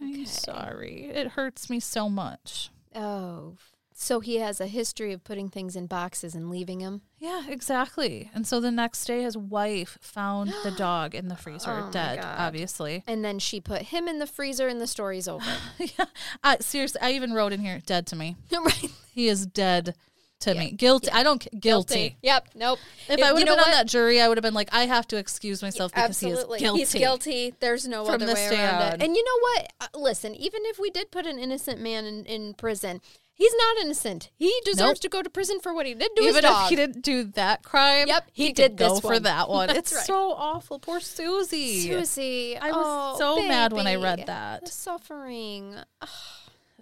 [SPEAKER 2] I'm
[SPEAKER 1] okay.
[SPEAKER 2] sorry. It hurts me so much.
[SPEAKER 1] Oh. So he has a history of putting things in boxes and leaving them.
[SPEAKER 2] Yeah, exactly. And so the next day, his wife found the dog in the freezer,
[SPEAKER 1] Oh my
[SPEAKER 2] dead,
[SPEAKER 1] God.
[SPEAKER 2] obviously.
[SPEAKER 1] And then she put him in the freezer and the story's over.
[SPEAKER 2] yeah. I, seriously, I even wrote in here, dead to me.
[SPEAKER 1] right.
[SPEAKER 2] He is dead to me. Guilty. I don't. Guilty.
[SPEAKER 1] Yep. Nope.
[SPEAKER 2] If I would have been on that jury, I would have been like, I have to excuse myself because
[SPEAKER 1] Absolutely.
[SPEAKER 2] he is guilty.
[SPEAKER 1] He's guilty. There's no
[SPEAKER 2] From
[SPEAKER 1] other
[SPEAKER 2] this
[SPEAKER 1] way
[SPEAKER 2] day
[SPEAKER 1] around
[SPEAKER 2] on.
[SPEAKER 1] it. And you know what? Uh, Listen, even if we did put an innocent man in, in prison, he's not innocent. He deserves
[SPEAKER 2] Nope.
[SPEAKER 1] to go to prison for what he did to his
[SPEAKER 2] Even if
[SPEAKER 1] dog.
[SPEAKER 2] he didn't do that crime,
[SPEAKER 1] Yep, he
[SPEAKER 2] could
[SPEAKER 1] did
[SPEAKER 2] go
[SPEAKER 1] this
[SPEAKER 2] for
[SPEAKER 1] one.
[SPEAKER 2] that one.
[SPEAKER 1] That's
[SPEAKER 2] it's
[SPEAKER 1] right.
[SPEAKER 2] so awful. Poor Susie.
[SPEAKER 1] Susie.
[SPEAKER 2] I was
[SPEAKER 1] oh,
[SPEAKER 2] so mad when I
[SPEAKER 1] baby.
[SPEAKER 2] read that.
[SPEAKER 1] The suffering.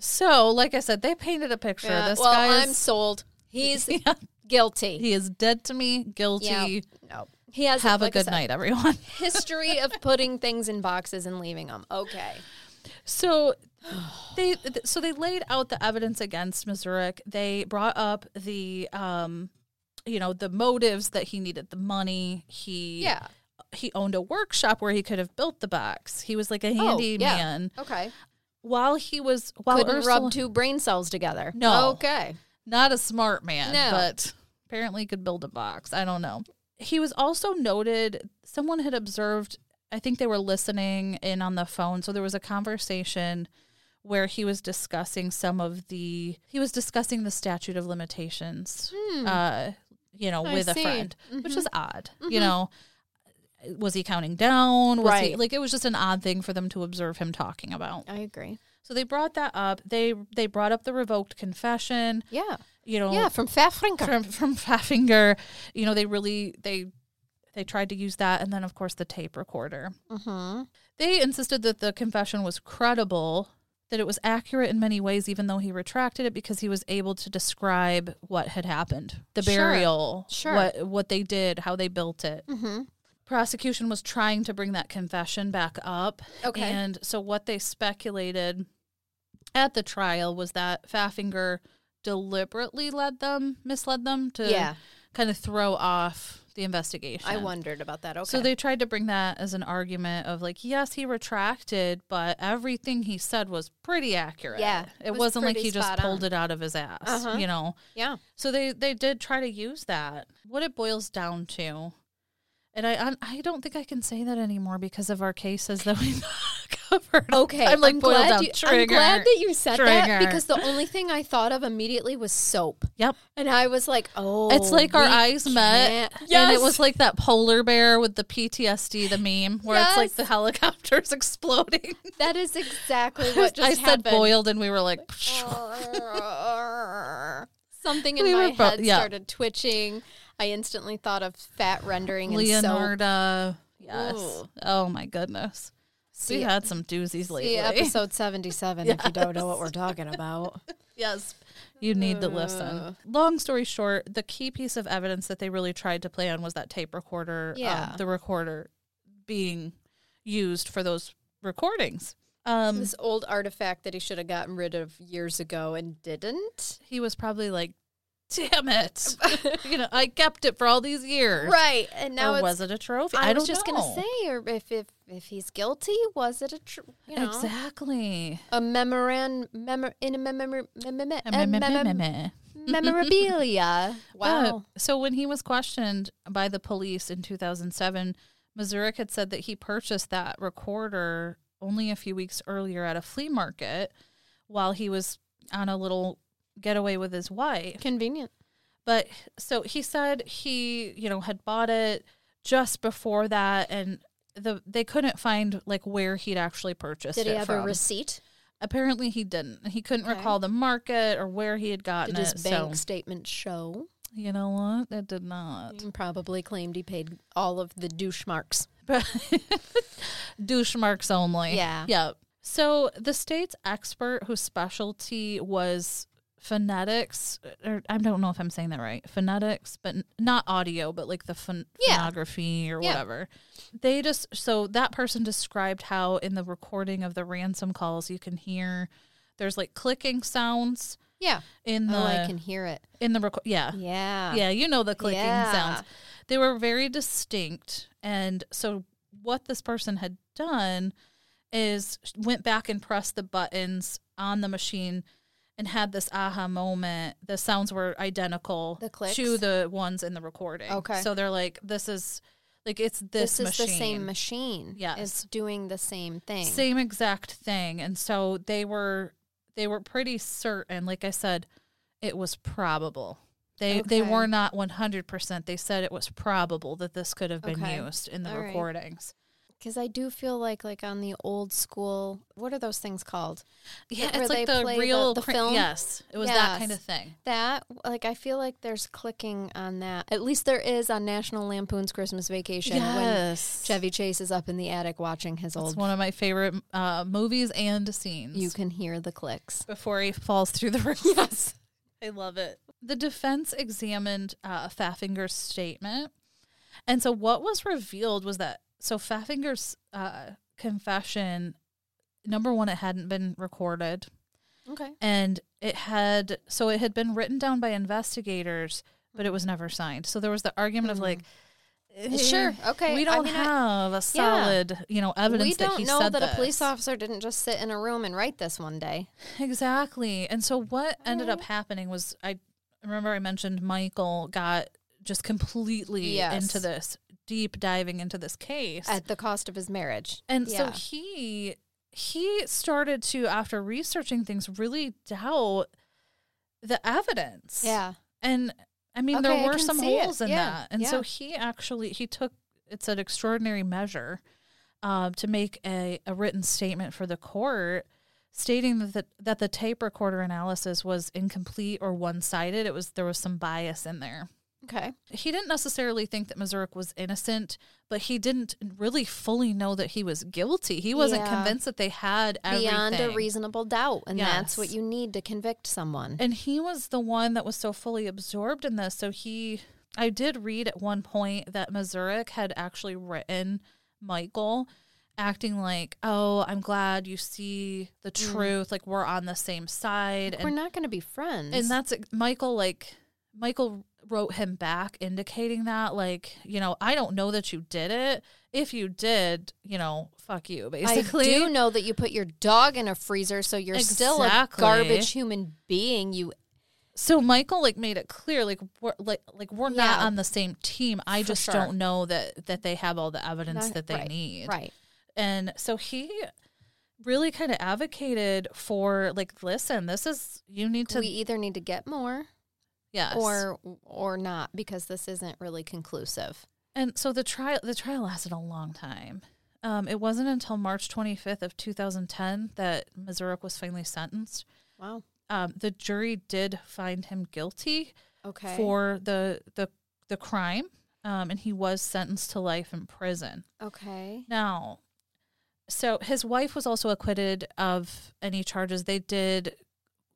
[SPEAKER 2] So, like I said, they painted a picture.
[SPEAKER 1] Yeah,
[SPEAKER 2] this
[SPEAKER 1] well,
[SPEAKER 2] guy
[SPEAKER 1] I'm
[SPEAKER 2] is
[SPEAKER 1] sold. He's
[SPEAKER 2] Yeah.
[SPEAKER 1] guilty.
[SPEAKER 2] He is dead to me, guilty.
[SPEAKER 1] No. He has
[SPEAKER 2] Have
[SPEAKER 1] like I
[SPEAKER 2] a good
[SPEAKER 1] said,
[SPEAKER 2] night, everyone.
[SPEAKER 1] history of putting things in boxes and leaving them. Okay.
[SPEAKER 2] So they th- so they laid out the evidence against Missouric. They brought up the um you know the motives that he needed the money. He
[SPEAKER 1] Yeah.
[SPEAKER 2] he owned a workshop where he could have built the box. He was like a handyman.
[SPEAKER 1] Okay.
[SPEAKER 2] While he was while
[SPEAKER 1] Couldn't
[SPEAKER 2] Ursula,
[SPEAKER 1] rub two brain cells together.
[SPEAKER 2] No.
[SPEAKER 1] Okay.
[SPEAKER 2] not a smart man,
[SPEAKER 1] No.
[SPEAKER 2] but apparently could build a box. I don't know. He was also noted, someone had observed, I think they were listening in on the phone. So there was a conversation where he was discussing some of the, he was discussing the statute of limitations, uh, you know,
[SPEAKER 1] Hmm. I
[SPEAKER 2] with a
[SPEAKER 1] see. Mm-hmm.
[SPEAKER 2] friend, which is odd, you know. Was he counting down? Was he,
[SPEAKER 1] Right.
[SPEAKER 2] like it was just an odd thing for them to observe him talking about.
[SPEAKER 1] I agree.
[SPEAKER 2] So they brought that up. They they brought up the revoked confession.
[SPEAKER 1] Yeah.
[SPEAKER 2] You know,
[SPEAKER 1] Yeah. From Fafrinker.
[SPEAKER 2] from from Faffinger, you know, they really they they tried to use that and then of course the tape recorder.
[SPEAKER 1] mm-hmm.
[SPEAKER 2] They insisted that the confession was credible, that it was accurate in many ways even though he retracted it because he was able to describe what had happened. The
[SPEAKER 1] Sure.
[SPEAKER 2] burial,
[SPEAKER 1] Sure.
[SPEAKER 2] what what they did, how they built it.
[SPEAKER 1] Mm-hmm.
[SPEAKER 2] Prosecution was trying to bring that confession back up.
[SPEAKER 1] Okay.
[SPEAKER 2] And so what they speculated at the trial was that Faffinger deliberately led them, misled them to
[SPEAKER 1] Yeah.
[SPEAKER 2] kind of throw off the investigation.
[SPEAKER 1] I wondered about that. Okay.
[SPEAKER 2] So they tried to bring that as an argument of like, yes, he retracted, but everything he said was pretty accurate.
[SPEAKER 1] Yeah,
[SPEAKER 2] It,
[SPEAKER 1] it was
[SPEAKER 2] was not like
[SPEAKER 1] pretty
[SPEAKER 2] he just
[SPEAKER 1] spot
[SPEAKER 2] pulled
[SPEAKER 1] on.
[SPEAKER 2] it out of his ass,
[SPEAKER 1] Uh-huh.
[SPEAKER 2] you know?
[SPEAKER 1] yeah.
[SPEAKER 2] So they they did try to use that. What it boils down to, and I I- I don't think I can say that anymore because of our cases that we covered.
[SPEAKER 1] Okay,
[SPEAKER 2] I'm like boiled
[SPEAKER 1] glad
[SPEAKER 2] down.
[SPEAKER 1] You, I'm
[SPEAKER 2] Trigger.
[SPEAKER 1] glad that you said
[SPEAKER 2] Trigger.
[SPEAKER 1] that because the only thing I thought of immediately was soap,
[SPEAKER 2] Yep,
[SPEAKER 1] and I was like, "Oh,
[SPEAKER 2] it's like our
[SPEAKER 1] we
[SPEAKER 2] eyes met,
[SPEAKER 1] can't-
[SPEAKER 2] and
[SPEAKER 1] Yes.
[SPEAKER 2] it was like that polar bear with the PTSD, the meme where it's like
[SPEAKER 1] Yes.
[SPEAKER 2] the helicopters exploding.
[SPEAKER 1] that is exactly what just oh,
[SPEAKER 2] I said boiled, and we were like,
[SPEAKER 1] happened. Something in
[SPEAKER 2] We
[SPEAKER 1] my
[SPEAKER 2] were bo-
[SPEAKER 1] head
[SPEAKER 2] yeah.
[SPEAKER 1] started twitching. I instantly thought of fat rendering and soap.
[SPEAKER 2] Leonardo. Yes.
[SPEAKER 1] Ooh.
[SPEAKER 2] Oh my goodness.
[SPEAKER 1] See,
[SPEAKER 2] we had some doozies lately.
[SPEAKER 1] see episode seventy-seven. If you don't know what we're talking about,
[SPEAKER 2] Yes. You need to listen. Long story short, the key piece of evidence that they really tried to play on was that tape recorder, um,
[SPEAKER 1] Yeah.
[SPEAKER 2] the recorder being used for those recordings. Um,
[SPEAKER 1] this old artifact that he should have gotten rid of years ago and didn't.
[SPEAKER 2] he was probably like, damn it. you know, I kept it for all these years.
[SPEAKER 1] Right, and now
[SPEAKER 2] or
[SPEAKER 1] it's
[SPEAKER 2] was it a trophy?
[SPEAKER 1] I,
[SPEAKER 2] I,
[SPEAKER 1] was
[SPEAKER 2] don't
[SPEAKER 1] just
[SPEAKER 2] know.
[SPEAKER 1] gonna say, or if if if he's guilty, was it a tr- you know
[SPEAKER 2] Exactly.
[SPEAKER 1] a memorand memor in a memor memor-
[SPEAKER 2] Meh,
[SPEAKER 1] a
[SPEAKER 2] meh, meh, meh,
[SPEAKER 1] memor-
[SPEAKER 2] meh.
[SPEAKER 1] memorabilia?
[SPEAKER 2] Uh,
[SPEAKER 1] Wow.
[SPEAKER 2] so when he was questioned by the police in 2007, Missouric had said that he purchased that recorder only a few weeks earlier at a flea market while he was on a little getaway with his wife.
[SPEAKER 1] Convenient.
[SPEAKER 2] But so he said he, you know, had bought it just before that and the they couldn't find like where he'd actually purchased
[SPEAKER 1] Did
[SPEAKER 2] it
[SPEAKER 1] he have
[SPEAKER 2] from.
[SPEAKER 1] a receipt?
[SPEAKER 2] Apparently he didn't. He couldn't
[SPEAKER 1] Okay.
[SPEAKER 2] recall the market or where he had gotten
[SPEAKER 1] Did his
[SPEAKER 2] it.
[SPEAKER 1] bank
[SPEAKER 2] so
[SPEAKER 1] statement show?
[SPEAKER 2] you know what? It did not.
[SPEAKER 1] He probably claimed he paid all of the douche marks.
[SPEAKER 2] But- douche marks only.
[SPEAKER 1] Yeah.
[SPEAKER 2] Yep. So the state's expert whose specialty was phonetics, or I don't know if I'm saying that right, phonetics, but n- not audio, but like the phon-
[SPEAKER 1] Yeah.
[SPEAKER 2] phonography or
[SPEAKER 1] Yeah.
[SPEAKER 2] whatever. They just, so that person described how in the recording of the ransom calls, you can hear there's like clicking sounds
[SPEAKER 1] Yeah.
[SPEAKER 2] in the,
[SPEAKER 1] Oh, I can hear it.
[SPEAKER 2] in the record. Yeah.
[SPEAKER 1] Yeah.
[SPEAKER 2] Yeah, you know the clicking
[SPEAKER 1] Yeah.
[SPEAKER 2] sounds. They were very distinct. And so what this person had done is went back and pressed the buttons on the machine and had this aha moment. The sounds were identical
[SPEAKER 1] The clicks?
[SPEAKER 2] to the ones in the recording.
[SPEAKER 1] Okay.
[SPEAKER 2] So they're like, this is like it's this,
[SPEAKER 1] This, is
[SPEAKER 2] machine.
[SPEAKER 1] the same machine.
[SPEAKER 2] Yes.
[SPEAKER 1] It's doing the same thing.
[SPEAKER 2] Same exact thing. And so they were they were pretty certain, like I said, it was probable. They they
[SPEAKER 1] Okay.
[SPEAKER 2] were not 100%. They said it was probable that this could have been
[SPEAKER 1] Okay.
[SPEAKER 2] used in the
[SPEAKER 1] All right.
[SPEAKER 2] recordings.
[SPEAKER 1] Because I do feel like, like on the old school, what are those things called?
[SPEAKER 2] Yeah,
[SPEAKER 1] where
[SPEAKER 2] it's like
[SPEAKER 1] they
[SPEAKER 2] the
[SPEAKER 1] play the-
[SPEAKER 2] real
[SPEAKER 1] the
[SPEAKER 2] cra-
[SPEAKER 1] film?
[SPEAKER 2] Yes, it was that
[SPEAKER 1] Yes.
[SPEAKER 2] kind of thing.
[SPEAKER 1] That, like, I feel like there's clicking on that. At least there is on National Lampoon's Christmas Vacation when Chevy Chase is up in the attic watching his
[SPEAKER 2] It's
[SPEAKER 1] old.
[SPEAKER 2] one of my favorite uh, movies and scenes.
[SPEAKER 1] You can hear the clicks.
[SPEAKER 2] before he falls through the roof. I love it. the defense examined uh, Faffinger's statement. And so what was revealed was that, so Faffinger's uh, confession, number one, it hadn't been recorded.
[SPEAKER 1] Okay.
[SPEAKER 2] And it had, so it had been written down by investigators, but it was never signed. So there was the argument of like, eh,
[SPEAKER 1] Hmm. Sure, okay.
[SPEAKER 2] We
[SPEAKER 1] I
[SPEAKER 2] don't
[SPEAKER 1] mean, I-
[SPEAKER 2] have a solid, you know, evidence
[SPEAKER 1] We
[SPEAKER 2] that he
[SPEAKER 1] don't know
[SPEAKER 2] said
[SPEAKER 1] that a police
[SPEAKER 2] this.
[SPEAKER 1] officer didn't just sit in a room and write this one day.
[SPEAKER 2] Exactly. And so what ended up happening was I remember I mentioned Michael got just completely
[SPEAKER 1] Yes.
[SPEAKER 2] into this deep diving into this case.
[SPEAKER 1] at the cost of his marriage.
[SPEAKER 2] and so
[SPEAKER 1] yeah.
[SPEAKER 2] he he started to after researching things really doubt the evidence.
[SPEAKER 1] yeah,
[SPEAKER 2] And I mean
[SPEAKER 1] Okay, I
[SPEAKER 2] there were
[SPEAKER 1] can
[SPEAKER 2] some
[SPEAKER 1] see it.
[SPEAKER 2] holes in
[SPEAKER 1] Yeah,
[SPEAKER 2] that. And so
[SPEAKER 1] yeah.
[SPEAKER 2] he actually he took it's an extraordinary measure uh, to make a, a written statement for the court stating that the, that the tape recorder analysis was incomplete or one-sided it was there was some bias in there
[SPEAKER 1] okay,
[SPEAKER 2] he didn't necessarily think that Mazurek was innocent but he didn't really fully know that he was guilty he wasn't
[SPEAKER 1] Yeah.
[SPEAKER 2] convinced that they had everything
[SPEAKER 1] beyond a reasonable doubt, and that's what
[SPEAKER 2] Yes.
[SPEAKER 1] you need to convict someone.
[SPEAKER 2] and he was the one that was so fully absorbed in this so he i did read at one point that Mazurek had actually written michael acting like oh i'm glad you see the
[SPEAKER 1] Mm.
[SPEAKER 2] truth like we're on the same side
[SPEAKER 1] We're
[SPEAKER 2] and,
[SPEAKER 1] not going to be friends.
[SPEAKER 2] and that's michael like michael wrote him back indicating that like you know i don't know that you did it if you did you know fuck you
[SPEAKER 1] I
[SPEAKER 2] basically
[SPEAKER 1] do know that you put your dog in a freezer, so you're still a
[SPEAKER 2] Exactly.
[SPEAKER 1] garbage human being. You
[SPEAKER 2] So Michael like made it clear like we're like like we're not
[SPEAKER 1] Yeah.
[SPEAKER 2] on the same team. I
[SPEAKER 1] For
[SPEAKER 2] just
[SPEAKER 1] sure.
[SPEAKER 2] don't know that that they have all the evidence
[SPEAKER 1] Not-
[SPEAKER 2] that they
[SPEAKER 1] right,
[SPEAKER 2] need.
[SPEAKER 1] right?
[SPEAKER 2] And so he really kind of advocated for like listen, this is you need to
[SPEAKER 1] we either need to get more
[SPEAKER 2] yes.
[SPEAKER 1] or or not because this isn't really conclusive.
[SPEAKER 2] and so the trial the trial lasted a long time. Um, it wasn't until March 25th of 2010 that Mazurek was finally sentenced.
[SPEAKER 1] Wow.
[SPEAKER 2] Um, the jury did find him guilty,
[SPEAKER 1] Okay.
[SPEAKER 2] for the the the crime, um, and he was sentenced to life in prison.
[SPEAKER 1] okay.
[SPEAKER 2] Now, so his wife was also acquitted of any charges. They did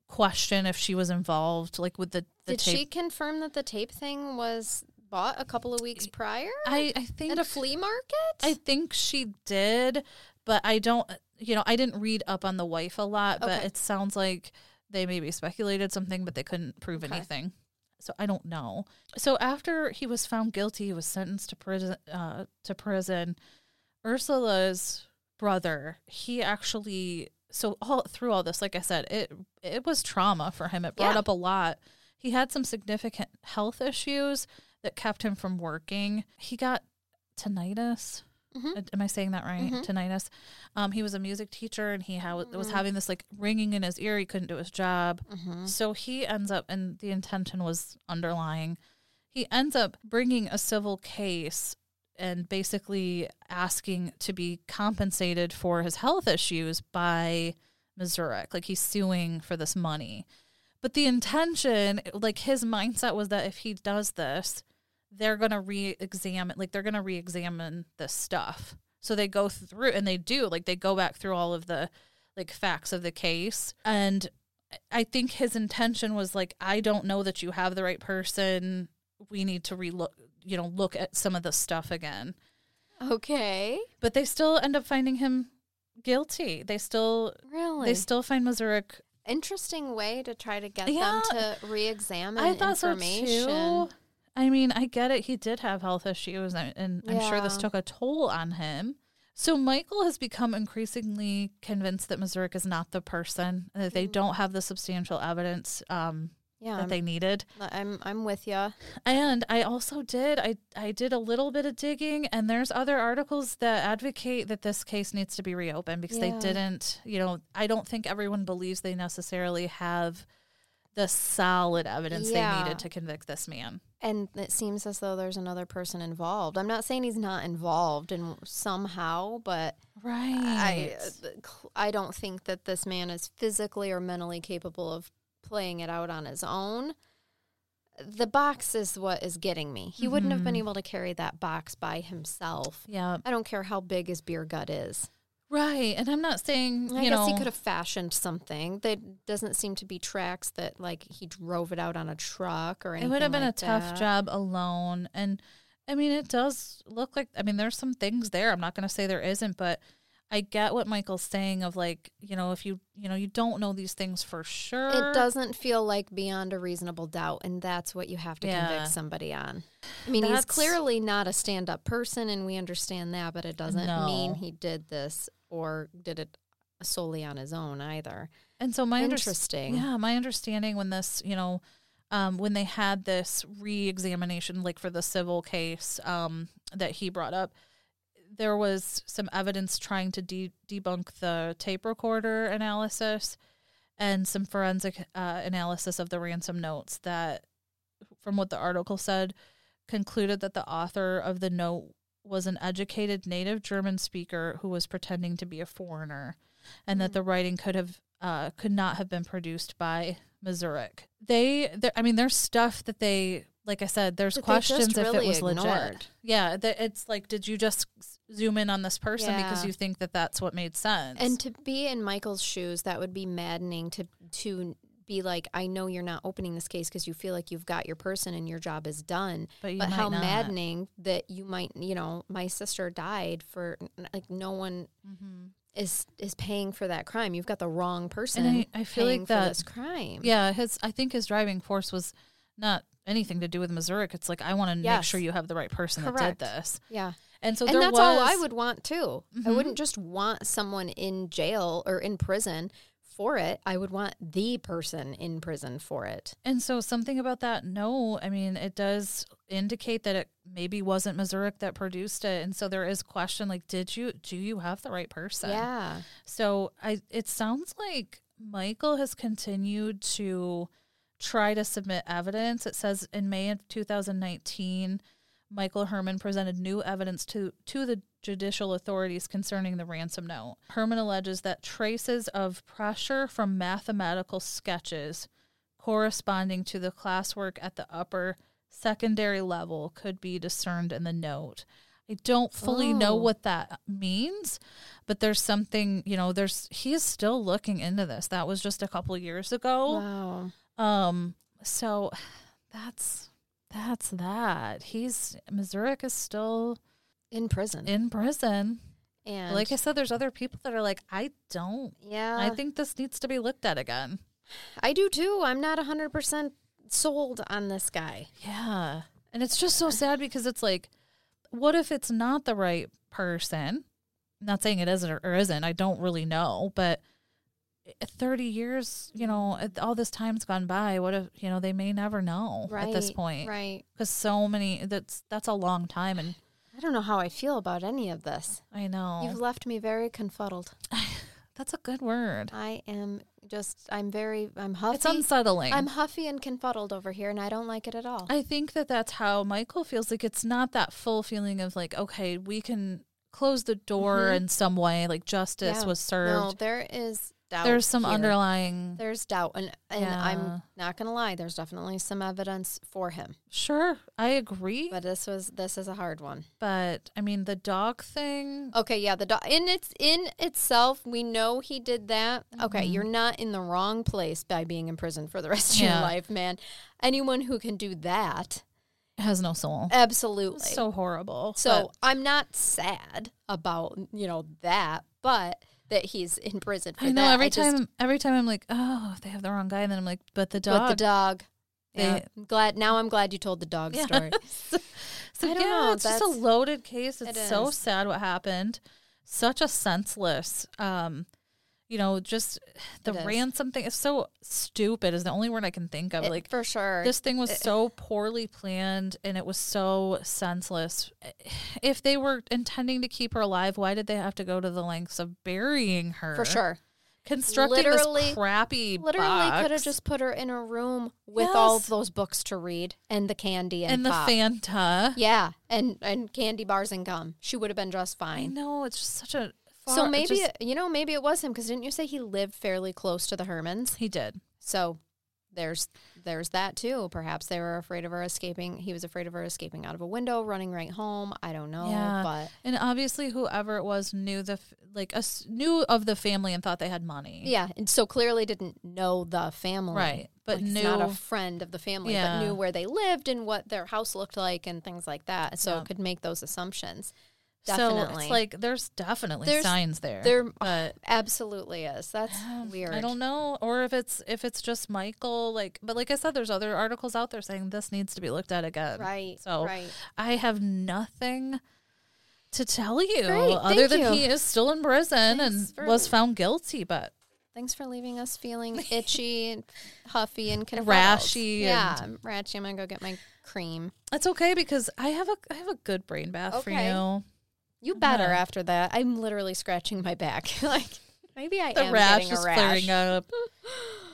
[SPEAKER 2] question if she was involved, like with the the
[SPEAKER 1] Did she
[SPEAKER 2] tape.
[SPEAKER 1] confirm that the tape thing was bought a couple of weeks prior
[SPEAKER 2] I I think
[SPEAKER 1] at a flea market?
[SPEAKER 2] I think she did, but I don't. You know, I didn't read up on the wife a lot, but
[SPEAKER 1] Okay.
[SPEAKER 2] it sounds like they maybe speculated something, but they couldn't prove
[SPEAKER 1] Okay.
[SPEAKER 2] anything. So I don't know. So after he was found guilty, he was sentenced to prison. Uh, to prison, Ursula's brother. He actually. So all through all this, like I said, it it was trauma for him. It brought
[SPEAKER 1] Yeah.
[SPEAKER 2] up a lot. He had some significant health issues that kept him from working. He got tinnitus.
[SPEAKER 1] Mm-hmm.
[SPEAKER 2] Uh, Am I saying that right? Tinnitus. Um, he was a music teacher and he ha- was having this like ringing in his ear. He couldn't do his job. So he ends up, and the intention was underlying. He ends up bringing a civil case and basically asking to be compensated for his health issues by Missouri. Like he's suing for this money. But the intention, like his mindset was that if he does this, they're going to re-examine like they're going to re-examine this stuff so they go through and they do like they go back through all of the like facts of the case and i think his intention was like i don't know that you have the right person we need to relook you know look at some of the stuff again
[SPEAKER 1] Okay.
[SPEAKER 2] but they still end up finding him guilty they still
[SPEAKER 1] Really?
[SPEAKER 2] they still find missouri
[SPEAKER 1] Interesting way to try to get
[SPEAKER 2] Yeah.
[SPEAKER 1] them to re-examine
[SPEAKER 2] i thought so
[SPEAKER 1] information.
[SPEAKER 2] too i mean i get it he did have health issues and, and i'm sure this
[SPEAKER 1] Yeah.
[SPEAKER 2] took a toll on him so michael has become increasingly convinced that missouri is not the person that
[SPEAKER 1] Mm.
[SPEAKER 2] they don't have the substantial evidence um,
[SPEAKER 1] Yeah,
[SPEAKER 2] that
[SPEAKER 1] I'm,
[SPEAKER 2] they needed
[SPEAKER 1] I'm I'm with you.
[SPEAKER 2] and i also did I, I did a little bit of digging and there's other articles that advocate that this case needs to be reopened because
[SPEAKER 1] Yeah.
[SPEAKER 2] they didn't you know i don't think everyone believes they necessarily have the solid evidence they
[SPEAKER 1] Yeah.
[SPEAKER 2] needed to convict this man
[SPEAKER 1] And it seems as though there's another person involved. I'm not saying he's not involved in somehow, but
[SPEAKER 2] Right.
[SPEAKER 1] I I don't think that this man is physically or mentally capable of playing it out on his own. The box is what is getting me. He wouldn't
[SPEAKER 2] Mm-hmm.
[SPEAKER 1] have been able to carry that box by himself.
[SPEAKER 2] yeah.
[SPEAKER 1] I don't care how big his beer gut is.
[SPEAKER 2] Right. And I'm not saying, you
[SPEAKER 1] I guess
[SPEAKER 2] know,
[SPEAKER 1] he could have fashioned something. There doesn't seem to be tracks that like he drove it out on a truck or
[SPEAKER 2] it
[SPEAKER 1] anything.
[SPEAKER 2] would have been
[SPEAKER 1] like
[SPEAKER 2] a tough
[SPEAKER 1] that.
[SPEAKER 2] job alone. And I mean, it does look like, I mean, there's some things there. I'm not going to say there isn't, but I get what Michael's saying of like, you know, if you, you know, you don't know these things for sure.
[SPEAKER 1] It doesn't feel like beyond a reasonable doubt, and that's what you have to
[SPEAKER 2] Yeah.
[SPEAKER 1] convict somebody on. I mean,
[SPEAKER 2] That's-
[SPEAKER 1] he's clearly not a stand-up person, and we understand that, but it doesn't mean
[SPEAKER 2] No.
[SPEAKER 1] he did this or did it solely on his own either.
[SPEAKER 2] And so my unders-
[SPEAKER 1] Interesting.
[SPEAKER 2] yeah, my understanding when this, you know, um, when they had this re-examination, like for the civil case um, that he brought up, there was some evidence trying to de- debunk the tape recorder analysis and some forensic uh, analysis of the ransom notes that, from what the article said, concluded that the author of the note was an educated native German speaker who was pretending to be a foreigner, and
[SPEAKER 1] Mm.
[SPEAKER 2] that the writing could have uh, could not have been produced by Mazurek. They, there- I mean, there's stuff that they, like I said, there's
[SPEAKER 1] That they just
[SPEAKER 2] questions if
[SPEAKER 1] really
[SPEAKER 2] it was
[SPEAKER 1] ignored.
[SPEAKER 2] legit. Yeah, that it's like, did you just zoom in on this person because
[SPEAKER 1] Yeah.
[SPEAKER 2] you think that that's what made sense?
[SPEAKER 1] And to be in Michael's shoes, that would be maddening to to be like, I know you're not opening this case because you feel like you've got your person and your job is done.
[SPEAKER 2] But you
[SPEAKER 1] but how
[SPEAKER 2] might not.
[SPEAKER 1] maddening that you might, you know, my sister died for like no one
[SPEAKER 2] Mm-hmm.
[SPEAKER 1] is is paying for that crime. You've got the wrong person.
[SPEAKER 2] I feel
[SPEAKER 1] paying
[SPEAKER 2] like
[SPEAKER 1] for
[SPEAKER 2] that-
[SPEAKER 1] this crime.
[SPEAKER 2] yeah, his I think his driving force was not anything to do with Mazurek. It's like I want to make
[SPEAKER 1] Yes.
[SPEAKER 2] sure you have the right person
[SPEAKER 1] Correct.
[SPEAKER 2] that did this.
[SPEAKER 1] yeah.
[SPEAKER 2] And so
[SPEAKER 1] and
[SPEAKER 2] there
[SPEAKER 1] that's
[SPEAKER 2] was Mm-hmm.
[SPEAKER 1] all I would want too. I wouldn't just want someone in jail or in prison for it. I would want the person in prison for it.
[SPEAKER 2] And so something about that no, I mean, it does indicate that it maybe wasn't Mazurek that produced it. And so there is question like did you do you have the right person?
[SPEAKER 1] Yeah.
[SPEAKER 2] So I it sounds like Michael has continued to try to submit evidence. It says in May of 2019, Michael Herman presented new evidence to to the judicial authorities concerning the ransom note. Herman alleges that traces of pressure from mathematical sketches corresponding to the classwork at the upper secondary level could be discerned in the note. I don't fully know
[SPEAKER 1] Oh.
[SPEAKER 2] what that means, but there's something, you know, there's he is still looking into this. That was just a couple years ago.
[SPEAKER 1] Wow.
[SPEAKER 2] Um so that's that's that. He's Missouric is still
[SPEAKER 1] In prison.
[SPEAKER 2] in prison.
[SPEAKER 1] and Uh,
[SPEAKER 2] like I said, there's other people that are like, I don't.
[SPEAKER 1] yeah,
[SPEAKER 2] I think this needs to be looked at again.
[SPEAKER 1] I do too. I'm not 100% sold on this guy.
[SPEAKER 2] Yeah. And it's just so sad because it's like, what if it's not the right person? I'm not saying it isn't or- or isn't. I don't really know. But 30 years, you know, it- all this time's gone by. What if, you know, they may never know at this point.
[SPEAKER 1] Right.
[SPEAKER 2] Because so many, that's that's a long time. And
[SPEAKER 1] I don't know how I feel about any of this.
[SPEAKER 2] I know
[SPEAKER 1] You've left me very confuddled.
[SPEAKER 2] that's a good word.
[SPEAKER 1] I am just, I'm very, I'm huffy.
[SPEAKER 2] It's unsettling.
[SPEAKER 1] I'm huffy and confuddled over here, and I don't like it at all.
[SPEAKER 2] I think that that's how Michael feels. Like it's not that full feeling of like, okay, we can close the door in some way. Like justice
[SPEAKER 1] Mm-hmm. Yeah.
[SPEAKER 2] was
[SPEAKER 1] No,
[SPEAKER 2] served.
[SPEAKER 1] there is doubt.
[SPEAKER 2] There's some
[SPEAKER 1] here.
[SPEAKER 2] underlying.
[SPEAKER 1] There's doubt, and, and
[SPEAKER 2] Yeah.
[SPEAKER 1] I'm not going to lie, there's definitely some evidence for him.
[SPEAKER 2] Sure, I agree, but,
[SPEAKER 1] But this was, this is a hard one.
[SPEAKER 2] I mean the dog thing.
[SPEAKER 1] Okay, yeah, the dog in its in itself, we know he did that. Okay,
[SPEAKER 2] Mm-hmm.
[SPEAKER 1] you're not in the wrong place by being in prison for the rest of
[SPEAKER 2] Yeah.
[SPEAKER 1] your life, man. Anyone who can do that,
[SPEAKER 2] has no soul.
[SPEAKER 1] absolutely. So,
[SPEAKER 2] So horrible. but-
[SPEAKER 1] I'm not sad about you know that, but that he's in prison. For
[SPEAKER 2] I know
[SPEAKER 1] that,
[SPEAKER 2] every
[SPEAKER 1] just-
[SPEAKER 2] time. every time I'm like, oh, if they have the wrong guy, and then I'm like, but the
[SPEAKER 1] but
[SPEAKER 2] dog.
[SPEAKER 1] the dog. yeah,
[SPEAKER 2] They-
[SPEAKER 1] I'm glad now. I'm glad you told the dog
[SPEAKER 2] Yeah.
[SPEAKER 1] story.
[SPEAKER 2] So
[SPEAKER 1] I
[SPEAKER 2] yeah,
[SPEAKER 1] don't know,
[SPEAKER 2] it's just a
[SPEAKER 1] that's-
[SPEAKER 2] loaded case.
[SPEAKER 1] It
[SPEAKER 2] It's so
[SPEAKER 1] is.
[SPEAKER 2] sad what happened. Such a senseless, um, you know, just the
[SPEAKER 1] It is.
[SPEAKER 2] ransom thing is so stupid. Is the only word I can think of.
[SPEAKER 1] It-
[SPEAKER 2] like
[SPEAKER 1] for sure.
[SPEAKER 2] this thing was so poorly planned and it was so senseless. If they were intending to keep her alive, why did they have to go to the lengths of burying her?
[SPEAKER 1] for sure.
[SPEAKER 2] constructing
[SPEAKER 1] Literally-
[SPEAKER 2] this crappy
[SPEAKER 1] Literally could have
[SPEAKER 2] box
[SPEAKER 1] just put her in a room with all
[SPEAKER 2] Yes.
[SPEAKER 1] of those books to read and the candy and,
[SPEAKER 2] and the
[SPEAKER 1] pop.
[SPEAKER 2] Fanta.
[SPEAKER 1] Yeah, and and candy bars and gum. She would have been just
[SPEAKER 2] I
[SPEAKER 1] fine.
[SPEAKER 2] know it's just such a far,
[SPEAKER 1] So maybe
[SPEAKER 2] just-
[SPEAKER 1] it- you know maybe it was him because didn't you say he lived fairly close to the Hermans?
[SPEAKER 2] he did.
[SPEAKER 1] So there's there's that too. Perhaps they were afraid of her escaping. He was afraid of her escaping out of a window, running right home. I don't know,
[SPEAKER 2] Yeah.
[SPEAKER 1] but it.
[SPEAKER 2] And obviously, whoever it was knew the f- like us knew of the family and thought they had money.
[SPEAKER 1] Yeah, and so clearly didn't know the family,
[SPEAKER 2] Right, but
[SPEAKER 1] Like, it's not a
[SPEAKER 2] knew-
[SPEAKER 1] friend of the family,
[SPEAKER 2] Yeah.
[SPEAKER 1] but knew where they lived and what their house looked like and things like that. So
[SPEAKER 2] Yeah.
[SPEAKER 1] it could make those assumptions.
[SPEAKER 2] So
[SPEAKER 1] Definitely.
[SPEAKER 2] it's like there's definitely
[SPEAKER 1] There's-
[SPEAKER 2] signs there.
[SPEAKER 1] there-
[SPEAKER 2] but
[SPEAKER 1] Absolutely is. That's weird.
[SPEAKER 2] I don't know, or if it's if it's just Michael. Like, but like I said, there's other articles out there saying this needs to be looked at again.
[SPEAKER 1] Right.
[SPEAKER 2] So
[SPEAKER 1] right.
[SPEAKER 2] I have nothing to tell you
[SPEAKER 1] Great, thank
[SPEAKER 2] other than
[SPEAKER 1] you.
[SPEAKER 2] he is still in prison
[SPEAKER 1] Thanks
[SPEAKER 2] and
[SPEAKER 1] for-
[SPEAKER 2] was found guilty, but
[SPEAKER 1] Thanks for leaving us feeling itchy and huffy and kind of
[SPEAKER 2] Rashy
[SPEAKER 1] Yeah, I'm rashy. I'm gonna go get my cream.
[SPEAKER 2] it's okay because I have a I have a good brain bath for
[SPEAKER 1] Okay.
[SPEAKER 2] you.
[SPEAKER 1] You better
[SPEAKER 2] Yeah.
[SPEAKER 1] after that. I'm literally scratching my back. like maybe I
[SPEAKER 2] The
[SPEAKER 1] am
[SPEAKER 2] rash
[SPEAKER 1] getting a
[SPEAKER 2] is
[SPEAKER 1] rash.
[SPEAKER 2] flaring up.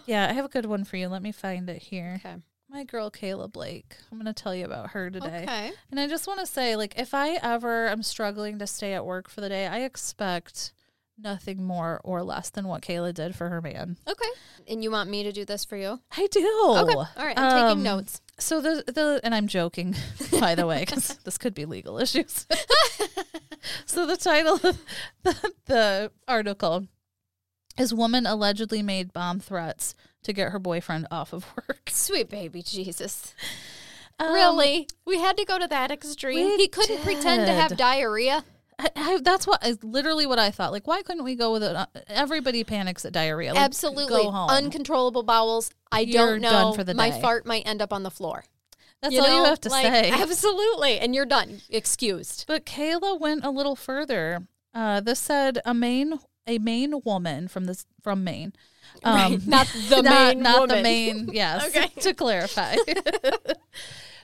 [SPEAKER 2] yeah, I have a good one for you. Let me find it here.
[SPEAKER 1] Okay.
[SPEAKER 2] My girl Kayla Blake. I'm going to tell you about her today.
[SPEAKER 1] Okay.
[SPEAKER 2] And I just want to say, like, if I ever am struggling to stay at work for the day, I expect nothing more or less than what Kayla did for her man.
[SPEAKER 1] Okay. And you want me to do this for you?
[SPEAKER 2] I do.
[SPEAKER 1] Okay. All right. I'm
[SPEAKER 2] Um,
[SPEAKER 1] taking notes.
[SPEAKER 2] So the the and I'm joking, by the way, because this could be legal issues. so the title of the, the article is "Woman allegedly made bomb threats to get her boyfriend off of work."
[SPEAKER 1] Sweet baby Jesus.
[SPEAKER 2] Um,
[SPEAKER 1] really? We had to go to that extreme.
[SPEAKER 2] we
[SPEAKER 1] He couldn't pretend to have
[SPEAKER 2] did.
[SPEAKER 1] diarrhea.
[SPEAKER 2] I, I, that's what is literally what I thought. Like, why couldn't we go with it? Uh, Everybody panics at diarrhea. Like,
[SPEAKER 1] Absolutely.
[SPEAKER 2] go home.
[SPEAKER 1] Uncontrollable bowels. I
[SPEAKER 2] You're
[SPEAKER 1] don't know.
[SPEAKER 2] done for the
[SPEAKER 1] My
[SPEAKER 2] day.
[SPEAKER 1] fart might end up on the floor.
[SPEAKER 2] that's all you
[SPEAKER 1] know?
[SPEAKER 2] have to
[SPEAKER 1] Like,
[SPEAKER 2] say.
[SPEAKER 1] Absolutely. And you're done. Excused.
[SPEAKER 2] But Kayla went a little further. Uh, this said a Maine a Maine woman from this from Maine, um,
[SPEAKER 1] Not the
[SPEAKER 2] not,
[SPEAKER 1] main
[SPEAKER 2] not the
[SPEAKER 1] woman.
[SPEAKER 2] Maine. Yes,
[SPEAKER 1] Okay.
[SPEAKER 2] to clarify.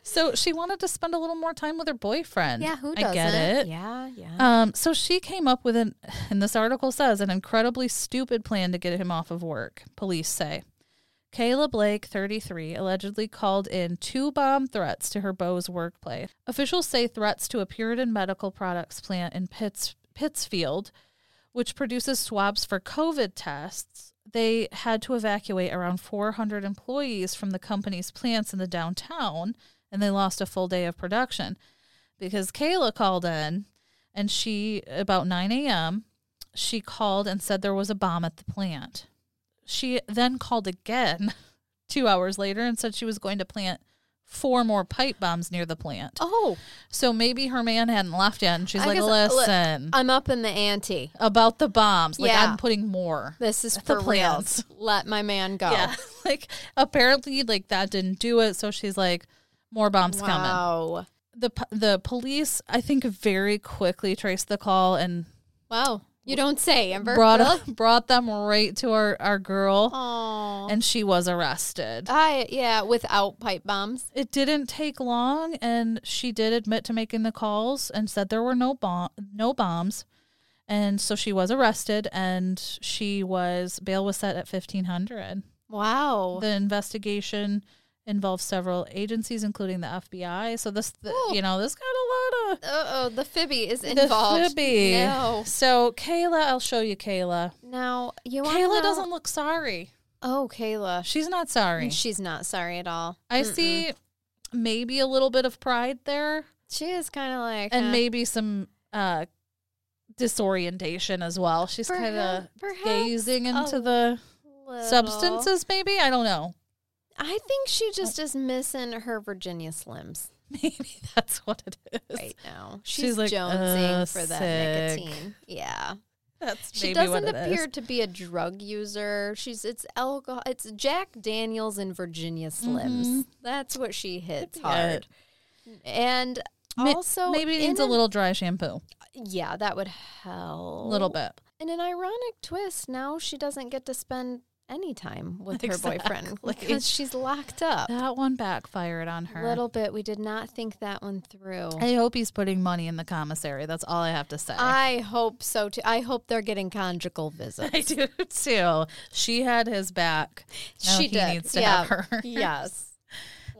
[SPEAKER 2] so she wanted to spend a little more time with her boyfriend.
[SPEAKER 1] Yeah, who doesn't?
[SPEAKER 2] I get it.
[SPEAKER 1] Yeah, yeah.
[SPEAKER 2] Um, so she came up with an, and this article says, an incredibly stupid plan to get him off of work, police say. Kayla Blake, 33, allegedly called in two bomb threats to her beau's workplace. Officials say threats to a Puritan medical products plant in Pitts, Pittsfield, which produces swabs for COVID tests. They had to evacuate around 400 employees from the company's plants in the downtown, and they lost a full day of production because Kayla called in and she, about 9 a.m., she called and said there was a bomb at the plant. She then called again two hours later and said she was going to plant four more pipe bombs near the plant.
[SPEAKER 1] oh,
[SPEAKER 2] So maybe her man hadn't left yet and she's
[SPEAKER 1] I
[SPEAKER 2] like,
[SPEAKER 1] guess- look,
[SPEAKER 2] listen,
[SPEAKER 1] I'm up in the ante.
[SPEAKER 2] about the bombs. Like,
[SPEAKER 1] Yeah.
[SPEAKER 2] I'm putting more.
[SPEAKER 1] This is
[SPEAKER 2] The
[SPEAKER 1] for real.
[SPEAKER 2] plans.
[SPEAKER 1] Let my man go.
[SPEAKER 2] Yeah. Like, apparently, like, that didn't do it. So she's like, more bombs coming.
[SPEAKER 1] Wow.
[SPEAKER 2] the po- the police I think very quickly traced the call and
[SPEAKER 1] Wow. You don't say, Amber.
[SPEAKER 2] brought
[SPEAKER 1] really?
[SPEAKER 2] brought them right to our our girl
[SPEAKER 1] Aw. Uh,
[SPEAKER 2] and she was arrested.
[SPEAKER 1] I yeah, without pipe bombs.
[SPEAKER 2] It didn't take long and she did admit to making the calls and said there were no bomb no bombs. And so she was arrested and she was bail was set at 1500.
[SPEAKER 1] Wow.
[SPEAKER 2] The investigation involved several agencies including the FBI. So this th
[SPEAKER 1] Oh.
[SPEAKER 2] you know this got a lot of
[SPEAKER 1] Uh oh, the fibby is
[SPEAKER 2] the
[SPEAKER 1] involved.
[SPEAKER 2] fibby.
[SPEAKER 1] No.
[SPEAKER 2] So Kayla, I'll show you Kayla.
[SPEAKER 1] Now you want
[SPEAKER 2] Kayla doesn't look sorry.
[SPEAKER 1] Oh, Kayla.
[SPEAKER 2] She's not sorry.
[SPEAKER 1] She's not sorry at all.
[SPEAKER 2] I see maybe a little bit of pride there
[SPEAKER 1] She is kind of like
[SPEAKER 2] and
[SPEAKER 1] huh,
[SPEAKER 2] maybe some uh disorientation as well. She's kind of
[SPEAKER 1] perhaps- perhaps
[SPEAKER 2] gazing
[SPEAKER 1] a
[SPEAKER 2] into the
[SPEAKER 1] little.
[SPEAKER 2] substances maybe. I don't know.
[SPEAKER 1] I think she just is missing her Virginia Slims
[SPEAKER 2] Maybe that's what it is.
[SPEAKER 1] right now.
[SPEAKER 2] She's
[SPEAKER 1] She's,
[SPEAKER 2] like,
[SPEAKER 1] jonesing
[SPEAKER 2] "Uh,
[SPEAKER 1] for that
[SPEAKER 2] sick."
[SPEAKER 1] nicotine. Yeah.
[SPEAKER 2] That's
[SPEAKER 1] She
[SPEAKER 2] maybe
[SPEAKER 1] doesn't
[SPEAKER 2] what it is.
[SPEAKER 1] appear to be a drug user. She's it's alcohol. It's Jack Daniels and Virginia Slims.
[SPEAKER 2] Mhm.
[SPEAKER 1] That's what she hits
[SPEAKER 2] be
[SPEAKER 1] hard. And
[SPEAKER 2] Ma-
[SPEAKER 1] also,
[SPEAKER 2] maybe it
[SPEAKER 1] in
[SPEAKER 2] needs a
[SPEAKER 1] an-
[SPEAKER 2] little dry shampoo.
[SPEAKER 1] Yeah, that would
[SPEAKER 2] A
[SPEAKER 1] help.
[SPEAKER 2] little bit.
[SPEAKER 1] In an ironic twist, now she doesn't get to spend any time with her boyfriend
[SPEAKER 2] Exactly.
[SPEAKER 1] because she's locked up.
[SPEAKER 2] That one backfired on her.
[SPEAKER 1] Little bit. We did not think that one through.
[SPEAKER 2] I hope he's putting money in the commissary. That's all I have to say.
[SPEAKER 1] I hope so too. I hope they're getting conjugal visits.
[SPEAKER 2] I do too. She had his back. Now
[SPEAKER 1] she
[SPEAKER 2] he
[SPEAKER 1] did.
[SPEAKER 2] needs to
[SPEAKER 1] yeah.
[SPEAKER 2] have her.
[SPEAKER 1] Yes.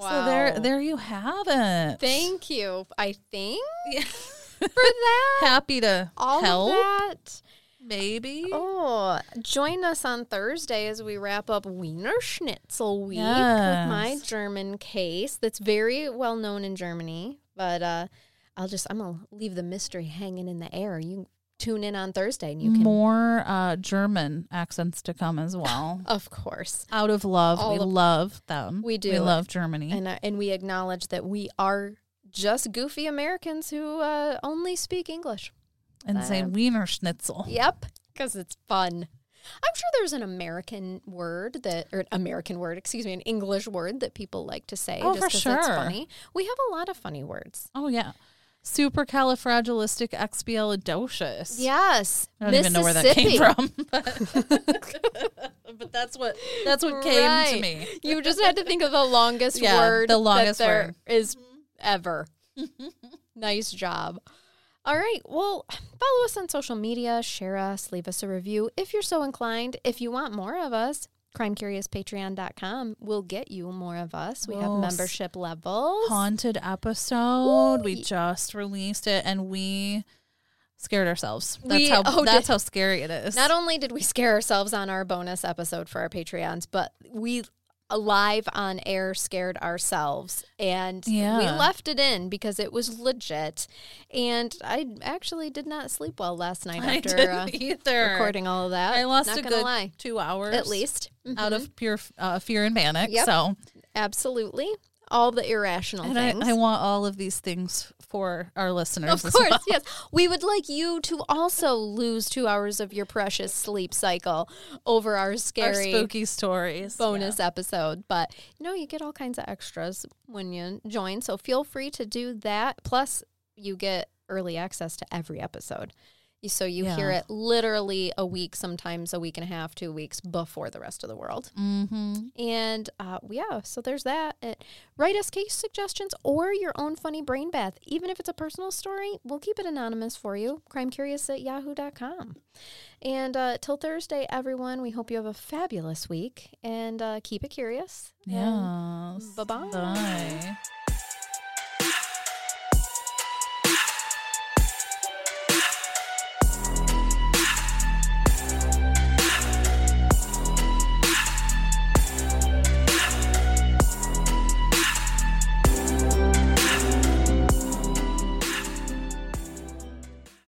[SPEAKER 2] So there,
[SPEAKER 1] Wow.
[SPEAKER 2] there you have it.
[SPEAKER 1] Thank you. I think
[SPEAKER 2] Yeah.
[SPEAKER 1] for that.
[SPEAKER 2] Happy to
[SPEAKER 1] All
[SPEAKER 2] help,
[SPEAKER 1] of that.
[SPEAKER 2] maybe.
[SPEAKER 1] Oh, join us on Thursday as we wrap up Wiener Schnitzel Week with my
[SPEAKER 2] Yes.
[SPEAKER 1] German case that's very well known in Germany. But uh, I'll just I'm gonna leave the mystery hanging in the air. You tune in on Thursday and you can
[SPEAKER 2] More uh, German accents to come as well.
[SPEAKER 1] Of course.
[SPEAKER 2] Out of love,
[SPEAKER 1] All
[SPEAKER 2] we
[SPEAKER 1] of-
[SPEAKER 2] love them.
[SPEAKER 1] We do.
[SPEAKER 2] We love Germany.
[SPEAKER 1] And uh, and we acknowledge that we are just goofy Americans who uh, only speak English.
[SPEAKER 2] and say
[SPEAKER 1] um,
[SPEAKER 2] Wiener Schnitzel.
[SPEAKER 1] Yep, because it's fun. I'm sure there's an American word that, or an American word, excuse me, an English word that people like to say.
[SPEAKER 2] Oh,
[SPEAKER 1] just
[SPEAKER 2] for
[SPEAKER 1] 'cause
[SPEAKER 2] sure.
[SPEAKER 1] It's funny. We have a lot of funny words.
[SPEAKER 2] Oh yeah. Supercalifragilisticexpialidocious.
[SPEAKER 1] Yes,
[SPEAKER 2] I don't even know where that came from. But, but that's what that's what came to
[SPEAKER 1] Right.
[SPEAKER 2] me.
[SPEAKER 1] you just had to think of the longest
[SPEAKER 2] Yeah,
[SPEAKER 1] word.
[SPEAKER 2] the
[SPEAKER 1] that
[SPEAKER 2] longest
[SPEAKER 1] there
[SPEAKER 2] word.
[SPEAKER 1] is ever. nice job. All right. Well, follow us on social media, share us, leave us a review if you're so inclined. If you want more of us, crimecuriouspatreon.com will get you more of us. We have
[SPEAKER 2] We'll s-
[SPEAKER 1] membership levels.
[SPEAKER 2] Haunted episode.
[SPEAKER 1] Ooh.
[SPEAKER 2] We just released it and we scared ourselves. That's
[SPEAKER 1] We-
[SPEAKER 2] how
[SPEAKER 1] oh,
[SPEAKER 2] that's
[SPEAKER 1] did-
[SPEAKER 2] how scary it is.
[SPEAKER 1] Not only did we scare ourselves on our bonus episode for our Patreons, but we live on air scared ourselves and we
[SPEAKER 2] Yeah.
[SPEAKER 1] left it in because it was legit. And I actually did not sleep well last night
[SPEAKER 2] I
[SPEAKER 1] after
[SPEAKER 2] didn't
[SPEAKER 1] uh,
[SPEAKER 2] either.
[SPEAKER 1] recording all of that.
[SPEAKER 2] I lost
[SPEAKER 1] not
[SPEAKER 2] a
[SPEAKER 1] gonna
[SPEAKER 2] good
[SPEAKER 1] lie.
[SPEAKER 2] two hours
[SPEAKER 1] At least. Mhm.
[SPEAKER 2] out of pure uh, fear and panic.
[SPEAKER 1] Yep.
[SPEAKER 2] So
[SPEAKER 1] Absolutely. All the irrational
[SPEAKER 2] and I,
[SPEAKER 1] things.
[SPEAKER 2] I want all of these things for our listeners.
[SPEAKER 1] of
[SPEAKER 2] as
[SPEAKER 1] course,
[SPEAKER 2] well.
[SPEAKER 1] yes. We would like you to also lose two hours of your precious sleep cycle over our
[SPEAKER 2] Our
[SPEAKER 1] scary
[SPEAKER 2] spooky stories. Yeah.
[SPEAKER 1] bonus episode. But you know, you get all kinds of extras when you join. So feel free to do that. Plus, you get early access to every episode. So you hear
[SPEAKER 2] Yeah.
[SPEAKER 1] it literally a week, sometimes a week and a half, two weeks before the rest of the world.
[SPEAKER 2] Mm-hmm.
[SPEAKER 1] And uh, yeah, so there's that. It, write us case suggestions or your own funny brain bath. Even if it's a personal story, we'll keep it anonymous for you. Crimecurious at yahoo.com. And uh, till Thursday, everyone, we hope you have a fabulous week and uh, keep it curious.
[SPEAKER 2] Yes.
[SPEAKER 1] Bye-bye.
[SPEAKER 2] Bye.